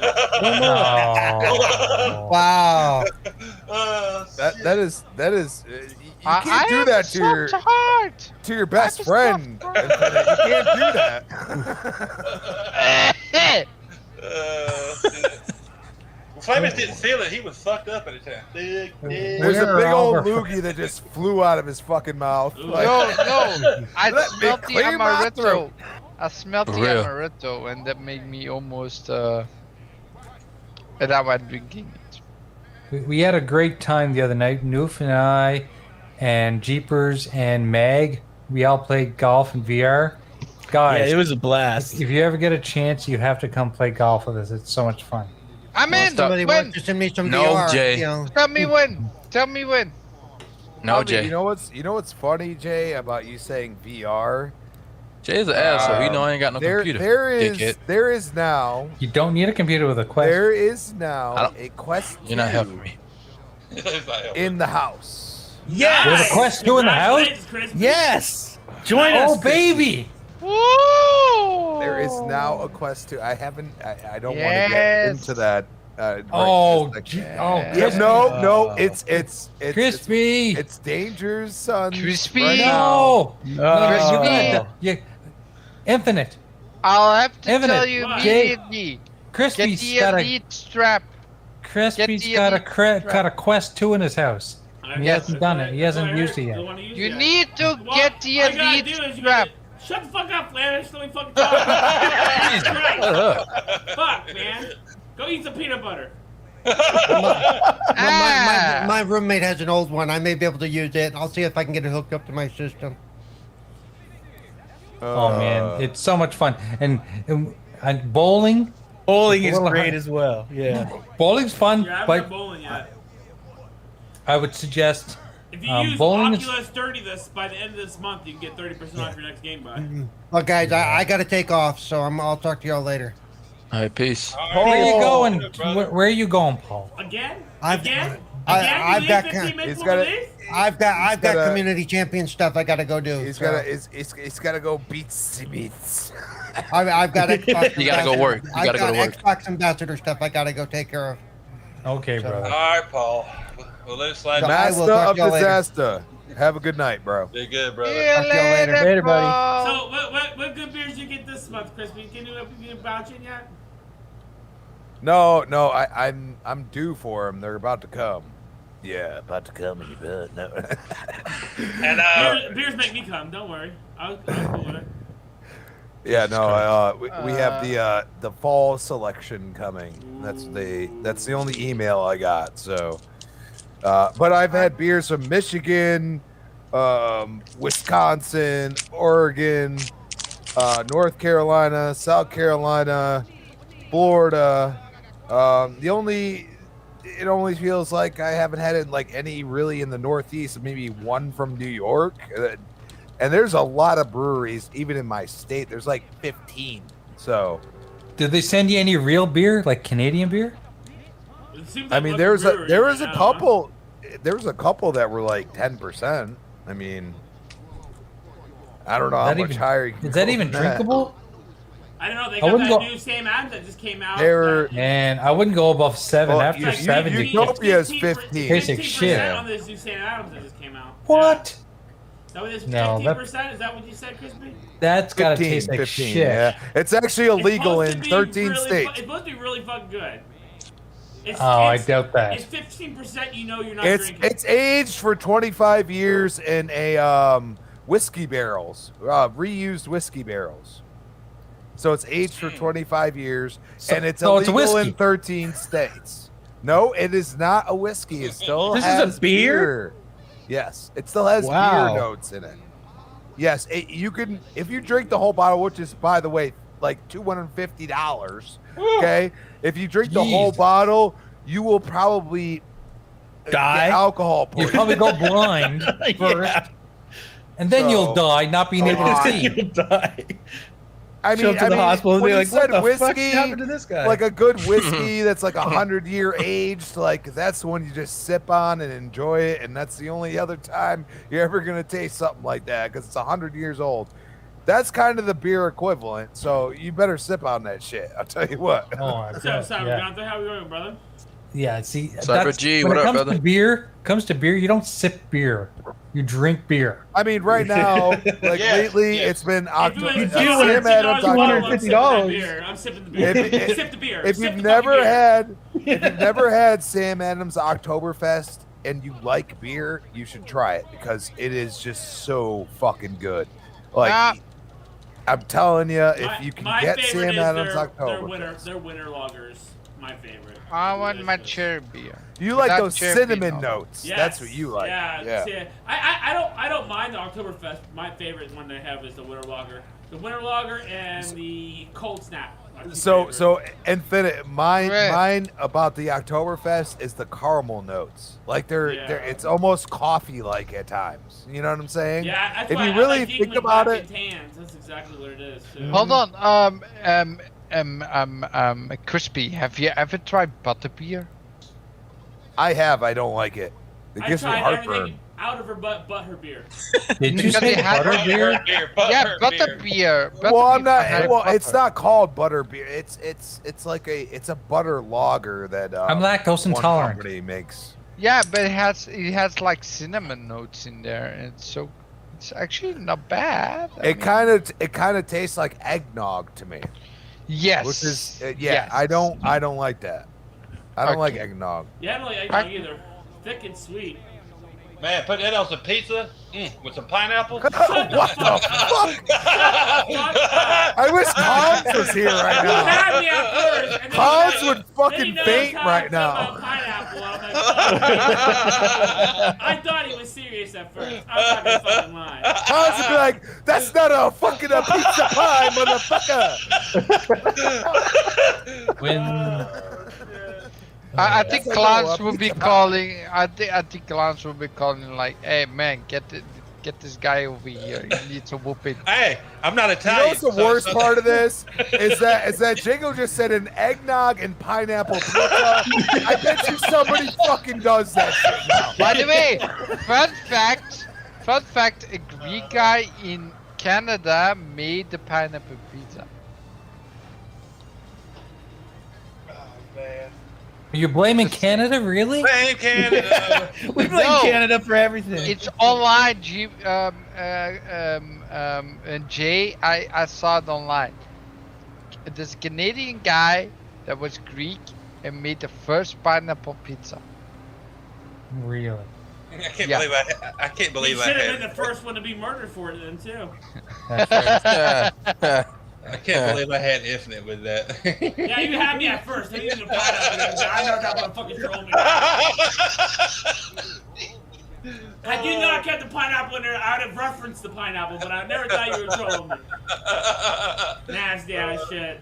wow. That that is that is. uh, You I- can't I do am that to your soft heart. to your best friend. you can't do that. Uh, Flamers didn't feel it. He was fucked up at the time. Dick, dick. There's a big old loogie that just flew out of his fucking mouth. Like, no, no. I Let me smelled the clear my amaretto. throat. I smelled the For real. amaretto, and that made me almost. Uh, and I was drinking it. We, we had a great time the other night. Noof and I, and Jeepers and Meg, we all played golf in VR. Guys, Yeah, it was a blast. If you ever get a chance, you have to come play golf with us. It's so much fun. I'm in. Somebody When? wants to send me some No, VR. Jay. You know. Tell me when. Tell me when. No, Bobby, Jay. You know what's you know what's funny, Jay, about you saying VR. Jay's an asshole. He Uh, Um, know I ain't got no there, computer. There is dickhead. there is now You don't need a computer with a Quest. there is now don't- a quest. You're not helping me. in the house. Yes! There's a Quest 2 in the house? Yes! Join oh, us! baby! There is now a quest to. I haven't. I, I don't want to get Yes. into that. Uh, right Oh, just like gee- that. oh, Yeah, Crispy. no, no, it's it's it's crispy. It's, it's danger's son. Crispy. No! No, Uh, Oh, you gotta- you- Infinite. I'll have to Infinite. tell you Jay, immediately. Get Crispy's the got a elite strap. Crispy's the got a elite cre- strap. got a Quest 2 in his house. He hasn't done it. He hasn't used it yet. You need to Well, get the all you gotta elite do is you strap. gotta- Shut the fuck up, Flanders. Let me fucking talk. Jesus Uh-huh. Christ. Fuck, man. Go eat some peanut butter. My, my roommate has an old one. I may be able to use it. I'll see if I can get it hooked up to my system. Oh man, it's so much fun. And, and, and bowling. Bowling is Well, great I- as well. Yeah. Bowling's fun, Yeah, I'm not but bowling yet. I would suggest If you um, use bowling is Oculus 30 this by the end of this month, you can get 30% off your next game buy. Mm-hmm. Well, guys, I, I got to take off, so I'm, I'll talk to y'all later. All right, peace. Where are you going? Where, where are you going, Paul? Again? I've, Again? I, Again? I've you got, leave con- 15 minutes He's before we gotta- leave? I've got, I've got gotta- community champion stuff I got to go do. He's so. gotta. It's, it's, it's gotta go beat C beats. I've, I've got Xbox. You gotta go ambassador- work. You I've gotta go got to work. Xbox ambassador stuff I gotta go take care of. Okay, All brother. right, Paul. We'll let it slide. Master talk of to y'all later. disaster. Have a good night, bro. Be good, brother. Talk to y'all later. later. Later, buddy. So, what, what, what good beers you get this month, Crispy? Can you, you been vouching yet? No, no, I, I'm I'm due for them. They're about to come. Yeah, about to come in your bed. No. And, uh, beers, beers make me come, don't worry. I'll, I'll cool with it. yeah, no, uh, we, we have the uh, the fall selection coming. That's the that's the only email I got. So, uh, but I've had beers from Michigan, um, Wisconsin, Oregon, uh, North Carolina, South Carolina, Florida. Um, the only it only feels like I haven't had it like any really in the Northeast. Maybe one from New York, Uh, and there's a lot of breweries even in my state. There's like 15. So Did they send you any real beer, like Canadian beer? It seems I like mean, local there was a breweries there was a now, huh? couple there was a couple that were like 10 percent. I mean, I don't know Is how that much even- higher. You can Is go that than even drinkable? I don't know. They I got that wouldn't go- new Sam Adams that just came out. They're Man, I wouldn't go above seven Well, after you- you- seven. you you don't kids. be as- Fifteen per- 15. Basic 15% shit. on this new Sam Adams that just came out. What? That was No, fifteen that- percent. Is that what you said, Crispy? That's gotta 15, taste like 15, shit. Yeah, it's actually illegal supposed in to be 13 really fu- states. it's supposed to be really fucking good. It's, Oh, I it's- doubt that. It's fifteen percent. You know you're not It's drinking. it's aged for 25 years in a um, whiskey barrels, uh, reused whiskey barrels. So it's aged for 25 years, So- and it's so it's illegal whiskey. in 13 states. No, it is not a whiskey. It still This is a has beer? Yes, it still has Wow. beer notes in it. Yes, it, you can if you drink the whole bottle, which is by the way like two hundred and fifty dollars. Okay, if you drink the whole Jeez. bottle, you will probably uh, Die? get alcohol. You poisoning. probably go blind first, and then you'll So- die not being Come able to on. see. die. I Show mean, up to I the mean, hospital and when be you like, said "What the fuck whiskey, happened to this guy?" Like a good whiskey that's like a hundred year aged, like that's one you just sip on and enjoy it, and that's the only other time you're ever gonna taste something like that because it's a hundred years old. That's kind of the beer equivalent, so you better sip on that shit. I'll tell you what. Oh, What's up, Cyber Gunther? How we doing, brother? Yeah, see, Cyber that's- G, when what it up, comes brother? to beer, comes to beer, you don't sip beer, you drink beer. I mean, right now, like Yeah, lately, it's been October. you do it, it's beer. I'm sipping the beer. If, if- Sip the beer. if Sip you've the fucking never beer. had, if you've never had Sam Adams Oktoberfest and you like beer, you should try it because it is just so fucking good. Like, Ah. I'm telling you, if you can My get favorite Sam is Adams their, their Oktoberfest, winter, their winter lagers. My favorite. I want my cherry beer. you like That those cherry cinnamon beer. notes. Yes, That's what you like. Yeah, yeah. I, I, I don't I don't mind the Oktoberfest. My favorite one they have is the winter lager. The winter lager and the cold snap. are two So favorites. so infinite mine mine about the Oktoberfest is the caramel notes. Like they're Yeah. they're it's almost coffee like at times. You know what I'm saying? yeah, that's if why you I really like think Geekman about Black it, and Tans. That's exactly what it is. too. Hold on. Um, um, um, um, um, crispy. Have you ever tried butterbeer? I have. I don't like it. I tried everything out of her butt but her beer. Did you Because say they had- butterbeer? yeah, butterbeer. Well, I'm not. Butterbeer. Well, it's not called butter beer. It's it's it's like a it's a butter lager that uh, I'm lactose one intolerant. company makes. Yeah, but it has it has like cinnamon notes in there, and it's so it's actually not bad. I It mean- kind of it kind of tastes like eggnog to me. Yes. Which is uh, yeah. Yes. I don't I don't like that. I don't like Okay. eggnog. Yeah, I don't like eggnog either. Thick and sweet. Man, put that on some pizza mm, with some pineapple. what I wish Hans was here right You now. had me at first, and then Hans you would guys- then fucking you guys faint had right something about pineapple. I'm like, "Oh." I thought he was serious at first. I'm not gonna fucking lie. Hans would be like, "That's not a fucking a pizza pie, motherfucker." I, I think Yes, I know, clowns uh, will be pizza pie. calling. I think I think clowns will be calling like, "Hey man, get the, get this guy over here. He needs a whooping." Hey, I'm not You know Italian. what's the so- worst so- part of this is that is that Jingo just said an eggnog and pineapple pizza. I bet you somebody fucking does that shit now. By the way, fun fact, fun fact: a Greek guy in Canada made the pineapple pizza. You're blaming Canada, really? Blame Canada. we blame No. Canada for everything. It's online. G, um, uh, um, um, and Jay, I, I saw it online. This Canadian guy that was Greek and made the first pineapple pizza. Really? I can't Yeah. believe I, I can't He believe I should had. have been the first one to be murdered for it then too. I can't believe I had infinite with that. Yeah, you had me at first. I didn't even find out. I know that motherfucking troll me. Had you not kept the pineapple in there, I would have referenced the pineapple, but I never thought you were trolling me. Nasty ass shit.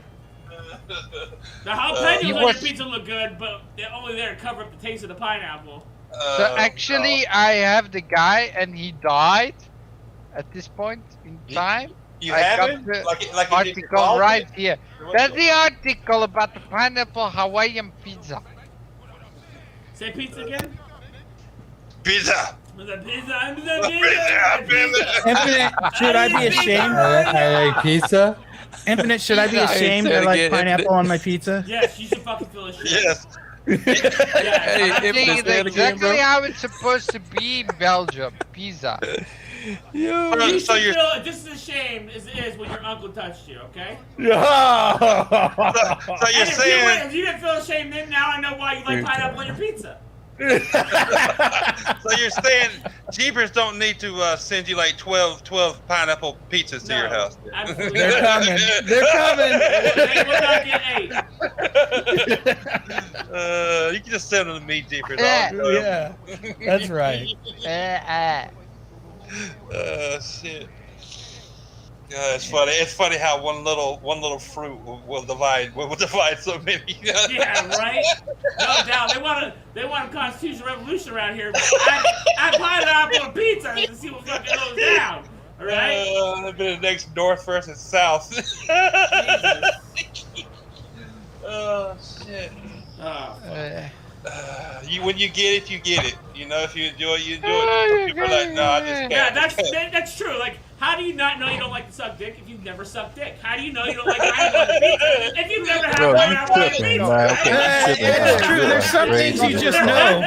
The He jalapenos on your was- pizza look good, but they're only there to cover up the taste of the pineapple. Uh, so Oh, actually, I have the guy, and he died. At this point in time, you I have got him? the Like- like you did your article father? right here. What That's the- the article about the pineapple Hawaiian pizza. Say pizza again? Pizza. With the pizza, I'm the pizza, pizza. Infinite, should I be ashamed? I like pizza. Infinite, should I be ashamed that I like pineapple on my pizza? Yes, you should fucking feel ashamed. Yes. Hey, I think Infinite, it's say it again, exactly bro. how it's supposed to be in Belgium. Pizza. You Yo. should So you're- feel just as ashamed as it is when your uncle touched you, okay? Yeah. So you're and if you, saying were- if you didn't feel ashamed then, now I know why you like pineapple on your pizza. so you're saying Jeepers don't need to uh, send you like 12, 12 pineapple pizzas to No, your house. absolutely. They're coming. They're coming. They would not get eight. Uh, you can just send them to me, Jeepers. Yeah. Oh, I'll- Yeah, that's right. Eh, eh. Uh, shit. Yeah, it's funny. It's funny how one little one little fruit will, will divide will, will divide so many. Yeah, right? No doubt. They want to they want a constitutional revolution around here. I, I pineapple on pizza to see what fucking goes down. All right? Uh, have been the next north versus south. oh shit. Ah. Uh, you when you get it, you get it. You know, if you enjoy, it, you enjoy it. Some people are like, no, I just can't. Yeah, that's that, that's true. Like, how do you not know you don't like to suck dick if you've never sucked dick? How do you know you don't like pineapple on pizza if you've never had Bro, you pineapple on tripping, pizza? man. Okay, you tripping, man. It's true. There's some things you just know.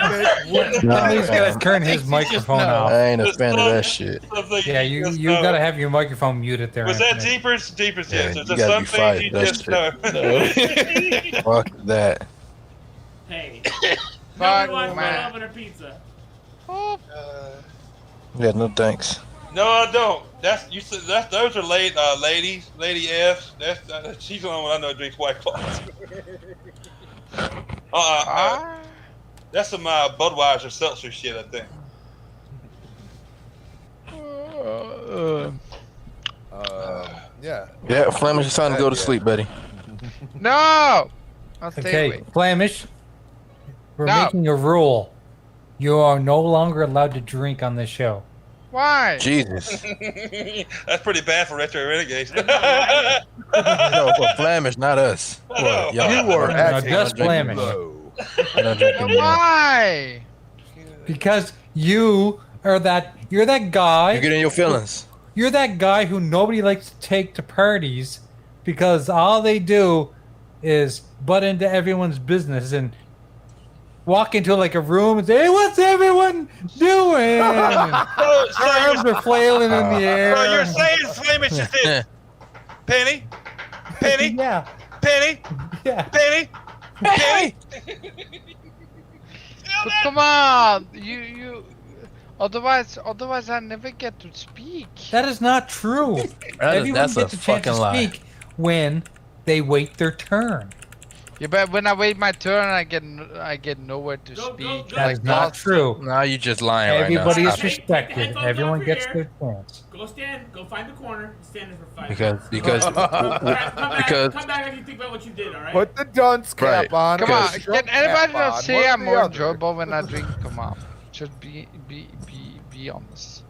Nah, He's gotta man. turn his microphone off. I ain't a fan of that shit. Yeah, you you gotta have your microphone muted there. Was that Anthony. deepers? Deepers, Yeah, yes. you There's just gotta some be things fired, you that's just true. know. Fuck that. Hey, Fuck, no one wants man. pineapple on a pizza. Yeah, no thanks. Uh, No, I don't. That's you. said- That's those are late uh, ladies, lady F. That's uh, she's the only one I know drinks white claws. uh, uh, uh, that's some uh, Budweiser seltzer shit, I think. Uh, yeah. Yeah, Flemish, it's time to go to sleep, buddy. No! I'll stay Okay, awake. Flamish, we're No. making a rule. You are no longer allowed to drink on this show. Why? Jesus. that's pretty bad for retro renegades. I no, but Flemish, not us. Well, y'all- You are No, acting just Flemish. low. I don't drink anymore. Why? Because you are that you're that guy You get in your feelings. You're that guy who nobody likes to take to parties because all they do is butt into everyone's business and walk into like a room and say, "Hey, what's everyone doing?" so, so, Arms you're, are flailing in Uh, the air. so you're saying Flemish is this? Penny, Penny, yeah, Penny, yeah. Penny, Penny. But come on! You, you. Otherwise, otherwise I never get to speak. That is not true. That is, everyone that's a gets a chance fucking to lie. speak when they wait their turn. Yeah, but when I wait my turn, I get n- I get nowhere to Go, go, speak. go. That Like is not true. Now you just lying Everybody right is now. Stop respected. Stop it. Everyone gets their chance. Go stand. Go find the corner. and Stand there for it. five. Because, minutes. because, Come back- come back, because- come back if you think about what you did. All right. Put the dunce cap Right. on. Come put on, the shirt can anybody cap not on, say one or I'm the more other. enjoyable when I drink? Come on, just be be be be honest.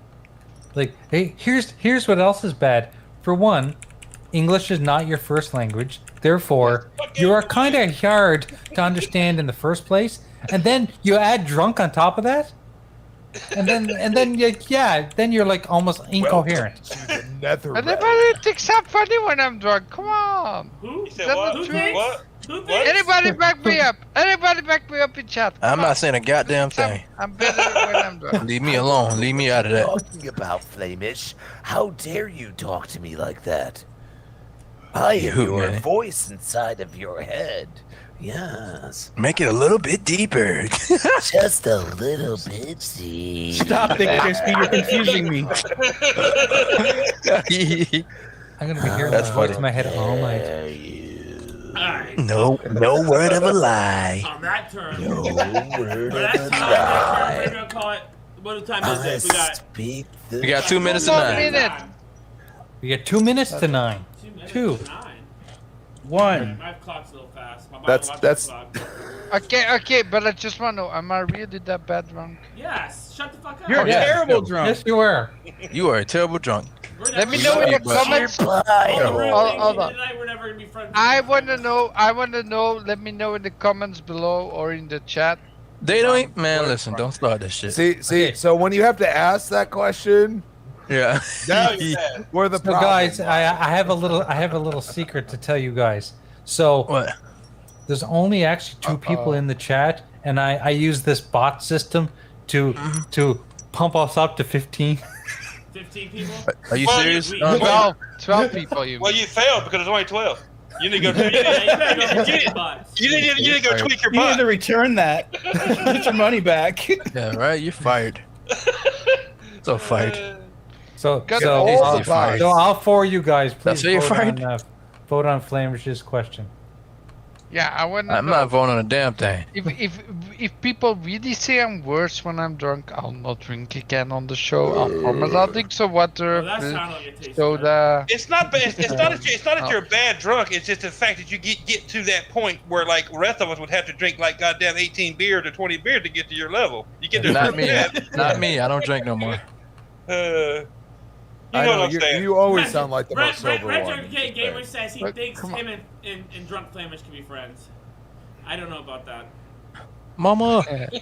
Like, hey, here's here's what else is bad. For one, English is not your first language. Therefore, you are kind of hard to understand in the first place, and then you add drunk on top of that, and then and then you, yeah, then you're like almost incoherent. Nether Anybody thinks I'm funny when I'm drunk? Come on, Who? He said, That's what? not Who true. thinks? What? Who thinks? anybody back me up? Anybody back me up in chat? I'm Come on. not saying a goddamn thing. I'm, I'm better when I'm drunk. Leave me alone. Leave me out of that. talking about, Flamish? How dare you talk to me like that? I am You, your man. voice inside of your head. Yes, Make it a little bit deeper. just a little bit deep. Stop it, Crispy. You're confusing me. I'm gonna be hearing That's that voice funny. in my head all night. Dare you? All right. no, no word of a lie. On that turn. No word Well, of that's a time. That's lie. time. We're gonna call it. What time is I it? We got speak the We got two minutes to One nine. minute. We got two minutes to nine. Two. minutes Two. to nine. One. My clock's a little fast. My That's- biological that's- clock. Okay, okay, but I just want to know: Am I really that bad drunk? Yes. Shut the fuck up. You're a Yeah. terrible drunk. Yes, you were. You are a terrible drunk. We're Let me never- know in Yeah, the but- comments. All the Bye. real Hold- things uh, hold you did on. tonight, we're never gonna be friends. I want to know. I want to know. Let me know in the comments below or in the chat. They don't. e- Man, listen. Don't start this shit. See, see. So when you have to ask that question, Yeah. Now you're mad. we're the So problem. guys, I, I have a little I have a little secret to tell you guys. So What? there's only actually 2 people in the chat, and I, I use this bot system to Mm-hmm. to pump us up to 15. Fifteen people. Are you Well, serious? we- Oh, Uh, Twelve, twelve people. You. Well, mean. you failed because there's only twelve. You need to go. You need, Yeah, you better you go need, get the bots. you need, you need to go tweak your You need butt. to return that. Get your money back. yeah. Right. You're fired. So fired. So Got so, all I'll- the bots. so I'll forward you guys. Please That's what you're vote, on, fired? uh, vote on Flamish's question. Yeah, I want to I'm know. not voting on a damn thing. If if if people really say I'm worse when I'm drunk, I'll not drink again on the show. I promise. I'll drink some water, Well, that's uh, not on your taste. buds. Uh, soda. It's not. ba- It's, it's not. That you it's not that Oh. you're a bad drunk. It's just the fact that you get get to that point where like the rest of us would have to drink like goddamn 18 beers or 20 beers to get to your level. You get to Not me. Not me. I don't drink no more. Uh, You I know know, what I'm you, saying. you always sound like the Red, most Red, sober Red one. Jerk Ga- Gamer says he But thinks come him and, and, and Drunk Flamish can be friends. I don't know about that. Mama. hey,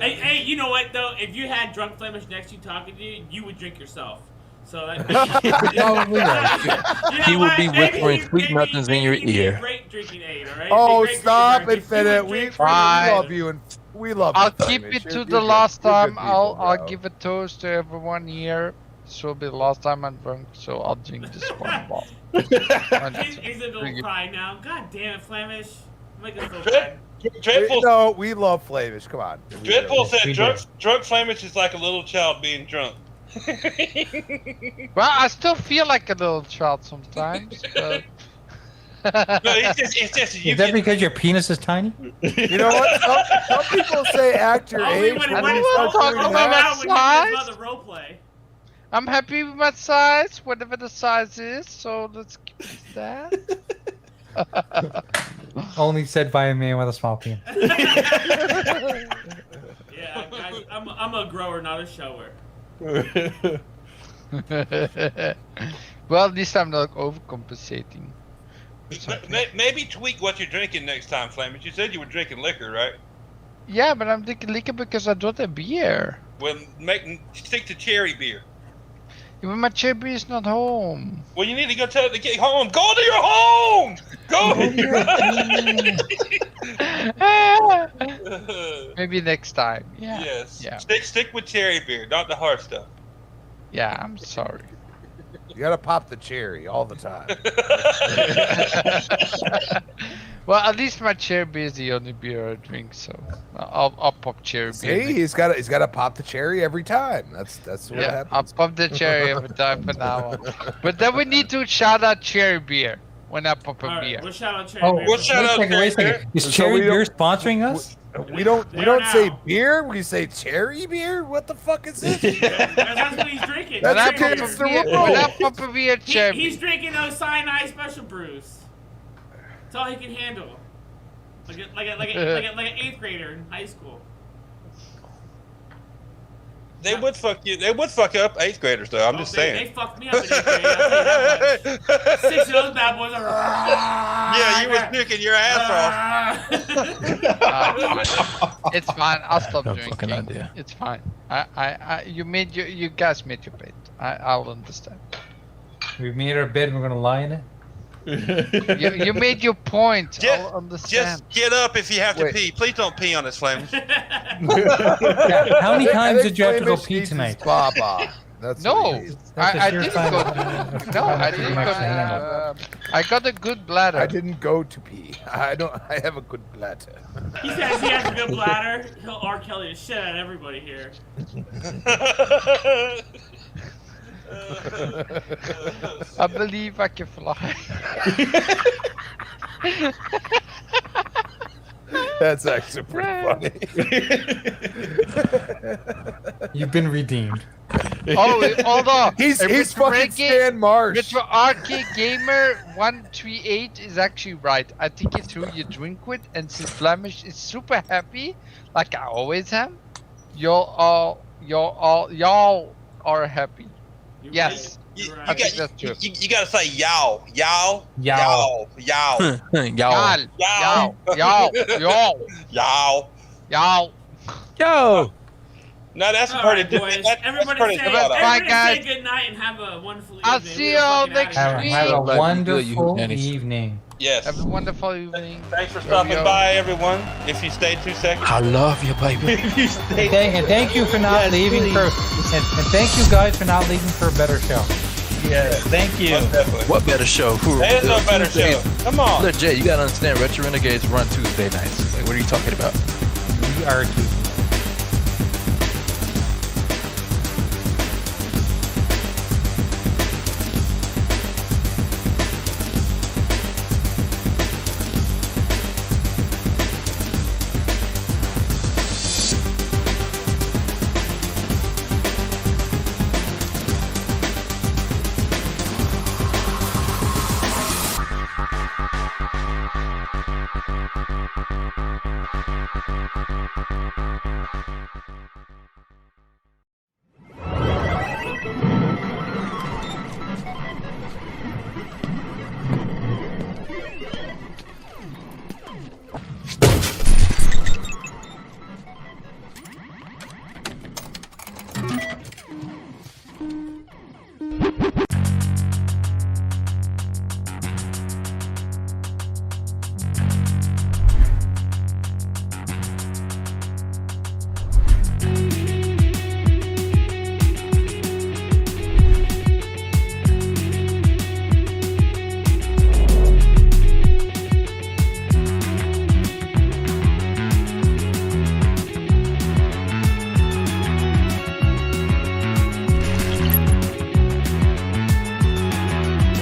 hey, you know what though? If you had Drunk Flamish next to you talking to you, you would drink yourself. So that Probably not. You know He would what? be Maybe whispering he'd- sweet maybe nothings in your he'd be a ear. Great drinking aid, all right? He'd be Oh, a great stop drinking it, aird. He Fennett. would We, drink we for you. love you and we love I'll you. keep Hamish. it You're- to you're the good- last you're good time. people, I'll I'll bro. give a toast to everyone here. This will be the last time I'm drunk, so I'll drink this one bottle. And He's, he's a drink little it. cry now. God damn it, Flamish. Make us feel bad. We, Dreadful no, we love Flavish. Come on. We Dreadful do. said drunk, drunk Flamish is like a little child being drunk. Well, I still feel like a little child sometimes, but No, it's just, it's just you Is that get- because your penis is tiny? You know what? Some, some people say act your Only age. when, when when you it's start all doing over that- now, when you size? give the role play. I'm happy with my size, whatever the size is. So let's keep it at that. Only said by a man with a small penis. Yeah, guys, I'm, I'm a grower, not a shower. well, at least I'm not overcompensating. May- Maybe tweak what you're drinking next time, Flamish. You said you were drinking liquor, right? Yeah, but I'm drinking liquor because I don't have beer. Well, make stick to cherry beer. Even my cherry is not home. Well, you need to go tell it to get home. Go to your home. Go. to your- Maybe next time. Yeah. Yes. Yeah. Stick stick with cherry beer, not the hard stuff. Yeah, I'm sorry. You gotta pop the cherry all the time. well, at least my cherry beer is the only beer I drink, so I'll, I'll pop cherry beer. See, he's got he's got to pop the cherry every time. That's that's what Yeah, happens. I'll pop the cherry every time for now. on. But then we need to shout out cherry beer when I pop a All right, beer. we'll shout out Cherry Oh, Bear. wait a second, wait a second. Is Cherry we don't- Beer sponsoring us? We don't we There don't now. say beer. We say cherry beer. What the fuck is this? That's- That's what he's drinking. That's Cherry okay, Bear. it's the Yeah, rule. when I pop a beer, He- cherry he's drinking those cyanide special brews. It's all he can handle. Like a, like a, like a, like a, like an eighth grader in high school. They would fuck you. They would fuck up eighth graders, though. I'm Oh, just they, saying. They fucked me up in eighth grade. I'll tell you that much. Six of those bad boys are. yeah, you was picking your ass Ah, it's fine. I'll stop No drinking. fucking idea. It's fine. I, I, I, you made your, you guys made your bed. I, I'll understand. We've made our bed and we're going to lie in it? You, you made your point. Just- I'll off. understand. Just get up if you have to Wait. pee. Please don't pee on this, Flamish. Yeah, How many I think- I times think did you have to go Flemish pee needs his tonight? Baba. That's what no, he needs. That's I, I a sheer didn't sign go. of- of No, I how didn't much go. I am. um, I got a good bladder. I didn't go to pee. I don't. I have a good bladder. He says he has a good bladder. He'll R. Kelly the shit out of everybody here. I believe I can fly. That's actually pretty funny. You've been redeemed. oh, wait, hold on. he's Uh, he's Mr. fucking Reggae- Stan Marsh. Mr. RK Gamer 138 is actually right. I think it's who you drink with, and since Flemish is super happy, like I always am, y'all all y'all all y'all are happy. You're Yes. You, you, Right. I think got, that's true. you, you gotta say y'all, y'all, Y'all. y'all, y'all, Y'all. Y'all, y'all, Y'all. y'all, y'all, y'all. y'all. Yo. No, that's All part right, of that, boys. that's part Everybody, of say, the thought out. Bye, everybody say guys. good night and have a wonderful evening. I'll We see are y'all fucking outta next here. Have, have a Love you, wonderful you Hispanics. evening. Yes. Have a wonderful evening. Thanks for stopping Yo. by, everyone. If you stay two seconds. I love you, baby. And thank, and thank you for not leaving for, and, and thank you guys for not leaving for a better show. Yeah, thank you. Most definitely. What better show? Who? There's no better show. Tuesdays- Come on. Look, Jay, you gotta understand. Retro Renegades run Tuesday nights. Like, what are you talking about? We are Tuesday.